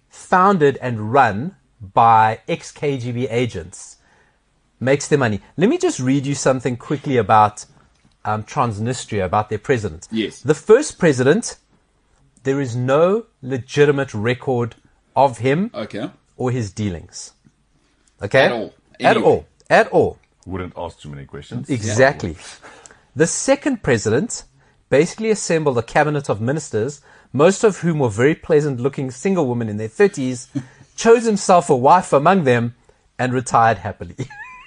[SPEAKER 4] founded and run by ex KGB agents makes their money? Let me just read you something quickly about um, Transnistria about their president.
[SPEAKER 3] Yes.
[SPEAKER 4] The first president, there is no legitimate record of him
[SPEAKER 3] Okay.
[SPEAKER 4] or his dealings. Okay?
[SPEAKER 3] At all.
[SPEAKER 4] At
[SPEAKER 3] Anyway.
[SPEAKER 4] all. At all.
[SPEAKER 5] Wouldn't ask too many questions.
[SPEAKER 4] Exactly. The second president basically assembled a cabinet of ministers, most of whom were very pleasant looking single women in their 30s, chose himself a wife among them, and retired happily.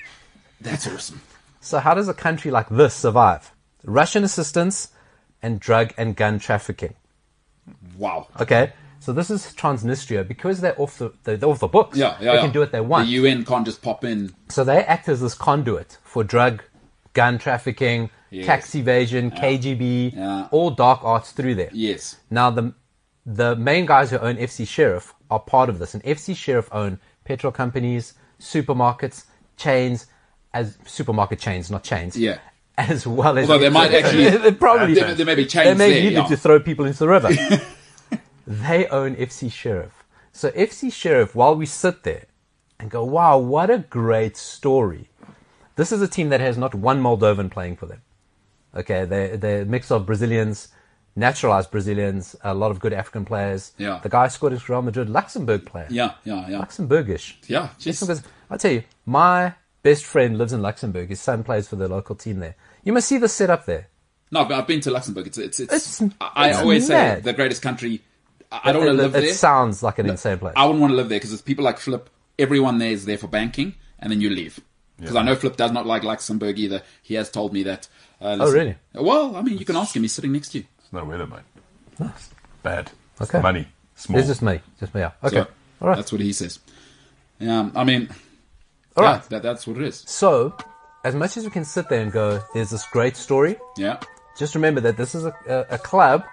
[SPEAKER 3] That's awesome.
[SPEAKER 4] so, how does a country like this survive? Russian assistance and drug and gun trafficking.
[SPEAKER 3] Wow.
[SPEAKER 4] Okay? So this is Transnistria because they're off the they're off the books.
[SPEAKER 3] Yeah, yeah.
[SPEAKER 4] they
[SPEAKER 3] yeah.
[SPEAKER 4] can do what they want.
[SPEAKER 3] The UN can't just pop in.
[SPEAKER 4] So they act as this conduit for drug, gun trafficking, tax evasion, KGB,
[SPEAKER 3] Yeah.
[SPEAKER 4] all dark arts through there.
[SPEAKER 3] Yes.
[SPEAKER 4] Now the the main guys who own FC Sheriff are part of this, and FC Sheriff own petrol companies, supermarkets, chains, as supermarket chains, not chains.
[SPEAKER 3] Yeah.
[SPEAKER 4] As well as
[SPEAKER 3] Although they might actually- uh,
[SPEAKER 4] They probably
[SPEAKER 3] There, there may be chains
[SPEAKER 4] they may
[SPEAKER 3] there.
[SPEAKER 4] need
[SPEAKER 3] yeah.
[SPEAKER 4] to throw people into the river. they own FC Sheriff. So FC Sheriff, while we sit there and go, wow, what a great story. This is a team that has not one Moldovan playing for them. Okay, they they're a mix of Brazilians, naturalized Brazilians, a lot of good African players.
[SPEAKER 3] Yeah.
[SPEAKER 4] The guy scored his Real Madrid Luxembourg player.
[SPEAKER 3] yeah, yeah, yeah.
[SPEAKER 4] Luxembourgish.
[SPEAKER 3] Yeah, jeez.
[SPEAKER 4] Because I tell you, my best friend lives in Luxembourg. His son plays for the local team there. You must see the setup there.
[SPEAKER 3] No, but I've been to Luxembourg. It's it's, it's,
[SPEAKER 4] It's-
[SPEAKER 3] I I
[SPEAKER 4] it's
[SPEAKER 3] always say
[SPEAKER 4] mad.
[SPEAKER 3] the greatest country. I I don't
[SPEAKER 4] it,
[SPEAKER 3] want to live
[SPEAKER 4] it
[SPEAKER 3] there.
[SPEAKER 4] sounds like an insane place.
[SPEAKER 3] I wouldn't want to live there because it's people like Flip. Everyone there is there for banking, and then you leave. Because I know Flip does not like Luxembourg either. He has told me that. Uh, listen-
[SPEAKER 4] Oh, really?
[SPEAKER 3] Well, I mean, you can ask him. He's sitting next to you.
[SPEAKER 5] It's no weather, mate. Bad.
[SPEAKER 4] Okay.
[SPEAKER 5] Money. Small.
[SPEAKER 4] It's just me. Just me. Yeah. Okay.
[SPEAKER 3] So
[SPEAKER 4] All right.
[SPEAKER 3] That's what he says. Yeah, I mean,
[SPEAKER 4] All
[SPEAKER 3] yeah,
[SPEAKER 4] right.
[SPEAKER 3] that, that's what it is.
[SPEAKER 4] So, as much as we can sit there and go, there's this great story,
[SPEAKER 3] Yeah,
[SPEAKER 4] just remember that this is a, a, a club,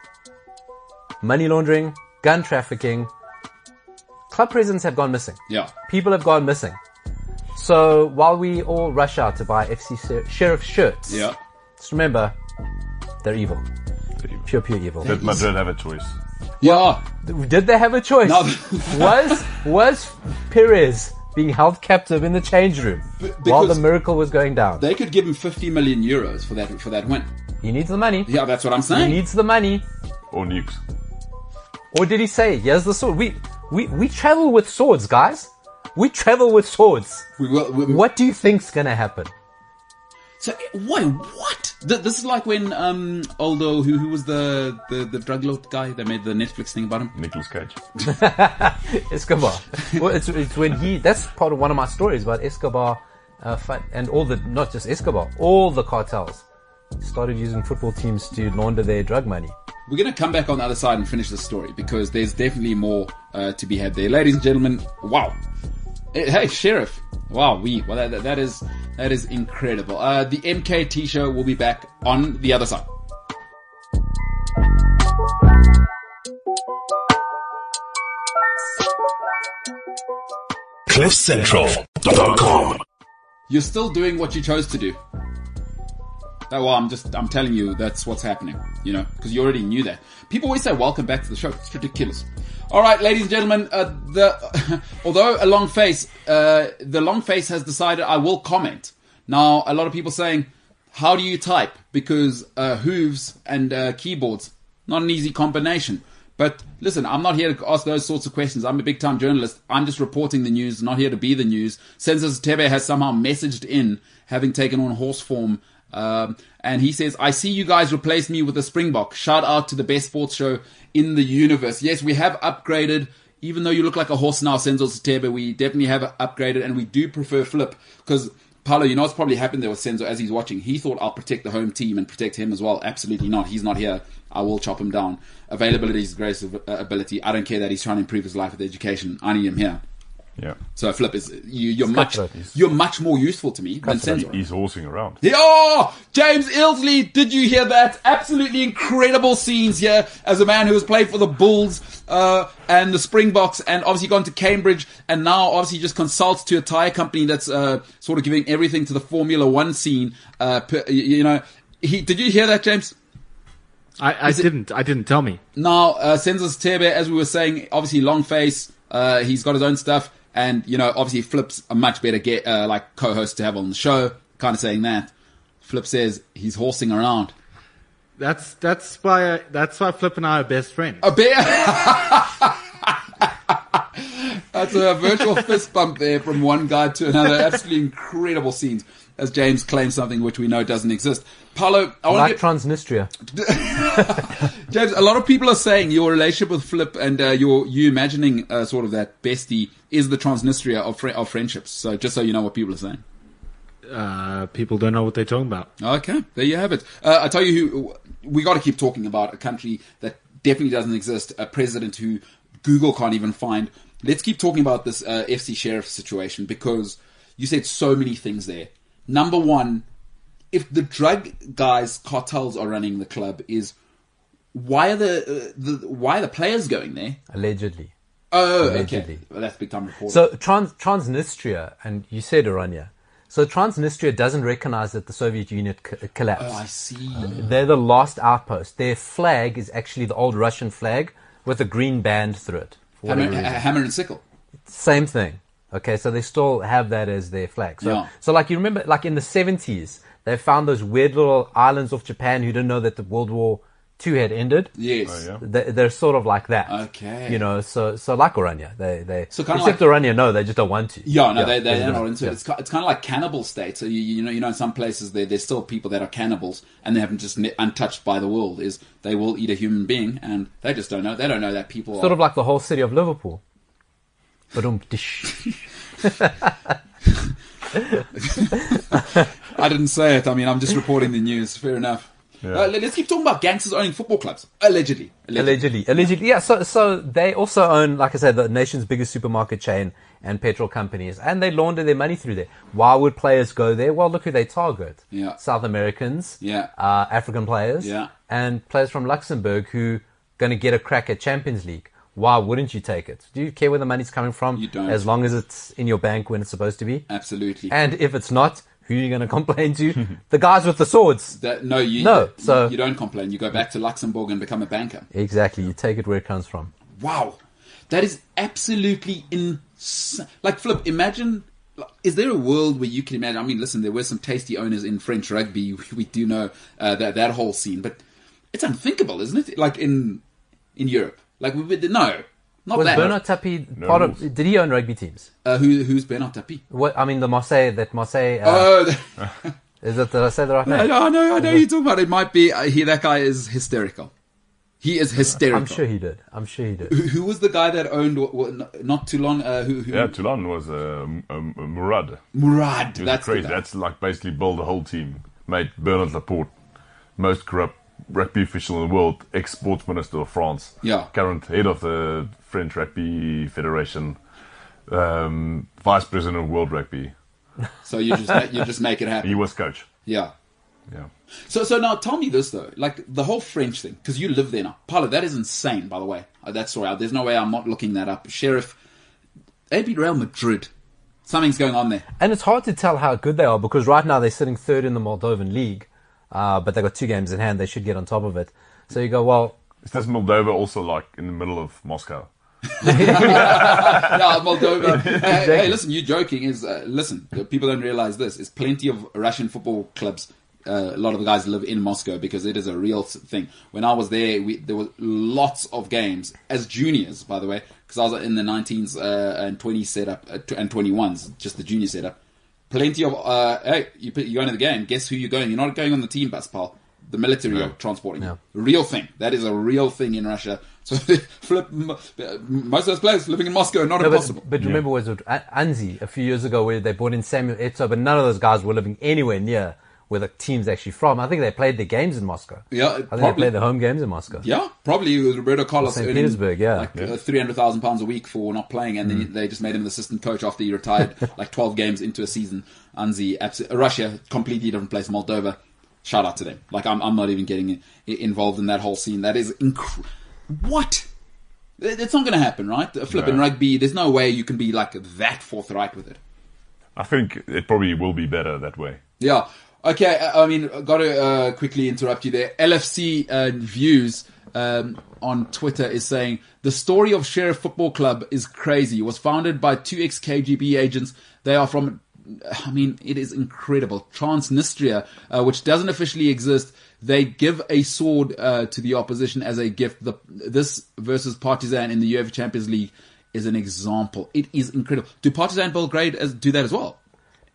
[SPEAKER 4] money laundering, gun trafficking. Club presidents have gone missing.
[SPEAKER 3] yeah,
[SPEAKER 4] People have gone missing. So, while we all rush out to buy FC Ser- Sheriff shirts,
[SPEAKER 3] yeah.
[SPEAKER 4] just remember, they're evil. Pure, pure evil.
[SPEAKER 5] Did Madrid have a choice?
[SPEAKER 3] Yeah,
[SPEAKER 4] Did they have a choice?
[SPEAKER 3] No.
[SPEAKER 4] was was Perez being held captive in the change room while the
[SPEAKER 3] because-
[SPEAKER 4] miracle was going down?
[SPEAKER 3] they could give him 50 million euros for that for that win.
[SPEAKER 4] he needs the money.
[SPEAKER 3] Yeah, that's what I'm
[SPEAKER 4] He
[SPEAKER 3] saying.
[SPEAKER 4] needs the money.
[SPEAKER 5] Or nukes?
[SPEAKER 4] Or did he say, here's the sword? We, we, we travel with swords, guys. We travel with swords.
[SPEAKER 3] We will. We,
[SPEAKER 4] What do you think's gonna happen?
[SPEAKER 3] So why? What? Th- this is like when um, Aldo, who who was the, the the drug lord guy that made the Netflix thing about him.
[SPEAKER 5] Nicholas Cage.
[SPEAKER 4] Escobar. well, it's, it's when he, that's part of one of my stories about Escobar, uh, fi- and all the, not just Escobar, all the cartels started using football teams to launder their drug money.
[SPEAKER 3] We're going to come back on the other side and finish this story because there's definitely more uh, to be had there. Ladies and gentlemen, wow. Eh, Hey, Sheriff. Wow, we. Well, that, that- that is that is incredible. Uh, the MKT show will be back on the other side.
[SPEAKER 2] CliffCentral.com.
[SPEAKER 3] You're still doing what you chose to do. That, well, I'm just I'm telling you that's what's happening. You know, because you already knew that. People always say welcome back to the show. It's ridiculous. All right, ladies and gentlemen. Uh, the although a long face, uh, the long face has decided I will comment. Now a lot of people saying, how do you type? Because uh, hooves and uh, keyboards not an easy combination. But listen, I'm not here to ask those sorts of questions. I'm a big time journalist. I'm just reporting the news, not here to be the news. Census Tebe has somehow messaged in, having taken on horse form. Um, and he says, I see you guys replaced me with a Springbok. Shout out to the best sports show in the universe. Yes, we have upgraded. Even though you look like a horse now, Senzo Satebe, we definitely have upgraded and we do prefer Flip because Paolo, you know what's probably happened there with Senzo as he's watching? He thought I'll protect the home team and protect him as well. Absolutely not. He's not here. I will chop him down. Availability is grace of uh, ability. I don't care that he's trying to improve his life with education. I need him here.
[SPEAKER 5] Yeah.
[SPEAKER 3] So Flip is you, you're much
[SPEAKER 4] cutthroat.
[SPEAKER 3] you're much more useful to me than
[SPEAKER 5] He-
[SPEAKER 3] Senzo.
[SPEAKER 5] He's horsing around.
[SPEAKER 3] Yeah, Oh, James Ilsley, did you hear that? Absolutely incredible scenes here as a man who has played for the Bulls uh, and the Springboks and obviously gone to Cambridge and now obviously just consults to a tire company that's uh, sort of giving everything to the Formula One scene. Uh, per, y- you know, he, did you hear that, James?
[SPEAKER 1] I, I didn't. I didn't. Tell me.
[SPEAKER 3] Now, uh, Senzus Tebe, as we were saying, obviously long face. Uh, he's got his own stuff, and you know, obviously Flips a much better get uh, like co-host to have on the show. Kind of saying that. Flip says he's horsing around.
[SPEAKER 1] That's that's why that's why Flip and I are best friends.
[SPEAKER 3] A bear. That's a virtual fist bump there from one guy to another. Absolutely incredible scenes as James claims something which we know doesn't exist. Paolo, I want
[SPEAKER 4] Like
[SPEAKER 3] to get
[SPEAKER 4] Transnistria.
[SPEAKER 3] James, a lot of people are saying your relationship with Flip and uh, your you imagining uh, sort of that bestie is the Transnistria of fri of friendships. So just so you know what people are saying.
[SPEAKER 1] Uh, people don't know what they're talking about.
[SPEAKER 3] Okay, there you have it. Uh, I tell you who we got to keep talking about a country that definitely doesn't exist, a president who Google can't even find. Let's keep talking about this uh, FC sheriff situation because you said so many things there. Number one, if the drug guys cartels are running the club, is why are the, uh, the why are the players going there?
[SPEAKER 4] Allegedly.
[SPEAKER 3] Oh, okay,
[SPEAKER 4] Allegedly.
[SPEAKER 3] well, that's become reported.
[SPEAKER 4] So Trans- Transnistria, and you said Irania. So Transnistria doesn't recognize that the Soviet Union c- collapsed.
[SPEAKER 3] Oh, I see.
[SPEAKER 4] They're the last outpost. Their flag is actually the old Russian flag with a green band through it. for
[SPEAKER 3] Hammer,
[SPEAKER 4] whatever reason.
[SPEAKER 3] uh, hammer and sickle.
[SPEAKER 4] Same thing. Okay, so they still have that as their flag. So,
[SPEAKER 3] Yeah.
[SPEAKER 4] so like you remember, like in the seventies, they found those weird little islands off Japan who didn't know that the World War Two had ended.
[SPEAKER 3] Yes.
[SPEAKER 5] Oh, yeah.
[SPEAKER 4] They, they're sort of like that.
[SPEAKER 3] Okay.
[SPEAKER 4] You know, so so like Orania, they they
[SPEAKER 3] So kinda
[SPEAKER 4] except
[SPEAKER 3] like-
[SPEAKER 4] Orania, no, they just don't want to.
[SPEAKER 3] Yeah, no, they, they,
[SPEAKER 4] they
[SPEAKER 3] are
[SPEAKER 4] don't.
[SPEAKER 3] not into it.
[SPEAKER 4] Yeah.
[SPEAKER 3] It's, ki- it's kind of like cannibal states. So you, you know, you know, in some places there, there's still people that are cannibals and they haven't just ne- untouched by the world. Is they will eat a human being and they just don't know. They don't know that people
[SPEAKER 4] Sort
[SPEAKER 3] are.
[SPEAKER 4] of like the whole city of Liverpool. Ba-dum-dish.
[SPEAKER 3] I didn't say it. I mean, I'm just reporting the news. Fair enough. Uh, let- let's keep talking about gangsters owning football clubs allegedly. Allegedly.
[SPEAKER 4] Allegedly, allegedly, yeah. So, so they also own, like I said, the nation's biggest supermarket chain and petrol companies, and they launder their money through there. Why would players go there? Well, look who they target:
[SPEAKER 3] Yeah.
[SPEAKER 4] South Americans,
[SPEAKER 3] Yeah.
[SPEAKER 4] uh, African players,
[SPEAKER 3] Yeah.
[SPEAKER 4] and players from Luxembourg who going to get a crack at Champions League. Why wouldn't you take it? Do you care where the money's coming from?
[SPEAKER 3] You don't.
[SPEAKER 4] As long as it's in your bank when it's supposed to be,
[SPEAKER 3] Absolutely.
[SPEAKER 4] and if it's not, who are you going to complain to? the guys with the swords.
[SPEAKER 3] that, no, you
[SPEAKER 4] No,
[SPEAKER 3] you-
[SPEAKER 4] so-
[SPEAKER 3] you don't complain. You go back to Luxembourg and become a banker.
[SPEAKER 4] Exactly. You take it where it comes from.
[SPEAKER 3] Wow, that is absolutely insane. Like Flip, imagine. like, Is there a world where you can imagine? I mean, listen, there were some tasty owners in French rugby. We do know uh, that that whole scene, but it's unthinkable, isn't it? Like in in Europe, like we, we no, not
[SPEAKER 4] Was
[SPEAKER 3] that.
[SPEAKER 4] Bernard Tapie part of?
[SPEAKER 5] rules.
[SPEAKER 4] Did he own rugby teams?
[SPEAKER 3] uh, who, who's Bernard Tapie?
[SPEAKER 4] What I mean, the Marseille that Marseille uh,
[SPEAKER 3] Oh,
[SPEAKER 4] is it? Did I say the right
[SPEAKER 3] I
[SPEAKER 4] name?
[SPEAKER 3] know, I know, I know. You're talking about it. Might be uh, he. That guy is hysterical. He is hysterical.
[SPEAKER 4] I'm sure he did. I'm sure he did.
[SPEAKER 3] Who, who was the guy that owned w- w- not too long? Uh, who, who
[SPEAKER 5] Yeah, Toulon was a, a, a Murad.
[SPEAKER 3] Murad.
[SPEAKER 5] It was
[SPEAKER 3] That's the
[SPEAKER 5] crazy.
[SPEAKER 3] guy.
[SPEAKER 5] That's like basically build the whole team. Mate, Bernard Laporte, most corrupt rugby official in the world, ex sports minister of France,
[SPEAKER 3] Yeah.
[SPEAKER 5] current head of the French Rugby Federation, um, vice president of World Rugby.
[SPEAKER 3] So you just you just make it happen.
[SPEAKER 5] He was coach.
[SPEAKER 3] Yeah.
[SPEAKER 5] Yeah.
[SPEAKER 3] So so now tell me this though, like the whole French thing, because you live there now, Paolo. That is insane, by the way. Uh, That story. uh, There's no way I'm not looking that up. Sheriff, they beat Real Madrid. Something's going on there.
[SPEAKER 4] And it's hard to tell how good they are because right now they're sitting third in the Moldovan league, uh, but they got two games in hand. They should get on top of it. So you go, well,
[SPEAKER 5] Is this Moldova also like in the middle of Moscow?
[SPEAKER 3] Yeah, Moldova. hey, hey, listen, you joking is uh, listen. the People don't realize this. Is plenty of Russian football clubs. Uh, a lot of the guys live in Moscow because it is a real s- thing. When I was there, we, there were lots of games as juniors, by the way, because I was in the 19s uh, and 20s setup uh, tw- and 21s, just the junior setup. Plenty of uh, hey, you put, you're going to the game. Guess who you're going? You're not going on the team bus, pal. The military are transporting you. Real thing. That is a real thing in Russia. So flip m- most of those players living in Moscow, not
[SPEAKER 4] no, but,
[SPEAKER 3] impossible.
[SPEAKER 4] but remember was it A- Anzi a few years ago where they brought in Samuel Eto'o, but none of those guys were living anywhere near where the team's actually from. I think they played their games in Moscow.
[SPEAKER 3] Yeah,
[SPEAKER 4] I think they
[SPEAKER 3] probably.
[SPEAKER 4] played their home games in Moscow.
[SPEAKER 3] Yeah, probably it was Roberto Carlos
[SPEAKER 4] St.
[SPEAKER 3] earning,
[SPEAKER 4] Petersburg, yeah. Mm.
[SPEAKER 3] like uh, three hundred thousand pounds a week for not playing, and then they just made him the assistant coach after he retired, like twelve games into a season. Anzi, abs- Russia, completely different place. Moldova, shout out to them. Like I'm, I'm not even getting in- involved in that whole scene. That is inc- what. It- It's not going to happen, right? A flip in
[SPEAKER 5] No.
[SPEAKER 3] rugby, there's no way you can be like that forthright with it.
[SPEAKER 5] I think it probably will be better that way.
[SPEAKER 3] Yeah. Okay. I I mean, got to uh, quickly interrupt you there. LFC uh, views um, on Twitter is saying the story of Sheriff Football Club is crazy. It was founded by two ex KGB agents. They are from I mean, it is incredible. Transnistria, uh, which doesn't officially exist, they give a sword uh, to the opposition as a gift. The, this versus Partizan in the UEFA Champions League is an example. It is incredible. Do Partizan Belgrade as, do that as well?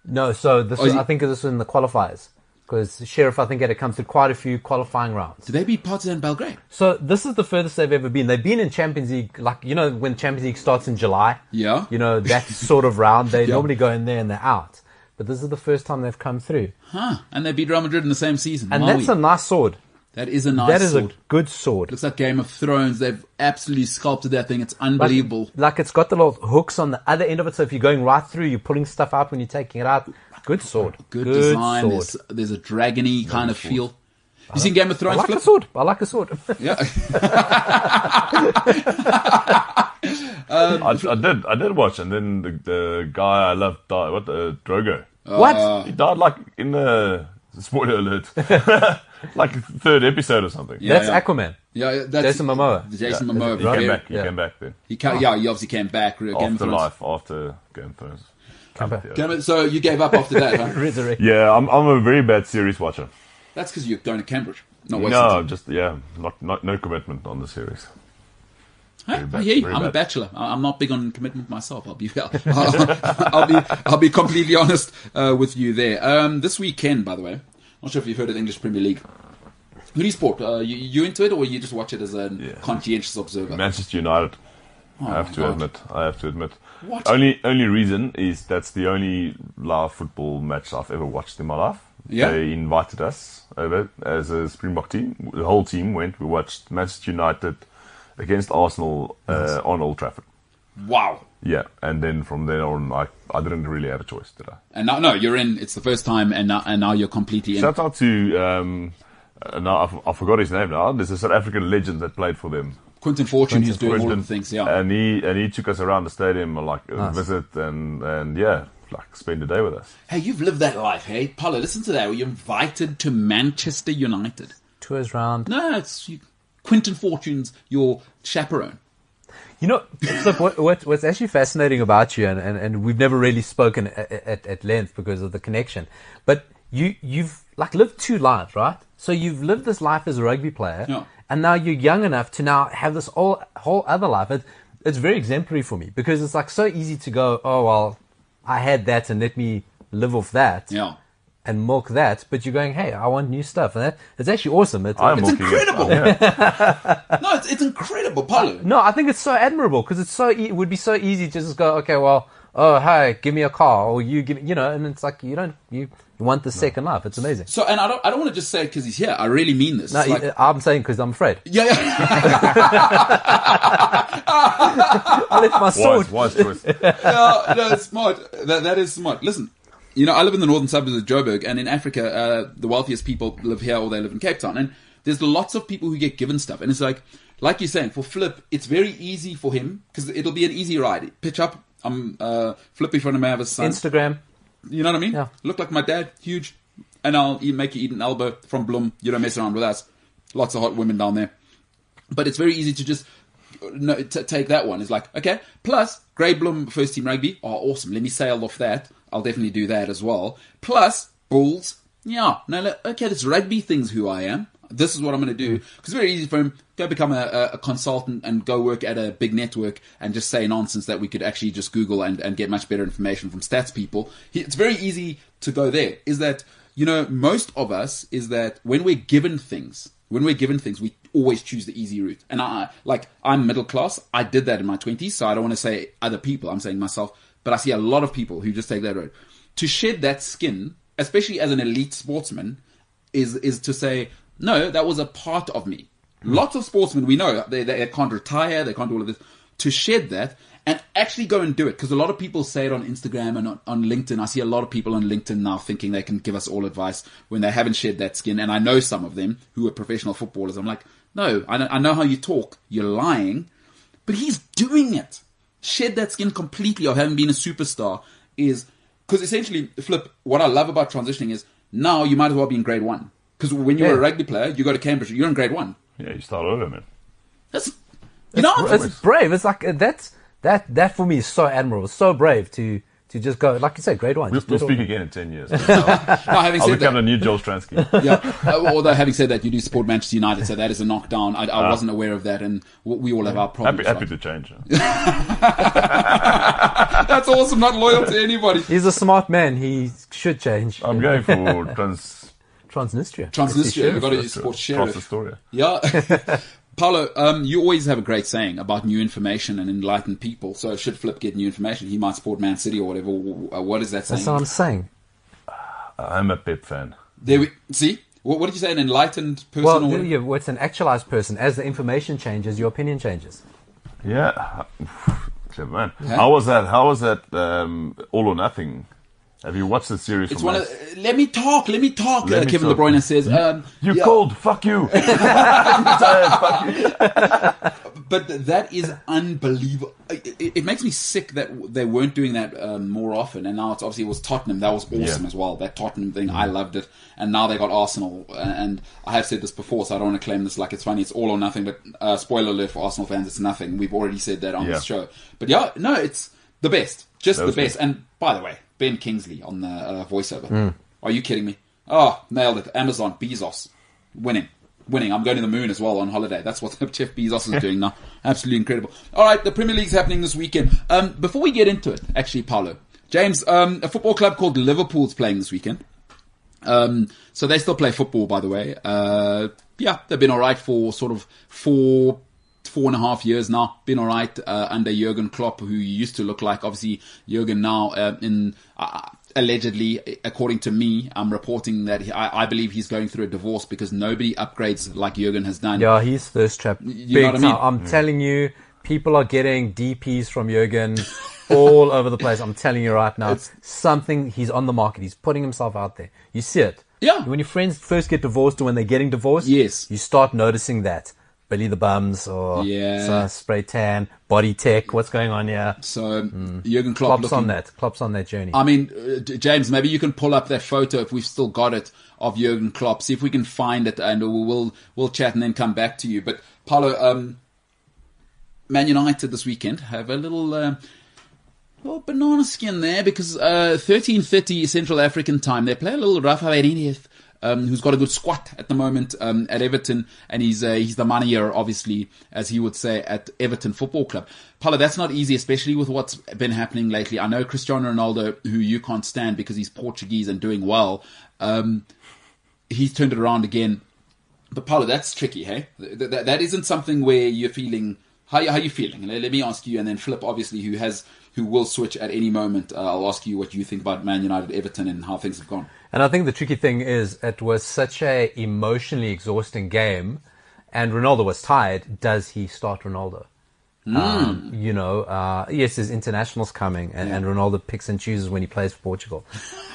[SPEAKER 4] No, so this
[SPEAKER 3] Oh,
[SPEAKER 4] was,
[SPEAKER 3] is it-
[SPEAKER 4] I think this was in the qualifiers because Sheriff I think had to come through quite a few qualifying rounds.
[SPEAKER 3] Do they beat Partizan Belgrade?
[SPEAKER 4] So this is the furthest they've ever been. They've been in Champions League, like you know when Champions League starts in July.
[SPEAKER 3] Yeah.
[SPEAKER 4] You know that sort of round. They normally go in there and they're out. But this is the first time they've come through,
[SPEAKER 3] Huh. And they beat Real Madrid in the same season.
[SPEAKER 4] and
[SPEAKER 3] Maui.
[SPEAKER 4] that's a nice sword.
[SPEAKER 3] that is a nice
[SPEAKER 4] That is
[SPEAKER 3] sword.
[SPEAKER 4] a good sword.
[SPEAKER 3] Looks like Game of Thrones. They've absolutely sculpted that thing. It's
[SPEAKER 4] Like-
[SPEAKER 3] unbelievable.
[SPEAKER 4] Like it's got the little hooks on the other end of it. So if you're going right through, you're pulling stuff out when you're taking it out. Good sword.
[SPEAKER 3] Good, design.
[SPEAKER 4] sword.
[SPEAKER 3] There's, there's a dragony kind of feel. You seen Game of
[SPEAKER 4] I
[SPEAKER 3] Thrones?
[SPEAKER 4] like a
[SPEAKER 3] Flip?
[SPEAKER 4] sword. I like a sword.
[SPEAKER 3] Yeah.
[SPEAKER 5] I, I did, I did watch, and then the, the guy I loved died. What the Drogo?
[SPEAKER 3] Oh.
[SPEAKER 4] what?
[SPEAKER 3] Uh,
[SPEAKER 5] He died like in the spoiler alert, like third episode or something.
[SPEAKER 3] Yeah,
[SPEAKER 4] that's
[SPEAKER 3] yeah.
[SPEAKER 4] Aquaman.
[SPEAKER 3] yeah, yeah, that's
[SPEAKER 4] Jason Momoa.
[SPEAKER 3] Jason
[SPEAKER 5] Yeah.
[SPEAKER 3] Momoa.
[SPEAKER 5] He came
[SPEAKER 3] very-
[SPEAKER 5] back. He
[SPEAKER 4] Yeah.
[SPEAKER 5] came back then
[SPEAKER 3] He ca- yeah, he obviously came back. Re- Game of
[SPEAKER 5] after
[SPEAKER 3] Thrones.
[SPEAKER 5] life, after Game of Thrones.
[SPEAKER 4] back.
[SPEAKER 5] Yeah,
[SPEAKER 3] Game of- so you gave up after that, huh?
[SPEAKER 4] Resurrect.
[SPEAKER 5] Yeah, I'm, I'm a very bad series watcher.
[SPEAKER 3] That's because you're going to Cambridge. Not wasting
[SPEAKER 5] No,
[SPEAKER 3] time.
[SPEAKER 5] just yeah, not, not no commitment on the series.
[SPEAKER 3] Huh?
[SPEAKER 5] bad-
[SPEAKER 3] I hear you.
[SPEAKER 5] very
[SPEAKER 3] I'm a
[SPEAKER 5] bad.
[SPEAKER 3] bachelor. I- I'm not big on commitment myself. I'll be, I'll, I'll be, I'll be completely honest uh, with you there. Um, this weekend, by the way, not sure if you've heard of the English Premier League. Who do you support? Uh, you, you into it, or you just watch it as a
[SPEAKER 5] Yeah.
[SPEAKER 3] conscientious observer? Oh
[SPEAKER 5] Manchester United. I
[SPEAKER 3] my
[SPEAKER 5] have to
[SPEAKER 3] God.
[SPEAKER 5] admit. I have to admit.
[SPEAKER 3] What?
[SPEAKER 5] Only only reason is that's the only live football match I've ever watched in my life.
[SPEAKER 3] Yeah.
[SPEAKER 5] They invited us over as a Springbok team. The whole team went. We watched Manchester United against Arsenal uh, on Old Trafford.
[SPEAKER 3] Wow.
[SPEAKER 5] Yeah, and then from then on, I, I didn't really have a choice, did I?
[SPEAKER 3] And now, no, you're in. It's the first time, and now, and now you're completely in.
[SPEAKER 5] Shout out to um, uh, now I, f- I forgot his name now. There's a South African legend that played for them.
[SPEAKER 3] Quentin Fortune, who's doing all of
[SPEAKER 5] Brisbane.
[SPEAKER 3] the things. Yeah.
[SPEAKER 5] And he and he took us around the stadium like a visit and and yeah, like spend a day with us.
[SPEAKER 3] hey, you've lived that life, hey, Paula. Listen to that. You're invited to Manchester United.
[SPEAKER 4] Tours round.
[SPEAKER 3] No, it's you, Quentin Fortune's your chaperone.
[SPEAKER 4] You know, Flip, what, what, what's actually fascinating about you, and, and, and we've never really spoken at, at, at length because of the connection, but you, you've like lived two lives, right? So you've lived this life as a rugby player,
[SPEAKER 3] Yeah.
[SPEAKER 4] and now you're young enough to now have this whole, whole other life. It, it's very exemplary for me because it's like so easy to go, oh, well, I had that and let me live off that
[SPEAKER 3] Yeah.
[SPEAKER 4] and milk that, but you're going, hey, I want new stuff. And that, it's actually awesome. It's,
[SPEAKER 5] I'm
[SPEAKER 4] it's
[SPEAKER 5] walking it.
[SPEAKER 3] incredible.
[SPEAKER 5] Yeah.
[SPEAKER 3] No, it's, it's incredible, Paulo.
[SPEAKER 4] No, I think it's so admirable because it's so e- it would be so easy to just go, okay, well, oh hey, give me a car, or you give, me, you know, and it's like you don't you, you want the second life. It's amazing.
[SPEAKER 3] So, and I don't, I don't want to just say it because he's here. I really mean this.
[SPEAKER 4] No, uh,
[SPEAKER 3] It's like-
[SPEAKER 4] I- I'm saying because I'm afraid.
[SPEAKER 3] yeah, yeah.
[SPEAKER 4] I left my sword.
[SPEAKER 5] Wise, wise choice.
[SPEAKER 3] no, no, it's smart. That, that is smart. Listen, you know, I live in the northern suburbs of Joburg, and in Africa, uh, the wealthiest people live here or they live in Cape Town. And there's lots of people who get given stuff. And it's like, like you're saying, for Flip, it's very easy for him because it'll be an easy ride. Pitch up. I'm uh, Flip in front of my other son.
[SPEAKER 4] Instagram.
[SPEAKER 3] You know what I mean?
[SPEAKER 4] Yeah.
[SPEAKER 3] Look like my dad, huge, and I'll eat, make you eat an elbow from Bloom. You don't mess around with us. Lots of hot women down there, but it's very easy to just uh, no, t- take that one. It's like okay. Plus, Grey Bloom first team rugby are awesome. Let me sail off that. I'll definitely do that as well. Plus, Bulls. Yeah. No. no, Okay. This rugby thing's who I am. This is what I'm going to do because it's very easy for him. Go become a, a, a consultant and go work at a big network and just say nonsense that we could actually just Google and, and get much better information from stats people. He- It's very easy to go there. Is that, you know, most of us is that when we're given things, when we're given things, we always choose the easy route. And I, like, I'm middle class. I did that in my 20s, so I don't want to say other people. I'm saying myself. But I see a lot of people who just take that road. To shed that skin, especially as an elite sportsman, is is to say no that was a part of me lots of sportsmen we know they, they can't retire they can't do all of this to shed that and actually go and do it because a lot of people say it on instagram and on, on linkedin i see a lot of people on linkedin now thinking they can give us all advice when they haven't shed that skin and i know some of them who are professional footballers i'm like no i know, I know how you talk you're lying but he's doing it. Shed that skin completely of having been a superstar is because essentially, Flip, what I love about transitioning is now you might as well be in grade one. Because when you were a
[SPEAKER 4] Yeah.
[SPEAKER 3] rugby player, you go to Cambridge, you're in grade one.
[SPEAKER 5] Yeah, you start over, man.
[SPEAKER 3] That's you know,
[SPEAKER 4] It's brave. It's like uh, that's that that for me is so admirable. So brave to to just go, like you said, grade one.
[SPEAKER 5] We'll,
[SPEAKER 4] just do
[SPEAKER 5] we'll
[SPEAKER 4] it all.
[SPEAKER 5] speak again in 10 years. I'll
[SPEAKER 3] No, having
[SPEAKER 5] I'll
[SPEAKER 3] said
[SPEAKER 5] become
[SPEAKER 3] that,
[SPEAKER 5] the new Joel Stransky.
[SPEAKER 3] yeah. Uh, although having said that, you do support Manchester United, so that is a knockdown. I, I wasn't aware of that, and w- we all have our
[SPEAKER 5] Happy,
[SPEAKER 3] problems.
[SPEAKER 5] Ah. happy
[SPEAKER 3] right?
[SPEAKER 5] to change. huh?
[SPEAKER 3] That's awesome. Not loyal to anybody.
[SPEAKER 4] He's a smart man. He should change.
[SPEAKER 5] I'm going for trans.
[SPEAKER 4] Transnistria.
[SPEAKER 3] Transnistria, we've got to support
[SPEAKER 5] Across the
[SPEAKER 3] Sheriff.
[SPEAKER 5] story.
[SPEAKER 3] Yeah. Paulo, um, you always have a great saying about new information and enlightened people. So should Flip get new information, he might support Man City or whatever. W- w- What is that saying?
[SPEAKER 4] That's what I'm saying.
[SPEAKER 5] I'm a Pep fan.
[SPEAKER 3] There we see. What, what did you say? An enlightened person?
[SPEAKER 4] Well,
[SPEAKER 3] or
[SPEAKER 4] you-
[SPEAKER 3] whatever?
[SPEAKER 4] you- well, it's an actualized person. As the information changes, your opinion changes.
[SPEAKER 5] Yeah, clever man. How was that? How was that? Um, all or nothing. Have you watched the series?
[SPEAKER 3] It's
[SPEAKER 5] from
[SPEAKER 3] one of.
[SPEAKER 5] last-
[SPEAKER 3] the- Let me talk. Let me talk.
[SPEAKER 5] Let
[SPEAKER 3] uh,
[SPEAKER 5] me
[SPEAKER 3] Kevin
[SPEAKER 5] talk.
[SPEAKER 3] De Bruyne says. Um,
[SPEAKER 5] you
[SPEAKER 3] yeah,
[SPEAKER 5] cold. Fuck you. I'm tired, fuck you.
[SPEAKER 3] But th- that is unbelievable. It, it- it makes me sick that w- they weren't doing that um, more often. And now it's obviously it was Tottenham. That was awesome
[SPEAKER 5] Yeah.
[SPEAKER 3] as well. That Tottenham thing, I loved it. And now they got Arsenal. A- And I have said this before, so I don't want to claim this like it's funny. It's all or nothing. But uh, spoiler alert for Arsenal fans, it's nothing. We've already said that on
[SPEAKER 5] Yeah.
[SPEAKER 3] this show. But yeah, no, it's the best. Just
[SPEAKER 5] That
[SPEAKER 3] the
[SPEAKER 5] was
[SPEAKER 3] best. And by the way, Ben Kingsley on the uh, voiceover.
[SPEAKER 5] Hmm.
[SPEAKER 3] Are you kidding me? Oh, nailed it. Amazon, Bezos. Winning. Winning. I'm going to the moon as well on holiday. That's what Jeff Bezos is doing now. Absolutely incredible. All right, the Premier League's happening this weekend. Um, before we get into it, actually, Paolo, James, um, a football club called Liverpool's playing this weekend. Um, so they still play football, by the way. Uh, yeah, they've been all right for sort of four, four and a half years now. Been all right uh, under Jurgen Klopp, who used to look like obviously Jurgen now uh, in. Uh, Allegedly, according to me, I'm reporting that he, I, I believe he's going through a divorce because nobody upgrades like Jurgen has done.
[SPEAKER 4] Yeah, he's thirst trap.
[SPEAKER 3] you know
[SPEAKER 4] big
[SPEAKER 3] what I mean?
[SPEAKER 4] time. I'm telling you, people are getting DPs from Jurgen all over the place. I'm telling you right now,
[SPEAKER 3] It's-
[SPEAKER 4] something he's on the market. He's putting himself out there. You see it.
[SPEAKER 3] Yeah.
[SPEAKER 4] When your friends first get divorced or when they're getting divorced,
[SPEAKER 3] Yes.
[SPEAKER 4] you start noticing that. Billy the Bums or
[SPEAKER 3] Yeah.
[SPEAKER 4] so- spray tan, body tech, what's going on here?
[SPEAKER 3] So Jurgen Klopp
[SPEAKER 4] Mm. Klopp's
[SPEAKER 3] looking,
[SPEAKER 4] on that. Klopp's on that journey.
[SPEAKER 3] I mean, uh, J- James, maybe you can pull up that photo if we've still got it of Jurgen Klopp. See if we can find it, and we'll we'll chat and then come back to you. But Paulo, um, Man United this weekend have a little. Um, well, banana skin there because uh, thirteen thirty Central African time they play a little Rafa Benitez, um, who's got a good squat at the moment um, at Everton, and he's uh, he's the manager, obviously, as he would say, at Everton Football Club. Paolo, that's not easy, especially with what's been happening lately. I know Cristiano Ronaldo, who you can't stand because he's Portuguese and doing well, um, he's turned it around again. But Paolo, that's tricky, hey? Th- th- that isn't something where you're feeling. How how you feeling? Let, let me ask you, and then Flip, obviously, who has who will switch at any moment. Uh, I'll ask you what you think about Man United, Everton, and how things have gone.
[SPEAKER 4] And I think the tricky thing is it was such a emotionally exhausting game, and Ronaldo was tired. Does he start Ronaldo? Um, you know, uh, yes, his internationals coming, and, and Ronaldo picks and chooses when he plays for Portugal.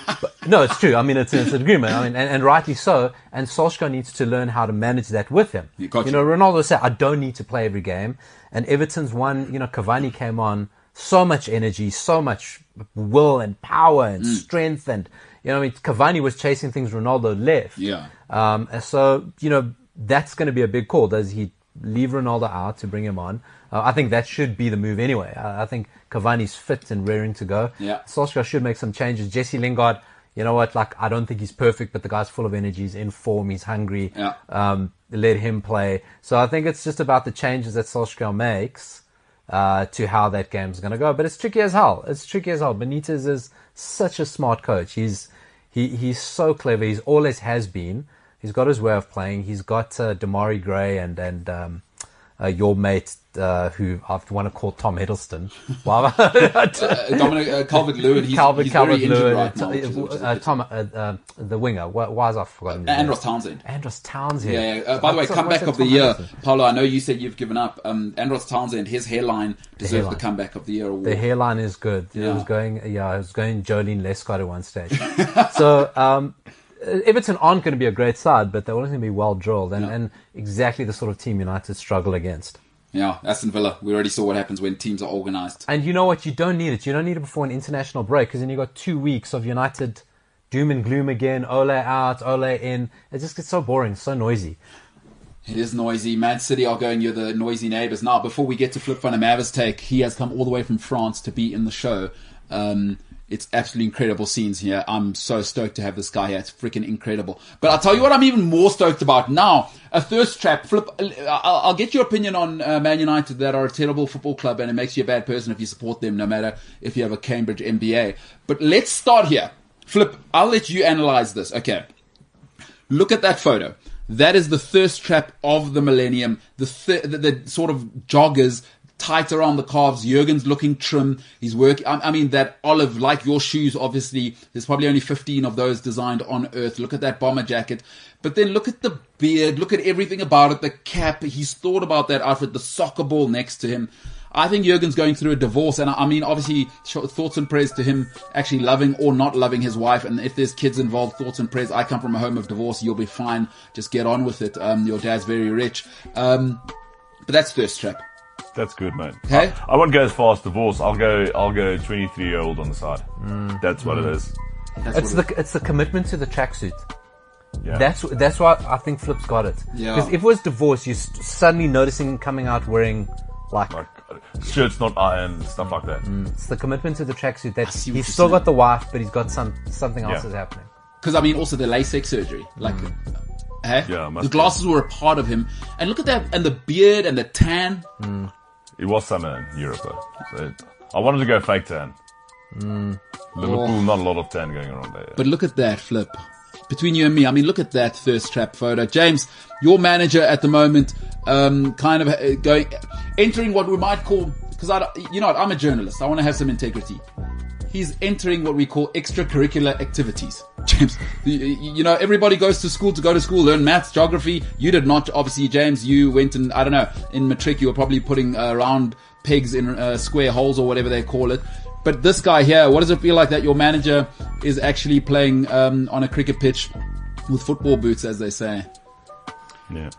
[SPEAKER 4] but, no, it's true. I mean, it's, it's an agreement. I mean, and, and rightly so. And Solskjaer needs to learn how to manage that with him.
[SPEAKER 3] Yeah, gotcha.
[SPEAKER 4] You know, Ronaldo said, "I don't need to play every game," and Everton's one. You know, Cavani came on, so much energy, so much will and power and
[SPEAKER 3] Mm.
[SPEAKER 4] strength, and you know, I mean, Cavani was chasing things Ronaldo left.
[SPEAKER 3] Yeah.
[SPEAKER 4] Um, and so, you know, that's going to be a big call. Does he leave Ronaldo out to bring him on? Uh, I think that should be the move anyway. I, I think Cavani's fit and raring to go.
[SPEAKER 3] Yeah.
[SPEAKER 4] Solskjaer should make some changes. Jesse Lingard, you know what? Like, I don't think he's perfect, but the guy's full of energy. He's in form. He's hungry.
[SPEAKER 3] Yeah.
[SPEAKER 4] Um, let him play. So I think it's just about the changes that Solskjaer makes. Uh, to how that game's going to go, but it's tricky as hell. It's tricky as hell. Benitez is such a smart coach. He's he he's so clever. He's always has been. He's got his way of playing. He's got uh, Damari Gray and and um, uh, your mate uh, who I want to call Tom Hiddleston. Wow.
[SPEAKER 3] Uh, Dominic uh, Calvert Lewin, he's,
[SPEAKER 4] Calvert
[SPEAKER 3] he's
[SPEAKER 4] Calvert
[SPEAKER 3] very injured
[SPEAKER 4] Lewin,
[SPEAKER 3] right now. Which is, which is a
[SPEAKER 4] uh,
[SPEAKER 3] bit-
[SPEAKER 4] Tom, uh, uh, the winger. Why, why is I forgotten? his
[SPEAKER 3] and
[SPEAKER 4] name?
[SPEAKER 3] Ross Uh, Townsend.
[SPEAKER 4] Andros Townsend.
[SPEAKER 3] Yeah. yeah. Uh, by the way,
[SPEAKER 4] What's-
[SPEAKER 3] comeback
[SPEAKER 4] what's
[SPEAKER 3] of the
[SPEAKER 4] Tom
[SPEAKER 3] year,
[SPEAKER 4] Hiddleston?
[SPEAKER 3] Paulo. I know you said you've given up. Um, Andros Townsend, his hairline deserves the,
[SPEAKER 4] hairline.
[SPEAKER 3] comeback of the year award.
[SPEAKER 4] The hairline is good.
[SPEAKER 3] Yeah.
[SPEAKER 4] It was going, yeah, it was going Jolene Lescott at one stage. so, um, Everton aren't going to be a great side, but they're always going to be well drilled and,
[SPEAKER 3] Yeah.
[SPEAKER 4] and exactly the sort of team United struggle against.
[SPEAKER 3] yeah, Aston Villa. We already saw what happens when teams are organised.
[SPEAKER 4] And you know what? You don't need it. You don't need it before an international break because then you've got two weeks of United doom and gloom again. Ole out, Ole in. It just gets so boring, so noisy.
[SPEAKER 3] It is noisy. Man City are going, you're the noisy neighbours. Now, before we get to Flip Fun and Mavis take, he has come all the way from France to be in the show. Um, It's absolutely incredible scenes here. I'm so stoked to have this guy here. It's freaking incredible. But I'll tell you what I'm even more stoked about now. A thirst trap. Flip, I'll, I'll get your opinion on uh, Man United that are a terrible football club and it makes you a bad person if you support them, no matter if you have a Cambridge MBA. But let's start here. Flip, I'll let you analyze this. Okay. Look at that photo. That is the thirst trap of the millennium. The, th- the, the sort of joggers tight around the calves. Jurgen's looking trim. He's working. I, I mean, that olive, like your shoes, obviously, there's probably only 15 of those designed on earth. Look at that bomber jacket. But then look at the beard. Look at everything about it. The cap. He's thought about that outfit. The soccer ball next to him. I think Jurgen's going through a divorce, and I I mean, obviously, sh- thoughts and prayers to him actually loving or not loving his wife. And if there's kids involved, thoughts and prayers. I come from a home of divorce. You'll be fine. Just get on with it. Um, your dad's very rich. Um, but that's thirst trap.
[SPEAKER 5] That's good, mate.
[SPEAKER 3] Okay.
[SPEAKER 5] I, I won't go as far as divorce. I'll go. I'll go 23 year old on the side. That's what it is.
[SPEAKER 3] That's
[SPEAKER 4] It's
[SPEAKER 3] what it
[SPEAKER 4] the it's the commitment to the tracksuit.
[SPEAKER 5] Yeah.
[SPEAKER 4] That's that's why I think Flip's got it.
[SPEAKER 3] Yeah.
[SPEAKER 4] Because if it was divorce, you're st- suddenly noticing him coming out wearing like
[SPEAKER 5] like shirts not ironed, stuff like that.
[SPEAKER 4] it's the commitment to the tracksuit that
[SPEAKER 3] see what
[SPEAKER 4] he's
[SPEAKER 3] you're
[SPEAKER 4] still
[SPEAKER 3] saying.
[SPEAKER 4] got the wife, but he's got some something else
[SPEAKER 5] Yeah.
[SPEAKER 4] is happening.
[SPEAKER 3] because I mean, also the LASIK surgery, like, eh?
[SPEAKER 5] Yeah, must
[SPEAKER 3] the glasses were a part of him. And look at that, and the beard and the tan.
[SPEAKER 5] It was summer in Europe, though. So it, I wanted to go fake tan. Liverpool, not a lot of tan going around there.
[SPEAKER 3] But look at that flip. Between you and me, I mean, look at that thirst trap photo. James, your manager at the moment, um, kind of uh, going, entering what we might call, because I, don't- you know, what, I'm a journalist. I want to have some integrity. He's entering what we call extracurricular activities. James, you, you you know, everybody goes to school to go to school, learn maths, geography. You did not, obviously, James. You went and I don't know, in matric, you were probably putting uh, round pegs in uh, square holes or whatever they call it. But this guy here, what does it feel like that your manager is actually playing um, on a cricket pitch with football boots, as they say?
[SPEAKER 5] yeah.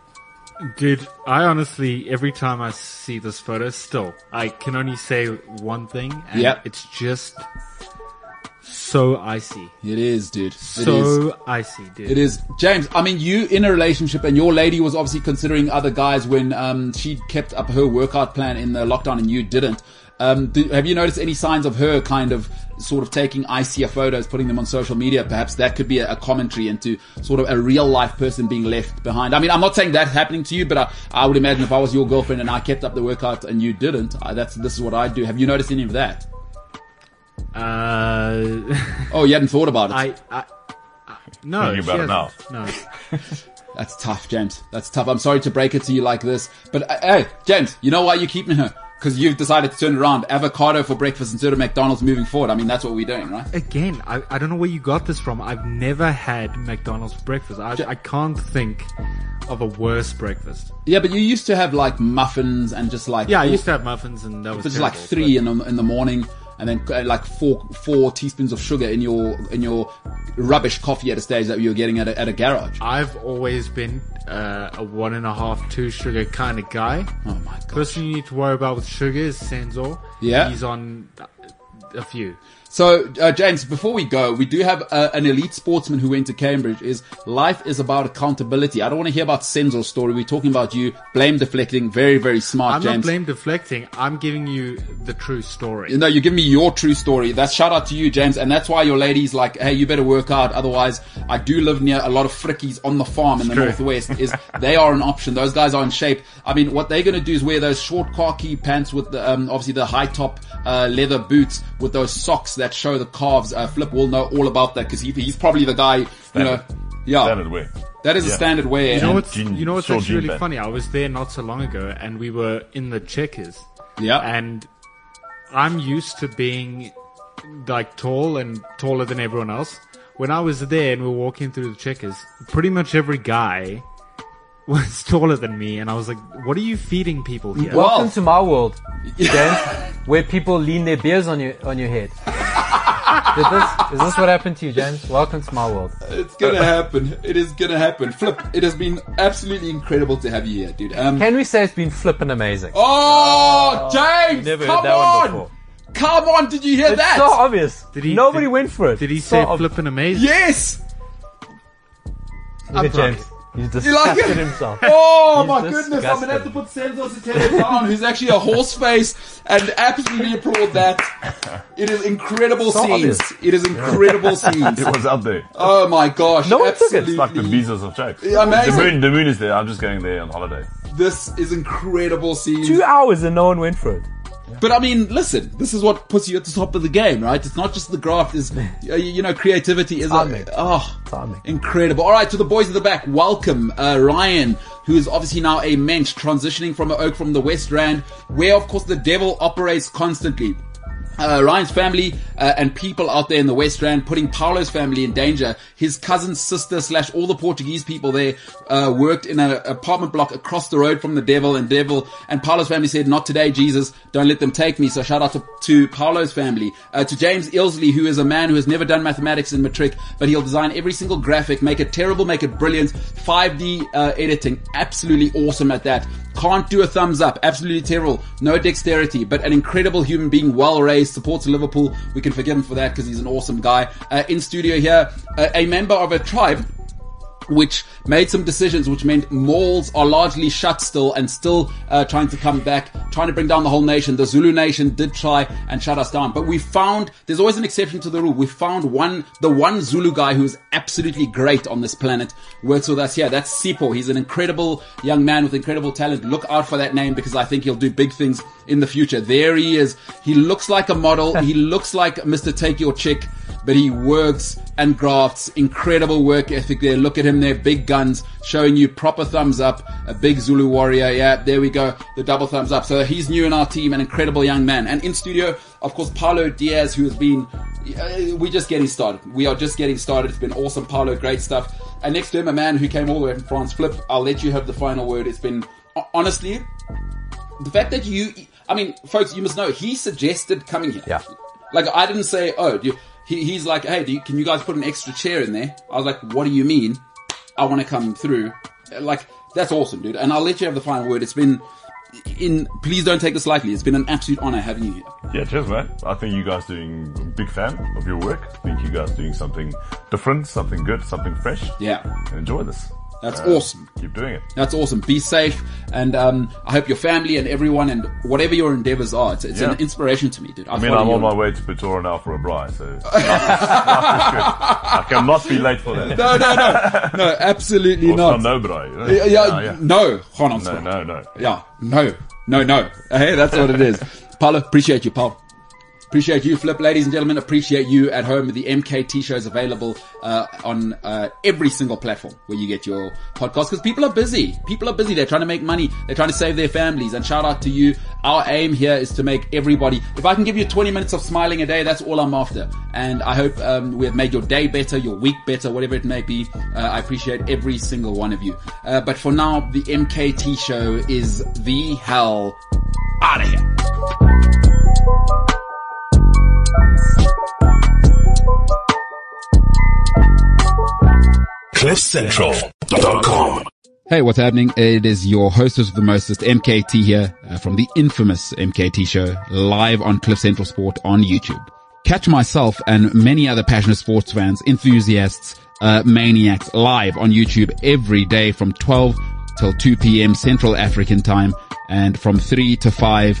[SPEAKER 1] Dude, I honestly, every time I see this photo, still, I can only say one thing, and
[SPEAKER 3] Yep.
[SPEAKER 1] it's just so icy.
[SPEAKER 3] It is, dude. It is.
[SPEAKER 1] so icy, dude.
[SPEAKER 3] It is James. I mean, you in a relationship, and your lady was obviously considering other guys when um, she kept up her workout plan in the lockdown, and you didn't. Um, do, have you noticed any signs of her kind of sort of taking icier photos, putting them on social media? Perhaps that could be a, a commentary into sort of a real life person being left behind. I mean, I'm not saying that's happening to you, but I, I would imagine if I was your girlfriend and I kept up the workout and you didn't, I, that's this is what I do. Have you noticed any of that?
[SPEAKER 1] Uh,
[SPEAKER 3] Oh, you hadn't thought about it.
[SPEAKER 1] I, I, I- no,
[SPEAKER 5] Thinking
[SPEAKER 1] she
[SPEAKER 5] about it
[SPEAKER 1] hasn't. No,
[SPEAKER 3] That's tough, James. That's tough. I'm sorry to break it to you like this, but uh, hey, James, you know why you're keeping her? Because you've decided to turn around avocado for breakfast instead of McDonald's moving forward. I mean, that's what we're doing, right?
[SPEAKER 1] again, I, I don't know where you got this from. I've never had McDonald's for breakfast. I, I can't think of a worse breakfast.
[SPEAKER 3] Yeah, but you used to have like muffins and just like
[SPEAKER 1] Yeah, I
[SPEAKER 3] all-
[SPEAKER 1] used to have muffins, and that was
[SPEAKER 3] It was
[SPEAKER 1] terrible,
[SPEAKER 3] like three in the, in the morning, and then uh, like four four teaspoons of sugar in your in your rubbish coffee at a stage that you were getting at a, at a garage.
[SPEAKER 1] but I've always been uh, a one and a half, two sugar kind of guy.
[SPEAKER 3] Oh my god!
[SPEAKER 1] Person you need to worry about with sugar is Senzo.
[SPEAKER 3] Yeah.
[SPEAKER 1] he's on a few.
[SPEAKER 3] So, uh, James, before we go, we do have uh, an elite sportsman who went to Cambridge. Is life is about accountability? I don't want to hear about Senzo's story. We're talking about you blame deflecting. Very, very smart,
[SPEAKER 1] I'm not
[SPEAKER 3] Oh, James.
[SPEAKER 1] blame deflecting. I'm giving you the true story.
[SPEAKER 3] no, you give me your true story. That's shout out to you, James, and that's why your lady's like, "Hey, you better work out, otherwise." I do live near a lot of frickies on the farm in the northwest. Is they are an option. Those guys are in shape. I mean, what they're going to do is wear those short khaki pants with the um, obviously the high top uh, leather boots with those socks that show the calves. Uh, Flip will know all about that because he, he's probably the guy. You know,
[SPEAKER 5] Standard.
[SPEAKER 3] yeah,
[SPEAKER 5] Standard way.
[SPEAKER 3] that is a
[SPEAKER 5] Yeah.
[SPEAKER 3] standard wear.
[SPEAKER 1] You know
[SPEAKER 3] and-
[SPEAKER 1] what's,
[SPEAKER 5] Jean-
[SPEAKER 1] you know what's
[SPEAKER 5] Saw
[SPEAKER 1] actually
[SPEAKER 5] Jean
[SPEAKER 1] really
[SPEAKER 5] Van.
[SPEAKER 1] funny? I was there not so long ago and we were in the checkers.
[SPEAKER 3] yeah,
[SPEAKER 1] And I'm used to being like tall and taller than everyone else. When I was there and we were walking through the checkers, pretty much every guy was taller than me. And I was like, what are you feeding people here?
[SPEAKER 3] Well-
[SPEAKER 4] Welcome to my world, James, where people lean their beers on your on your head. Did this, is this what happened to you, James? Welcome to my world.
[SPEAKER 3] It's gonna happen. It is gonna happen. Flip, it has been absolutely incredible to have you here, dude. Um,
[SPEAKER 4] Can we say it's been flippin' amazing?
[SPEAKER 3] Oh, James!
[SPEAKER 4] never heard
[SPEAKER 3] come
[SPEAKER 4] that one
[SPEAKER 3] on!
[SPEAKER 4] before.
[SPEAKER 3] Come on! Did you hear
[SPEAKER 4] It's
[SPEAKER 3] that?
[SPEAKER 4] so obvious.
[SPEAKER 1] Did he-
[SPEAKER 4] Nobody
[SPEAKER 1] did-
[SPEAKER 4] went for it.
[SPEAKER 1] Did he
[SPEAKER 4] so
[SPEAKER 1] say
[SPEAKER 4] ob-
[SPEAKER 1] flippin' amazing?
[SPEAKER 3] yes.
[SPEAKER 4] Look at
[SPEAKER 1] I'm
[SPEAKER 4] James. He's disgusted
[SPEAKER 3] You like it?
[SPEAKER 4] himself.
[SPEAKER 3] Oh
[SPEAKER 4] He's
[SPEAKER 3] my goodness, I'm gonna have to put Senzo Sotelo down, who's actually a horse face, and absolutely applaud that. It is incredible
[SPEAKER 4] So
[SPEAKER 3] scenes. It is incredible scenes.
[SPEAKER 5] It was out there.
[SPEAKER 3] Oh my gosh,
[SPEAKER 4] No one took it.
[SPEAKER 5] It's like the
[SPEAKER 3] absolutely.
[SPEAKER 5] visas of Jack.
[SPEAKER 3] Amazing.
[SPEAKER 5] The moon, the moon is there. I'm just going there on holiday.
[SPEAKER 3] This is incredible scenes.
[SPEAKER 4] Two hours and no one went for it.
[SPEAKER 3] But I mean, listen, this is what puts you at the top of the game, right? It's not just the graft, is uh, you know, creativity is
[SPEAKER 4] Timing.
[SPEAKER 3] a, oh,
[SPEAKER 4] Timing.
[SPEAKER 3] incredible. All right, to the boys at the back, welcome uh, Ryan, who is obviously now a mensch, transitioning from Oak from the West Rand, where of course the devil operates constantly. Uh, Ryan's family uh, and people out there in the West Rand putting Paulo's family in danger. His cousin's sister slash all the Portuguese people there uh, worked in an apartment block across the road from the devil and devil. And Paulo's family said, "Not today, Jesus! Don't let them take me." So shout out to, to Paulo's family, uh, to James Ilsley, who is a man who has never done mathematics in matric, but he'll design every single graphic, make it terrible, make it brilliant. 5D uh, editing, absolutely awesome at that. Can't do a thumbs up. Absolutely terrible. No dexterity, but an incredible human being, well raised, supports Liverpool. We can forgive him for that because he's an awesome guy. Uh, in studio here, uh, a member of a tribe. Which made some decisions, which meant malls are largely shut still and still uh, trying to come back, trying to bring down the whole nation. The Zulu nation did try and shut us down, but we found there's always an exception to the rule. We found one, the one Zulu guy who's absolutely great on this planet works with us here. That's Sipo. He's an incredible young man with incredible talent. Look out for that name because I think he'll do big things in the future. There he is. He looks like a model. he looks like Mr. Take Your Chick, but he works and grafts. Incredible work ethic there. Look at him there. Big guns showing you proper thumbs up. A big Zulu warrior. Yeah, there we go. The double thumbs up. So he's new in our team, an incredible young man. And in studio, of course, Paulo Diaz, who has been, uh, we're just getting started. We are just getting started. It's been awesome, Paulo. Great stuff. And next to him, a man who came all the way from France. Flip, I'll let you have the final word. It's been, honestly, the fact that you, I mean, folks, you must know he suggested coming here.
[SPEAKER 4] Yeah.
[SPEAKER 3] Like I didn't say, oh, do you, he, he's like, hey, do you, can you guys put an extra chair in there? I was like, what do you mean? I want to come through. Like that's awesome, dude. And I'll let you have the final word. It's been in. Please don't take this lightly. It's been an absolute honor having you here.
[SPEAKER 5] Yeah, cheers, man. I think you guys doing big fan of your work. I think you guys doing something different, something good, something fresh.
[SPEAKER 3] Yeah.
[SPEAKER 5] And enjoy this.
[SPEAKER 3] That's
[SPEAKER 5] Uh,
[SPEAKER 3] awesome.
[SPEAKER 5] Keep doing it.
[SPEAKER 3] That's awesome. Be safe, and um, I hope your family and everyone and whatever your endeavors are, it's, it's
[SPEAKER 5] Yeah.
[SPEAKER 3] an inspiration to me, dude. I
[SPEAKER 5] I mean, I'm on my way to Pretoria now for a braai, so life is- life is good. I cannot be late for that.
[SPEAKER 3] No, no, no, no, absolutely
[SPEAKER 5] Or
[SPEAKER 3] not.
[SPEAKER 5] some no braai. you know?
[SPEAKER 3] Yeah, yeah,
[SPEAKER 5] Oh, yeah.
[SPEAKER 3] no, hold on,
[SPEAKER 5] No,
[SPEAKER 3] Scott.
[SPEAKER 5] no, no.
[SPEAKER 3] Yeah, no, no, no. Hey, that's what it is. Paulo, appreciate you, Paul. Appreciate you, Flip. Ladies and gentlemen, appreciate you at home. The MKT show is available uh, on uh, every single platform where you get your podcast because people are busy. People are busy. They're trying to make money. They're trying to save their families. And shout out to you. Our aim here is to make everybody. If I can give you 20 minutes of smiling a day, that's all I'm after. And I hope um, we have made your day better, your week better, whatever it may be. Uh, I appreciate every single one of you. Uh, but for now, the MKT show is the hell out of here.
[SPEAKER 2] CliffCentral.com.
[SPEAKER 3] Hey, what's happening? It is your hostess of the mostest, MKT here uh, from the infamous MKT show live on Cliff Central Sport on YouTube. Catch myself and many other passionate sports fans, enthusiasts, uh, maniacs live on YouTube every day from 12 till 2 p.m. Central African time and from 3 to 5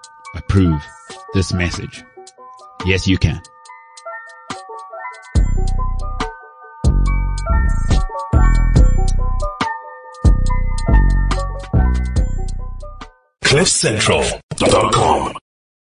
[SPEAKER 3] approve this message. Yes, you can.
[SPEAKER 2] CliffCentral.com.